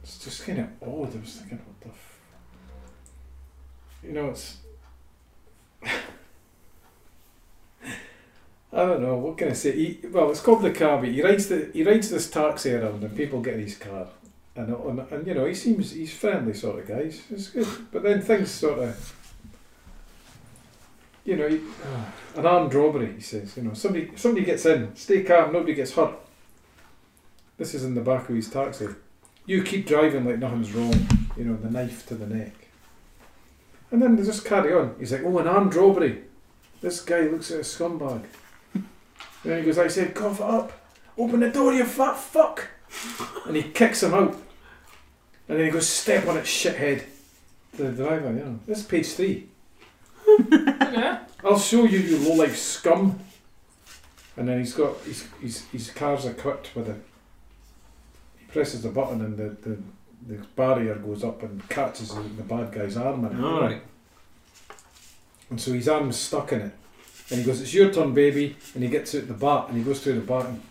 S2: it's just kind of odd. I was thinking, what the, f-? you know, it's. I don't know. What can I say? He, well, it's called the car, but he rides the he rides this taxi around, and people get his car, and and, and you know he seems he's friendly sort of guy. He's, he's good, but then things sort of. You know, he, an armed robbery. He says, you know, somebody somebody gets in, stay calm, nobody gets hurt. This is in the back of his taxi. You keep driving like nothing's wrong, you know, the knife to the neck. And then they just carry on. He's like, oh, an armed robbery. This guy looks like a scumbag. Then he goes, like I said, cough up. Open the door, you fat fuck. and he kicks him out. And then he goes, step on it, shithead. To the driver, yeah. This is page three. I'll show you, you low-life scum. And then he's got, his, his, his car's equipped with a, he presses the button and the, the, the barrier goes up and catches the, the bad guy's arm. in it.
S1: Alright.
S2: And so his arm's stuck in it. And he goes, It's your turn, baby. And he gets out the bat and he goes through the bat and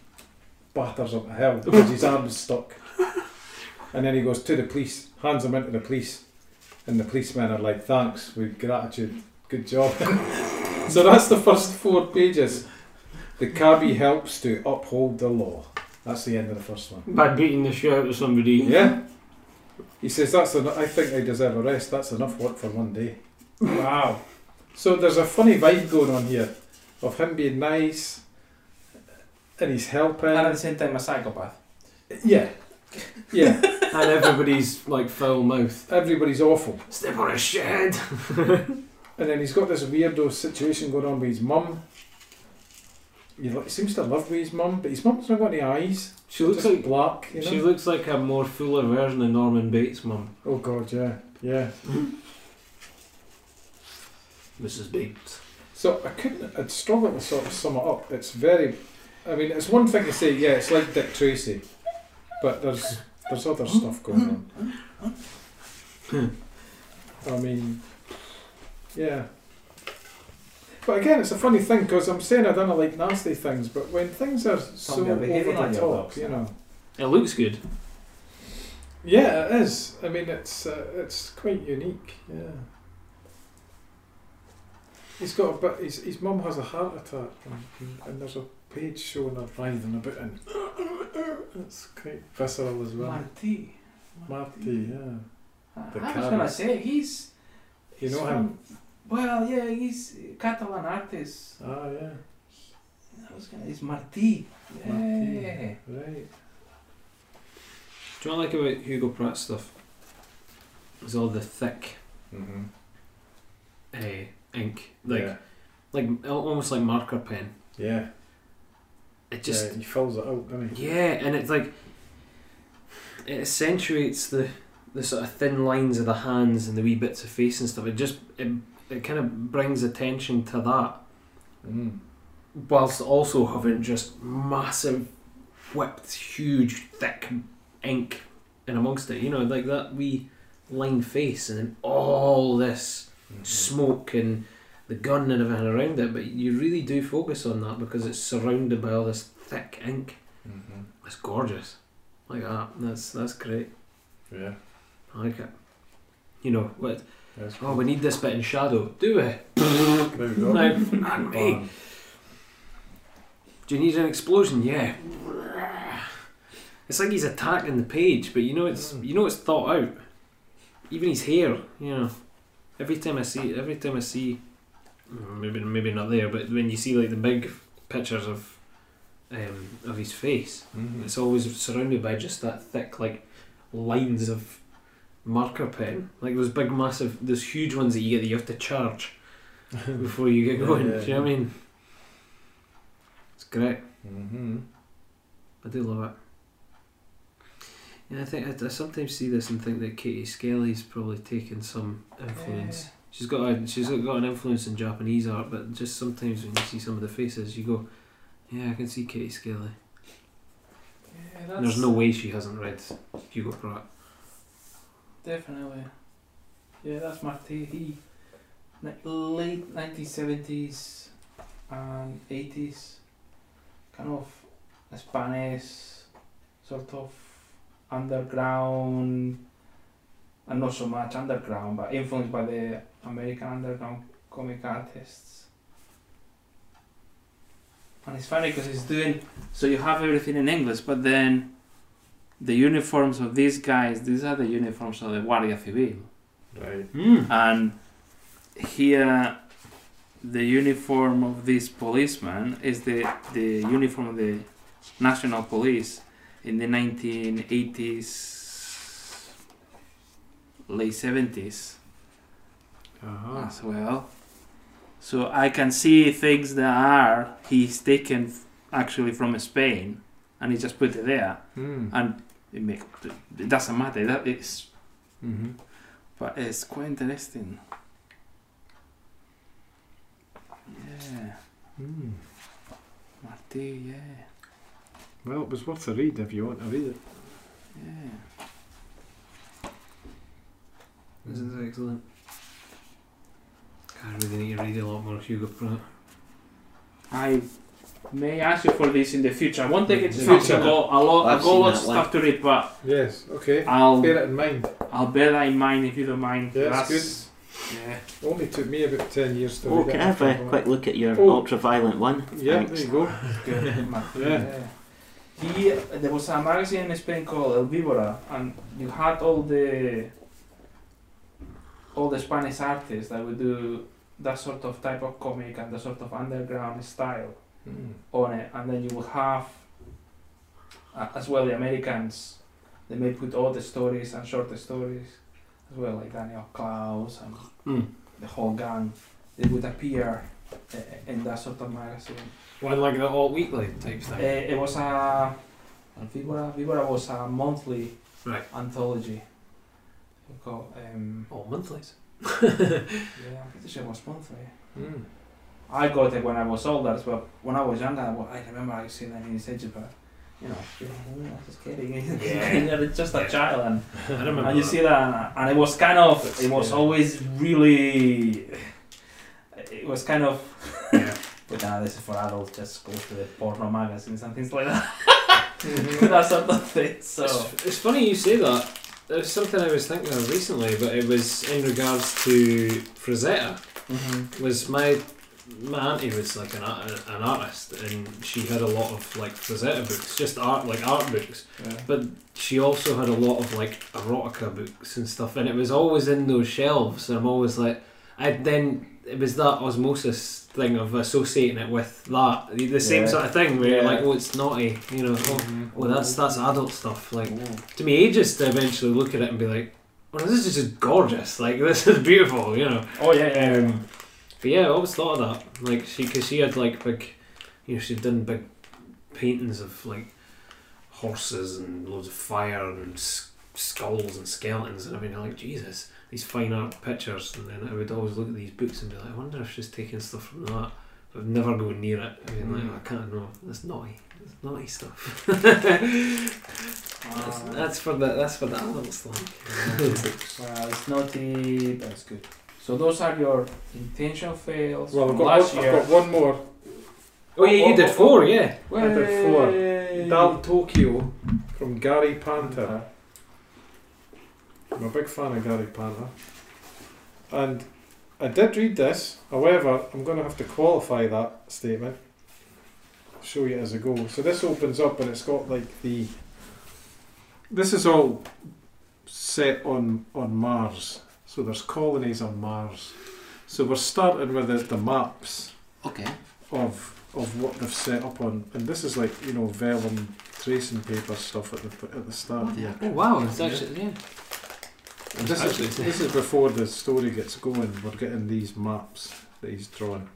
S2: batters up the hell because his arm's stuck. And then he goes to the police, hands him into the police. And the policemen are like, Thanks, with gratitude, good job. so that's the first four pages. The cabbie helps to uphold the law. That's the end of the first one.
S6: By beating the shit out of somebody.
S2: Yeah? He says, That's enough. I think they deserve a rest. That's enough work for one day.
S3: Wow.
S2: So there's a funny vibe going on here of him being nice and he's helping.
S3: And at the same time, a psychopath.
S2: yeah. Yeah.
S6: And everybody's like foul mouth.
S2: Everybody's awful.
S6: Step on a shithead.
S2: And then he's got this weirdo situation going on with his mum. He li- seems to love with his mum, but his mum's not got any eyes.
S6: She looks
S2: Just
S6: like
S2: black, you know?
S6: she looks like a more fuller version of Norman Bates' mum,
S2: oh god, yeah. Yeah.
S6: Mrs. Bates.
S2: So I couldn't, I'd struggle to sort of sum it up. It's very, I mean, it's one thing to say, yeah, it's like Dick Tracy, but there's there's other stuff going on. I mean, yeah. But again, it's a funny thing because I'm saying I don't like nasty things, but when things are so
S3: they're
S2: over
S3: behaving like
S2: the
S3: your
S2: top,
S3: dogs now.
S2: you know.
S6: It looks good.
S2: Yeah, it is. I mean, it's uh, it's quite unique. Yeah. He's got a bit. His, his mum has a heart attack, and, and there's a page showing her writhing a bit, and it's quite visceral as well.
S3: Marty.
S2: Marty, yeah. The
S3: I was
S2: cat
S3: gonna
S2: is-
S3: say he's.
S2: You know
S3: he's
S2: him?
S3: from- Well, yeah, he's eh, Catalan artist.
S2: Ah, yeah.
S3: I was gonna. He's Martí. Yeah.
S2: Martí. Right.
S6: Do you know what I like about Hugo Pratt stuff? Is all the thick
S2: Mm-hmm.
S6: uh, ink, like
S2: yeah.
S6: like al- almost like marker pen.
S2: Yeah.
S6: It just
S2: yeah, he fills it out, doesn't he?
S6: yeah, and it's like it accentuates the the sort of thin lines of the hands and the wee bits of face and stuff. It just it, it kind of brings attention to that,
S2: Mm.
S6: whilst also having just massive, whipped, huge, thick ink in amongst it. You know, like that wee lined face and then all this
S2: Mm-hmm.
S6: smoke and the gun and everything around it, but you really do focus on that because it's surrounded by all this thick ink.
S2: Mm-hmm.
S6: It's gorgeous, like that. That's that's great.
S2: Yeah.
S6: I like it. You know what?
S2: That's
S6: Oh, we need this bit in shadow. Do we?
S2: There we go.
S6: No, fuck me.
S2: Bang.
S6: Do you need an explosion? Yeah. It's like he's attacking the page, but you know it's
S2: Mm.
S6: you know it's thought out. Even his hair, you know. Every time I see, every time I see, mm, maybe maybe not there, but when you see like the big pictures of, um, of his face,
S2: Mhm.
S6: it's always surrounded by just that thick like lines of marker
S2: Mm.
S6: pen, like those big massive, those huge ones that you get that you have to charge before you get
S2: Yeah,
S6: going.
S2: yeah,
S6: Do you know what I mean? It's great.
S2: Mhm.
S6: I do love it. Yeah, I think I, I sometimes see this and think that Katie Skelly's probably taken some influence. She's got a, she's got an influence in Japanese art, but just sometimes when you see some of the faces, you go, "Yeah, I can see Katie Skelly."
S3: Yeah,
S6: And
S3: that's
S6: There's no way she hasn't read Hugo Pratt.
S3: definitely. Yeah, that's Martí. He ni- late 1970s and 80s, kind of Spanish, sort of underground, and not so much underground, but influenced by the American underground comic artists.
S5: And it's funny because it's doing so you have everything in English, but then the uniforms of these guys, these are the uniforms of the Guardia Civil,
S2: Right.
S6: Mm.
S5: and here the uniform of this policeman is the the uniform of the National Police in the 1980s, late 70s
S2: Ah.
S6: Uh-huh.
S5: as well. So I can see things that are he's taken f-
S12: actually from Spain, and he just put it there,
S2: Mm.
S12: and it make it doesn't matter. That is,
S2: Mm-hmm.
S12: but it's quite interesting. Yeah,
S2: Mm.
S12: Marty. Yeah,
S2: Well, it was worth a read if you want to read it.
S12: yeah.
S6: This is excellent. I really need to read a lot more Hugo Pratt.
S12: I may ask you for this in the future. I won't take it
S2: Future.
S12: future. I got a lot.
S4: Mm-hmm. I've
S12: I got
S4: seen
S12: lots of
S4: that one.
S12: stuff to read, but
S2: Yes, okay.
S12: I'll
S2: Bear it in mind.
S12: I'll bear that in mind if you don't mind.
S2: Yeah, that's
S12: good. Yeah.
S2: Only took me about 10 years to
S4: Oh,
S2: read
S4: can
S2: it.
S4: I have
S2: after
S4: a
S2: all.
S4: quick look at your
S2: Oh.
S4: ultraviolet one?
S2: Yeah,
S4: Thanks.
S2: there you go.
S12: Good.
S2: Yeah.
S5: He, there was a magazine in Spain called El Víbora, and you had all the all the Spanish artists that would do that sort of type of comic and the sort of underground style
S2: Mm.
S5: on it, and then you will have uh, as well the Americans. They may put all the stories and short stories as well, like Daniel Klaus and
S6: Mm.
S5: the whole gang. They would appear uh, in that sort of magazine.
S6: Well, like the All Weekly type
S5: Uh,
S6: stuff.
S5: it was a and Vibora, Vibora was a monthly
S6: Right.
S5: anthology. We got, um,
S6: All monthlies.
S5: yeah, I'm pretty sure it was monthly.
S2: Mm.
S5: I got it when I was older as well. When I was younger, I, wa- I remember I seen that in the edge, but you know, you know, I was just kidding. You're just a child, and,
S6: I remember.
S5: and you
S6: that.
S5: see that, and it was kind of,
S6: That's
S5: it was
S6: scary.
S5: always really, it was kind of.
S6: Yeah.
S5: But now this is for adults. Just go to the porno magazines and things like that.
S6: Mm-hmm.
S5: that sort of thing. So.
S6: It's, it's funny you say that. There's something I was thinking of recently, but it was in regards to Frazetta. Was my my auntie was like an art, an artist, and she had a lot of like Frazetta books, just art like art books.
S5: Yeah.
S6: But she also had a lot of like erotica books and stuff, and it was always in those shelves. And I'm always like, I then it was that osmosis thing of associating it with that the, the same
S5: Yeah.
S6: sort of thing where you're
S5: Yeah.
S6: like, oh, it's naughty, you know. Oh, Oh, that's that's adult stuff. Like
S5: Ooh.
S6: to me, ages to eventually look at it and be like, "Well, this is just gorgeous. Like this is beautiful," you know.
S5: Oh yeah, yeah. yeah.
S6: Um, but yeah, I always thought of that. Like she, because she had like big, you know, she'd done big paintings of like horses and loads of fire and s- skulls and skeletons and everything. I'm like Jesus, these fine art pictures. And then I would always look at these books and be like, "I wonder if she's taking stuff from that." But I'd never go near it. I mean, like, I can't know. That's naughty. That's naughty stuff. That's,
S5: Uh,
S6: that's for the that's for the adults like.
S5: well, Uh, it's naughty, but it's good. So those are your intentional fails
S2: Well, I've
S5: from
S2: got,
S5: last
S2: one, I've
S5: year.
S2: got one more.
S6: oh yeah, you did four, yeah.
S2: I did four.
S5: Way-
S2: Dal Tokyo from Gary Panter. I'm a big fan of Gary Panter. And I did read this, however, I'm going to have to qualify that statement. I'll show you as I go. So this opens up and it's got like the. This is all set on, on Mars. So there's colonies on Mars. So we're starting with the, the maps
S4: Okay.
S2: of of what they've set up on, and this is like you know vellum tracing paper stuff at the at the start here.
S6: Oh wow, it's actually yeah.
S2: And this
S6: Actually,
S2: is this is before the story gets going. We're getting these maps that he's drawn.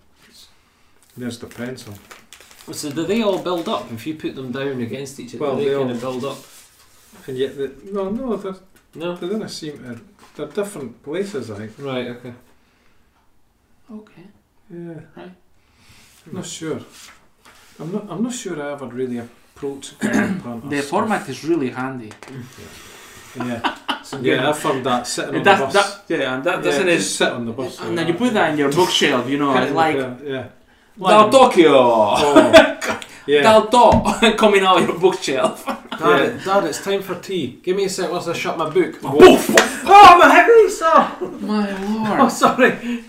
S2: There's the pencil.
S6: So do they all build up if you put them down against each other?
S2: Well,
S6: they,
S2: they
S6: kind of build up.
S2: And yet, the, well, no, they're,
S6: No,
S2: they don't seem to. uh, They're different places, I think.
S6: right, okay.
S2: Yeah.
S12: Right.
S2: I'm not sure. I'm not. I'm not sure I ever really approached Gary Panter
S12: The
S2: stuff.
S12: format is really handy.
S2: Yeah. So
S6: Yeah.
S2: yeah, I found that sitting on the
S12: That's-
S2: bus.
S12: that- yeah, and that doesn't
S2: yeah,
S12: is.
S2: just sit on the bus.
S12: And then you put that in your bookshelf, you know, it's like
S2: yeah, yeah.
S12: Dal Tokyo,
S2: Oh, yeah.
S12: Dal To, coming out of your bookshelf.
S6: Dad, Dad, it's time for tea. Give me a sec whilst I shut my book.
S2: oh my heavens!
S12: My
S6: Oh,
S12: lord.
S6: sorry.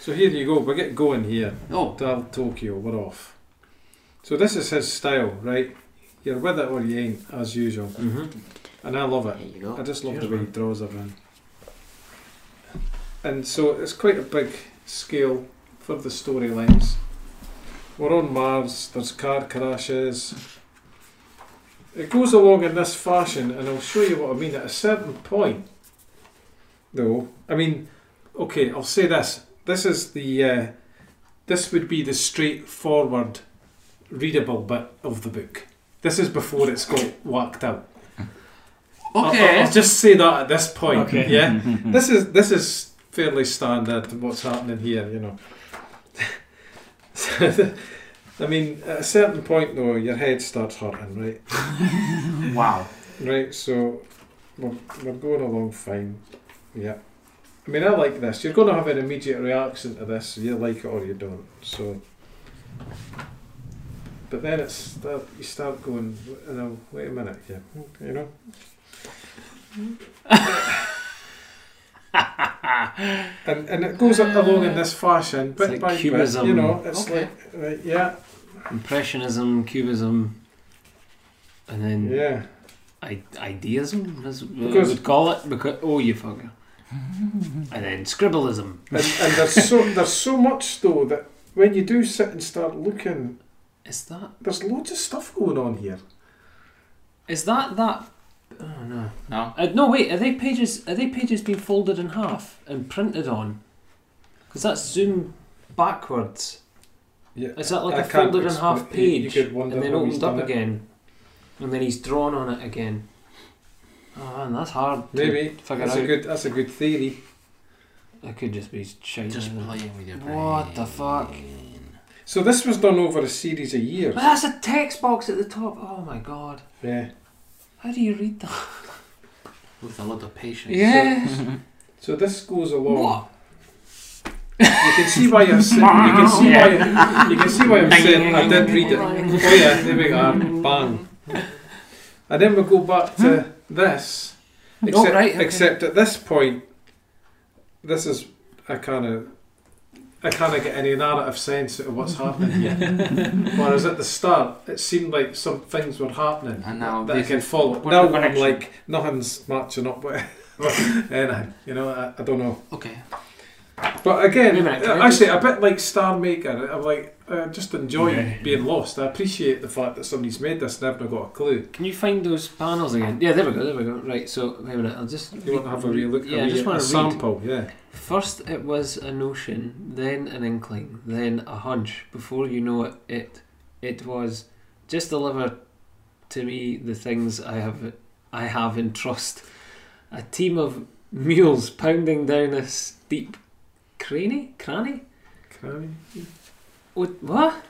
S2: So here you go. We get going here.
S12: Oh,
S2: Dal Tokyo. We're off. So this is his style, right? You're with it or you ain't, as usual.
S6: Mm-hmm.
S2: And I love it.
S4: There you
S2: I
S4: go.
S2: just love
S6: Cheers,
S2: the way he
S6: man.
S2: draws everything. And so it's quite a big scale for the storylines. We're on Mars, there's car crashes. It goes along in this fashion, and I'll show you what I mean. At a certain point, though, I mean, okay, I'll say this. This is the, uh, this would be the straightforward readable bit of the book. This is before it's got whacked out. I'll- I'll,
S7: Okay.
S2: I'll just say that at this point.
S1: Okay.
S2: Yeah. this is this is fairly standard what's happening here you know I mean at a certain point though your head starts hurting right
S7: wow.
S2: right so we're, we're going along fine yeah I mean I like this you're going to have an immediate reaction to this you like it or you don't so but then it's that you start going you know wait a minute yeah you know and, and it goes along in this fashion, bit
S6: like
S2: by
S6: cubism.
S2: bit. You know, it's
S7: Okay.
S2: like right, yeah,
S6: Impressionism, Cubism, and then
S2: yeah.
S6: I- ideasm is what
S2: Because-
S6: I would call it. Because oh, you fucker. and then scribbleism.
S2: And, and there's so there's so much though that when you do sit and start looking,
S6: Is that
S2: there's loads of stuff going on here.
S6: is that that? Oh no.
S7: No.
S6: Uh, no wait. Are they pages? Are they pages being folded in half and printed on? Because that's zoom backwards.
S2: Yeah,
S6: Is that like
S2: I
S6: a
S2: can't
S6: folded in half
S2: explain- you- you
S6: page
S2: could wonder
S6: and then
S2: how he's
S6: opened up
S2: done it.
S6: again, and then he's drawn on it again? Oh man, that's hard. to
S2: Maybe
S6: figure
S2: that's
S6: out.
S2: a good that's a good theory.
S6: I could just be shite.
S13: Just
S6: now.
S13: playing with your brain.
S6: What the fuck?
S2: So this was done over a series of years.
S6: But that's a text box at the top. Oh my god.
S2: Yeah.
S6: How do you read that?
S13: With a lot of patience.
S6: Yeah.
S2: So this goes along.
S6: What?
S2: You can see why I'm saying. You can see why. You can see why I'm saying. I did read it. Oh yeah, there we are. Bang. And then we go back to this. Except,
S6: Oh, right, okay.
S2: except at this point, this is I kind of. I can't get any narrative sense out of what's happening here. Whereas at the start, it seemed like some things were happening
S13: And now
S2: that I
S13: this
S2: can
S13: is
S2: follow.
S7: what's
S2: Now
S7: the
S2: I'm
S7: connection?
S2: like, nothing's matching up with anything. You know, I, I don't know.
S13: okay.
S2: But again,
S6: Wait a minute, can I
S2: actually, a bit like Star Maker, I'm like, I just enjoy
S1: Yeah.
S2: being lost. I appreciate the fact that somebody's made this and I've not got a clue.
S6: Can you find those panels again? Yeah, there we go. There we go. Right. So wait a minute. I'll just.
S2: You want to have a real look?
S6: Yeah,
S2: a
S6: I
S2: wee-
S6: just want
S2: a
S6: to read.
S2: sample. Yeah,
S6: First, it was a notion, then an inkling, then a hunch. Before you know it, it, it was just deliver to me the things I have, I have in trust. A team of mules pounding down a steep cranny, cranny.
S2: Cranny.
S6: What? what?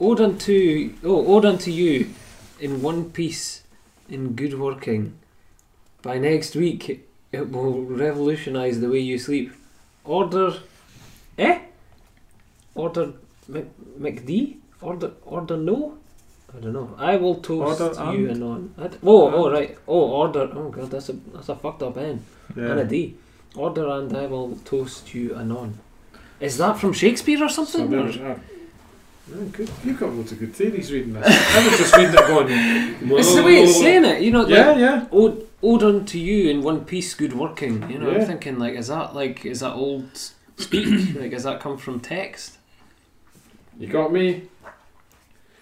S6: Ode unto oh, ode unto you, in one piece, in good working. By next week, it will revolutionise the way you sleep. Order, eh? Order Mc, McD? Order order no? I don't know. I will toast
S2: Order
S6: you
S2: and?
S6: anon. I d- Oh oh
S2: And?
S6: right. Oh order. Oh god, that's a that's a fucked up end and a
S2: yeah.
S6: D. Order and I will toast you anon. Is that from Shakespeare or
S2: So
S6: something?
S2: there
S6: or-
S2: we are. Yeah, good. You've got loads of good theories reading this. I was just reading it going. Whoa.
S6: It's the way it's saying it, you know.
S2: Yeah,
S6: Like,
S2: yeah.
S6: ode, ode unto you in one piece, good working. You know,
S2: Yeah.
S6: I'm thinking like, is that like, is that old speech? like, does that come from text?
S2: You got me.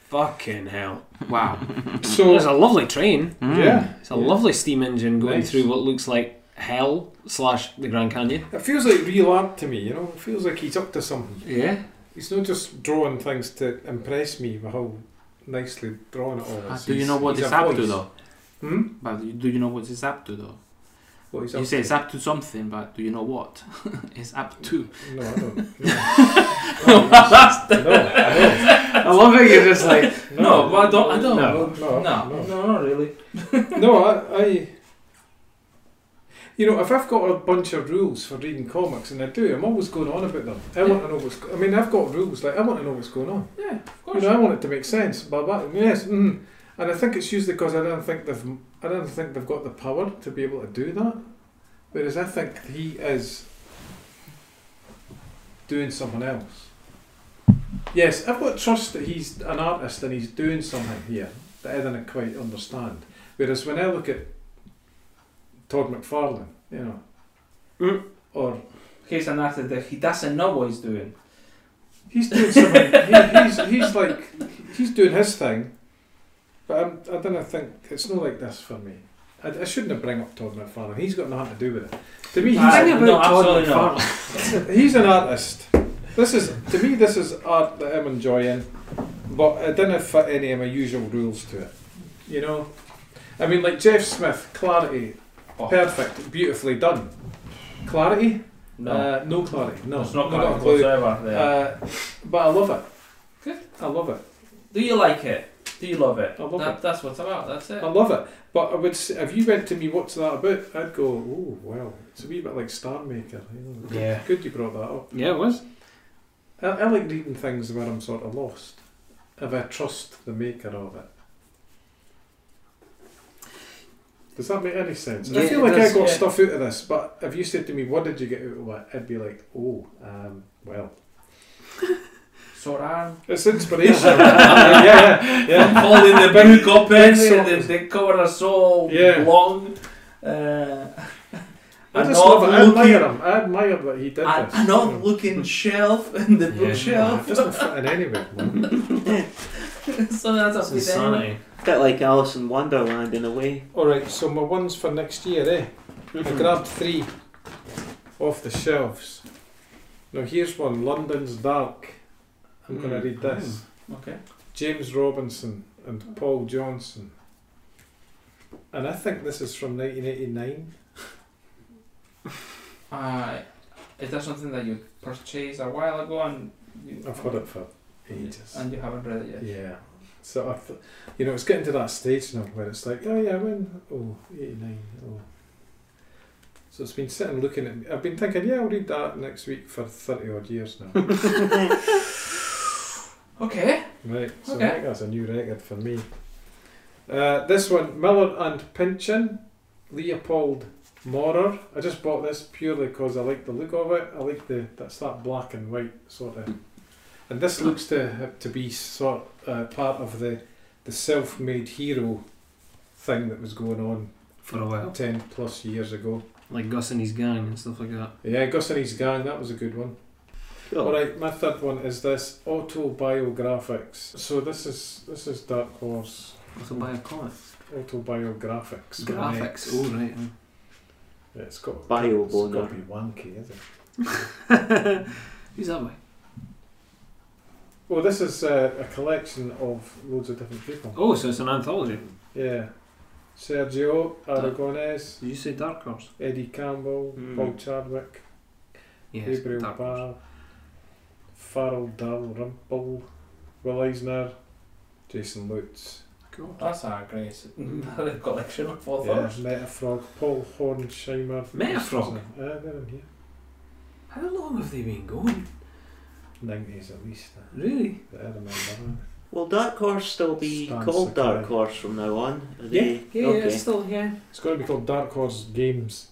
S6: Fucking hell!
S7: Wow.
S2: So
S6: There's a lovely train.
S2: yeah,
S6: It's a lovely steam engine going
S2: Nice.
S6: through what looks like hell slash the Grand Canyon.
S2: it feels like real art to me. You know, it feels like he's up to something.
S6: Yeah,
S2: He's not just drawing things to impress me with how nicely drawn it all is.
S7: But Ah, do you
S2: He's-
S7: know what
S2: he's
S7: it's
S2: a
S7: up to
S2: voice.
S7: though?
S2: Hmm?
S7: But you- do you know what it's up to though?
S2: What he's
S7: You
S2: up
S7: say
S2: to.
S7: it's up to something, but do you know what? it's up to.
S2: No, I don't. No, no,
S7: I love how you're just like.
S2: no,
S7: No, I don't- I don't.
S2: No, no,
S7: No, no, not really.
S2: no. No, I, I. You know, if I've got a bunch of rules for reading comics, and I do, I'm always going on about them. I want to know what's. Go- I mean, I've got rules. Like I want to know what's going on.
S7: Yeah, of
S2: You
S7: course.
S2: know, I want it to make sense. Blah blah. Yes. Mm. And I think it's usually because I don't think they've. I don't think they've got the power to be able to do that. Whereas I think he is doing something else. Yes, I've got trust that he's an artist and he's doing something here that I didn't quite understand. Whereas when I look at Todd McFarlane, you know,
S7: Hmm.
S2: or
S3: He's an artist that he doesn't know what he's doing.
S2: he's doing something, he, he's, he's like, he's doing his thing, but I'm, I don't think, it's not like this for me. I, I shouldn't have bring up Todd McFarlane, he's got nothing to do with it. To me, he's,
S3: Ah,
S6: Thing about
S3: no,
S6: Todd
S3: absolutely not.
S6: McFarlane-
S2: He's an artist. This is to me. This is art that I'm enjoying. but it didn't fit any of my usual rules to it. You know, I mean, like Jeff Smith, clarity,
S3: Oh.
S2: perfect, beautifully done. Clarity?
S3: No.
S2: uh, no clarity. No,
S3: it's not
S2: Not
S3: going
S2: a clue.
S3: whatsoever there.
S2: Uh, but I love it.
S3: Good.
S2: I love it.
S3: Do you like it? Do you love it?
S2: I love
S3: That, that's what it's about. That's it.
S2: I love it. But I would, s- if you went to me, what's that about? I'd go, oh well, it's a wee bit like Star Maker. You know?
S1: Yeah.
S2: Good, you brought that up.
S6: Yeah, it was.
S2: I, I like reading things where I'm sort of lost. If I trust the maker of it. Does that make any sense?
S6: Yeah,
S2: I feel
S6: it
S2: like
S6: does,
S2: I got
S3: yeah.
S2: stuff out of this, but if you said to me, what did you get out of it? I'd be like, oh, um, well.
S3: Sword arm.
S2: It's inspirational. yeah, yeah, yeah.
S3: All in the big copies,
S2: pencil.
S3: they, they cover us so
S2: Yeah.
S3: long. Uh,
S2: I
S3: an
S2: just love it. I
S3: odd-looking-
S2: admire him. I admire that he did
S3: an
S2: this. Mm.
S3: an
S2: You know.
S3: odd looking shelf in the
S1: Yeah.
S2: It
S3: bookshelf.
S2: doesn't fit in anywhere. man.
S3: so that's a bit anyway.
S1: Insanity.
S4: Bit like Alice in Wonderland in a way.
S2: Alright, so my ones for next year, eh? I grabbed three off the shelves. Now here's one, London's Dark. I'm going to
S1: Mm.
S2: read this.
S3: Hmm. Okay.
S2: James Robinson and Paul Johnson. And I think this is from 1989.
S3: Uh, is that something that you purchased a while ago and you,
S2: I've had it for ages.
S3: and you haven't read it yet?
S2: Yeah. So I th- you know, it's getting to that stage now where it's like, oh yeah, when oh 89, oh. So it's been sitting looking at me. I've been thinking, yeah, I'll read that next week for 30 odd years now.
S3: Okay.
S2: right. So
S3: Okay.
S2: I think that's a new record for me. Uh, this one, Miller and Pinchin, Leopold Maurer. I just bought this purely because I like the look of it. I like the that's that black and white sort of. And this looks to to be sort uh, part of the the self-made hero thing that was going on
S6: For a while.
S2: ten plus years ago.
S6: Like Gus and his gang and stuff like that.
S2: Yeah, Gus and his gang. That was a good one.
S6: Oh.
S4: Cool.
S2: All right, my third one is this autobiographics. So this is this is Dark Horse
S6: Also buy a comic.
S2: autobiographics. with an
S6: Graphics.
S2: X.
S6: Oh, right.
S2: Yeah, it's got
S4: Bio
S2: it's got
S4: boner.
S2: to be wanky, is it?
S6: yeah. Oh, Who's that by?
S2: Well, this is uh, a collection of loads of different people.
S6: Oh, so it's an anthology.
S2: Yeah, Sergio Aragonés,
S6: Did you say Dark Horse?
S2: Eddie Campbell,
S4: Mm.
S2: Paul Chadwick,
S6: Hmm. Yes.
S2: Gabriel
S6: Dark Horse.
S2: Ball, Farrell Dalrymple, Will Eisner, Jason Lutz.
S6: Cool.
S3: That's a great s- collection of all
S2: Mm-hmm. Yeah,
S3: those.
S2: Metafrog, Paul Hornsheimer.
S6: Metafrog?
S2: Uh, they're in here.
S6: How long have they been going?
S2: 90s at least. uh,
S6: Really?
S2: that I remember. uh,
S4: Will Dark Horse still be
S2: Stan
S4: called Dark
S2: Sakai.
S4: Horse from now on? Are they-
S6: Yeah, yeah,
S4: okay.
S6: it's still yeah.
S2: It's got to be called Dark Horse Games.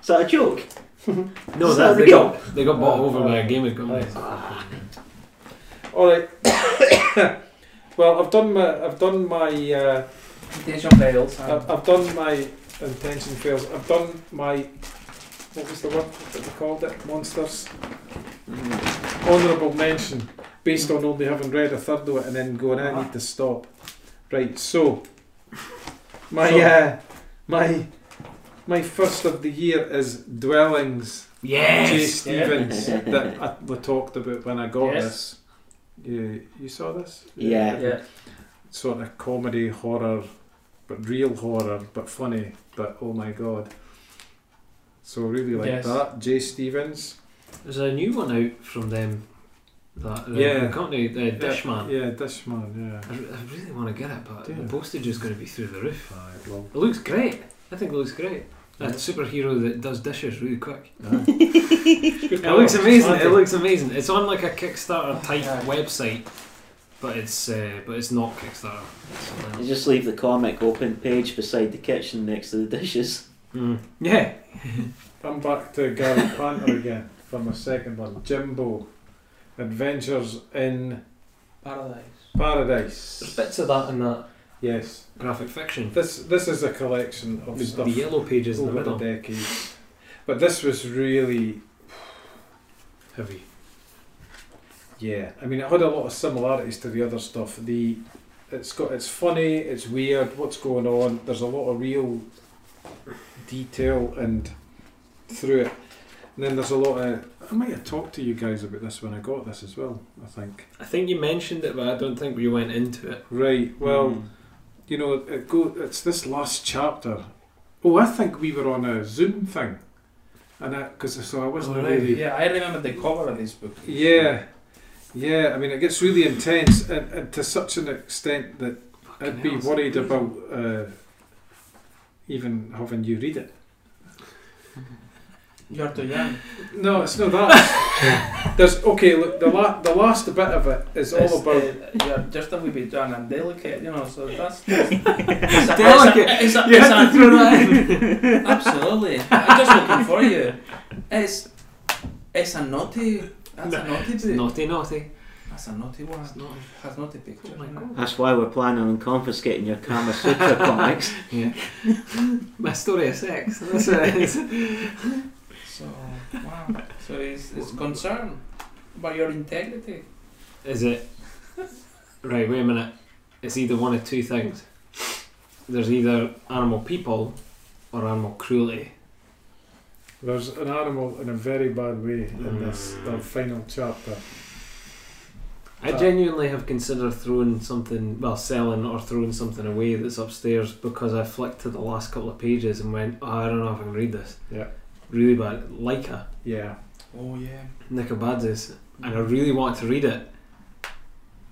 S4: Is that a joke?
S6: No,
S4: Is
S6: that,
S4: that
S6: they
S4: real?
S6: got they got bought
S2: Uh,
S6: over
S2: uh,
S6: by a game of guns.
S2: All right. well, I've done my I've done my uh,
S3: Intention fails. and-
S2: I've, I've done my intention fails. I've done my what was the word that we called it? Monsters. Honourable mention, based on only having read a third of it and then going, I need to stop. Right. So my
S3: So-
S2: uh, my my first of the year is dwellings. Jay
S6: Yes.
S2: Stevens
S4: Yeah.
S2: that I, we talked about when I got
S3: Yes.
S2: this. You you saw this?
S4: Yeah.
S3: yeah.
S2: Sort of comedy horror, but real horror, but funny. But oh my god! So really like
S3: Yes.
S2: that. Jay Stevens.
S6: There's a new one out from them. That the,
S2: Yeah.
S6: the company, the Dishman.
S2: Yeah, Dishman.
S6: I, re- I really want to get it, but
S2: Yeah.
S6: the postage is going to be through the roof.
S2: Yeah. Aye, well,
S6: It looks great. I think it looks great. A superhero that does dishes really quick.
S2: aye.
S6: It looks amazing. It
S2: Smarty.
S6: looks amazing. It's on like a Kickstarter type
S3: Yeah.
S6: website, but it's uh, but it's not Kickstarter. It's something
S4: You
S6: else.
S4: just leave the comic open page beside the kitchen next to the dishes.
S6: Mm. Yeah.
S2: I'm back to Gary Panter again for my second one. Jimbo, Adventures in
S3: Paradise.
S2: Paradise.
S6: Bits of that in that
S2: Yes.
S6: graphic fiction. Oh,
S2: This this is a collection of
S6: The,
S2: stuff.
S6: the yellow pages in the
S2: over the
S6: middle.
S2: decades. But this was really heavy. Yeah, I mean, it had a lot of similarities to the other stuff. The it's got it's funny, it's weird. What's going on? There's a lot of real detail and through it. And then there's a lot of. I might have talked to you guys about this when I got this as well, I think.
S6: I think you mentioned it, but I don't think we went into it.
S2: Right, well,
S4: Hmm.
S2: you know, it go, it's this last chapter. Oh, I think we were on a Zoom thing. And I, because so I wasn't
S6: Oh, right,
S2: really.
S5: Yeah, I remember the cover of this book.
S2: Yeah, yeah. I mean, it gets really intense, and, and to such an extent that I'd be worried about uh, even having you read it.
S5: You're too young.
S2: No, it's not that. There's okay. Look, the la- the last bit of it is all about.
S5: uh, you're just a wee bit young and delicate, you know, so that's.
S14: Delicate.
S5: It's a, it's a,
S14: You
S5: it's
S14: had
S5: a-
S14: to throw that
S5: Absolutely. I'm just looking for you. It's. It's a naughty. That's a naughty book.
S14: in. naughty, naughty.
S5: That's a naughty one. That's naughty picture.
S6: Uh,
S14: Oh my God.
S4: That's why we're planning on confiscating your Kama Sutra comics.
S14: My story of sex. That's it. It's-
S5: So, wow. So it's, it's concern about your integrity.
S6: Is it? Right, wait a minute. It's either one of two things. There's either animal people or animal cruelty.
S2: There's an animal in a very bad way
S4: Mm.
S2: in this the final chapter.
S6: I
S2: Uh,
S6: genuinely have considered throwing something, well, selling or throwing something away that's upstairs because I flicked to the last couple of pages and went, oh, I don't know if I can read this.
S2: Yeah.
S6: Really bad. Leica,
S2: Yeah,
S5: Oh, yeah.
S6: Nicobadzis, and I really wanted to read it.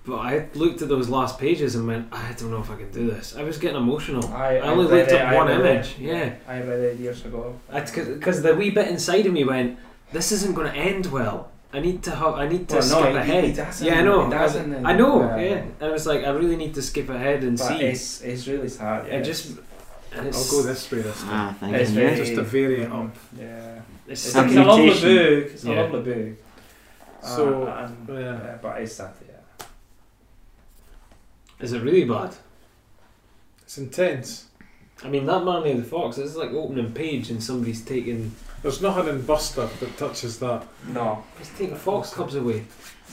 S6: But I looked at those last pages and went, I don't know if I can do this. I was getting emotional.
S5: I,
S6: I only
S5: read
S6: looked
S5: it,
S6: at
S5: I
S6: one
S5: read
S6: image.
S5: it.
S6: Yeah,
S5: I read it years ago.
S6: because the wee bit inside of me went, "This isn't going to end well. I need to have. I need to
S5: Well, no,
S6: skip
S5: it- it
S6: ahead."
S5: doesn't-
S6: yeah, I know.
S5: it doesn't,
S6: I know.
S5: uh,
S6: yeah, and I was like, I really need to skip ahead and
S5: But
S6: see.
S5: it's, it's really sad. Yeah.
S6: I just. And
S2: I'll
S6: it's,
S2: go this way this time.
S4: ah, thank
S5: It's
S4: you.
S5: very-
S2: Just to vary it up.
S5: Yeah.
S6: It's,
S5: It's,
S6: something-
S5: a lovely book.
S4: Amputation.
S5: It's
S6: Yeah.
S5: a lovely book. Uh,
S2: So,
S5: and,
S2: yeah.
S5: uh, but it's sad, yeah.
S6: is it really bad?
S2: It's intense.
S6: I mean, that man of the fox. It's like opening page and somebody's taking.
S2: There's nothing in Buster that touches that.
S5: No.
S6: He's taking fox cubs away.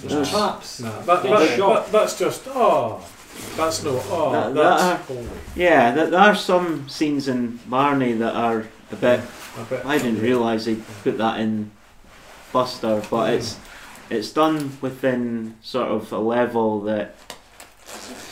S6: There's
S4: Nah.
S6: traps.
S2: Nah, that,
S6: Get
S2: that,
S6: shot.
S2: that- that's just oh, that's no oh,
S4: That-
S2: that's
S4: that- uh,
S2: holy.
S4: Yeah, th- there are some scenes in Barney that are a bit.
S2: I bet.
S4: I didn't realise they put that in Buster, but it's it's done within sort of a level that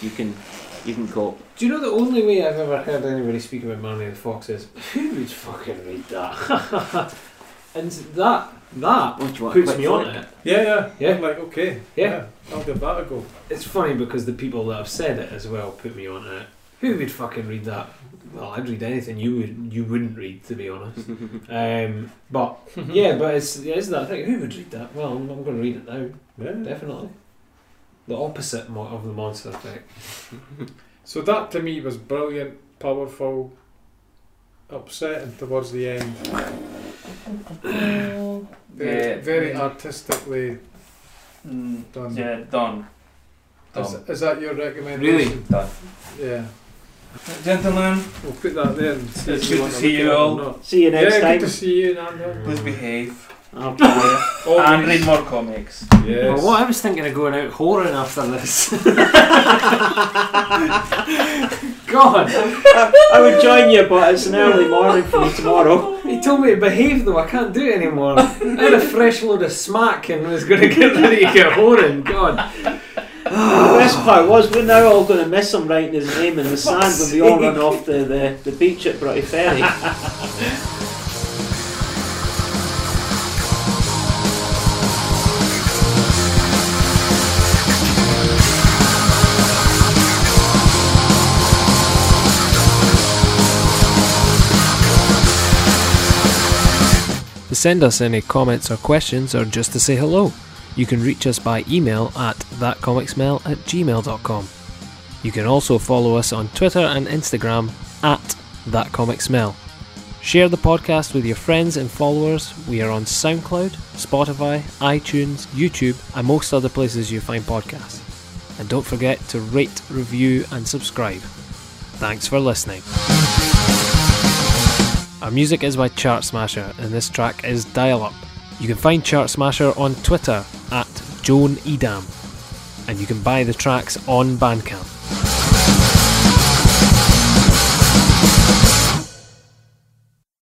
S4: you can you can cope.
S6: Do you know the only way I've ever heard anybody speak about Manny the Fox is who would fucking read that? and that that
S4: What do you want?
S6: puts
S4: quick
S6: me on
S4: flick?
S6: it.
S2: Yeah, yeah,
S6: Yeah.
S2: I'm like okay,
S6: Yeah.
S2: I'll give that a go.
S6: It's funny because the people that have said it as well put me on it. Who would fucking read that? Well, I'd read anything you would you wouldn't read to be honest. um, but yeah, but it's yeah, it's that thing. Who would read that? Well, I'm, I'm going to read it now.
S2: Yeah.
S6: Definitely. The opposite mo- of the monster effect.
S2: So that to me was brilliant, powerful, upsetting towards the end. Very,
S5: Yeah.
S2: very
S5: Yeah.
S2: artistically
S5: Mm,
S2: done.
S5: yeah, done.
S2: Is,
S5: Done.
S2: is that your recommendation?
S5: Done.
S2: Really? Yeah.
S5: Gentlemen,
S2: We'll put that there. And see
S5: It's
S2: if
S5: good
S2: want
S5: to
S2: to
S5: see
S2: look
S5: you
S2: at it or
S5: all.
S2: not.
S4: See you next
S2: yeah,
S4: time.
S2: good to see you, Nando.
S5: please behave.
S4: Oh,
S5: and read more comics.
S2: Yes.
S14: Well, what I was thinking of going out whoring after this. God,
S4: I would join you, but it's an early morning for me tomorrow.
S14: he told me to behave though. I can't do it anymore. I had a fresh load of smack and was going to get ready to get whoring. God,
S4: the best part was we're now all going to miss him writing his name in the sand when we all run off the, the, the beach at Broughty Ferry.
S6: To send us any comments or questions or just to say hello, you can reach us by email at thatcomicsmell at gmail.com. You can also follow us on Twitter and Instagram at thatcomicsmell. Share the podcast with your friends and followers. We are on SoundCloud, Spotify, iTunes, YouTube, and most other places you find podcasts. And don't forget to rate, review, and subscribe. Thanks for listening. Our music is by Chart Smasher, and this track is Dial Up. You can find Chart Smasher on Twitter at Joan Edam, and you can buy the tracks on Bandcamp.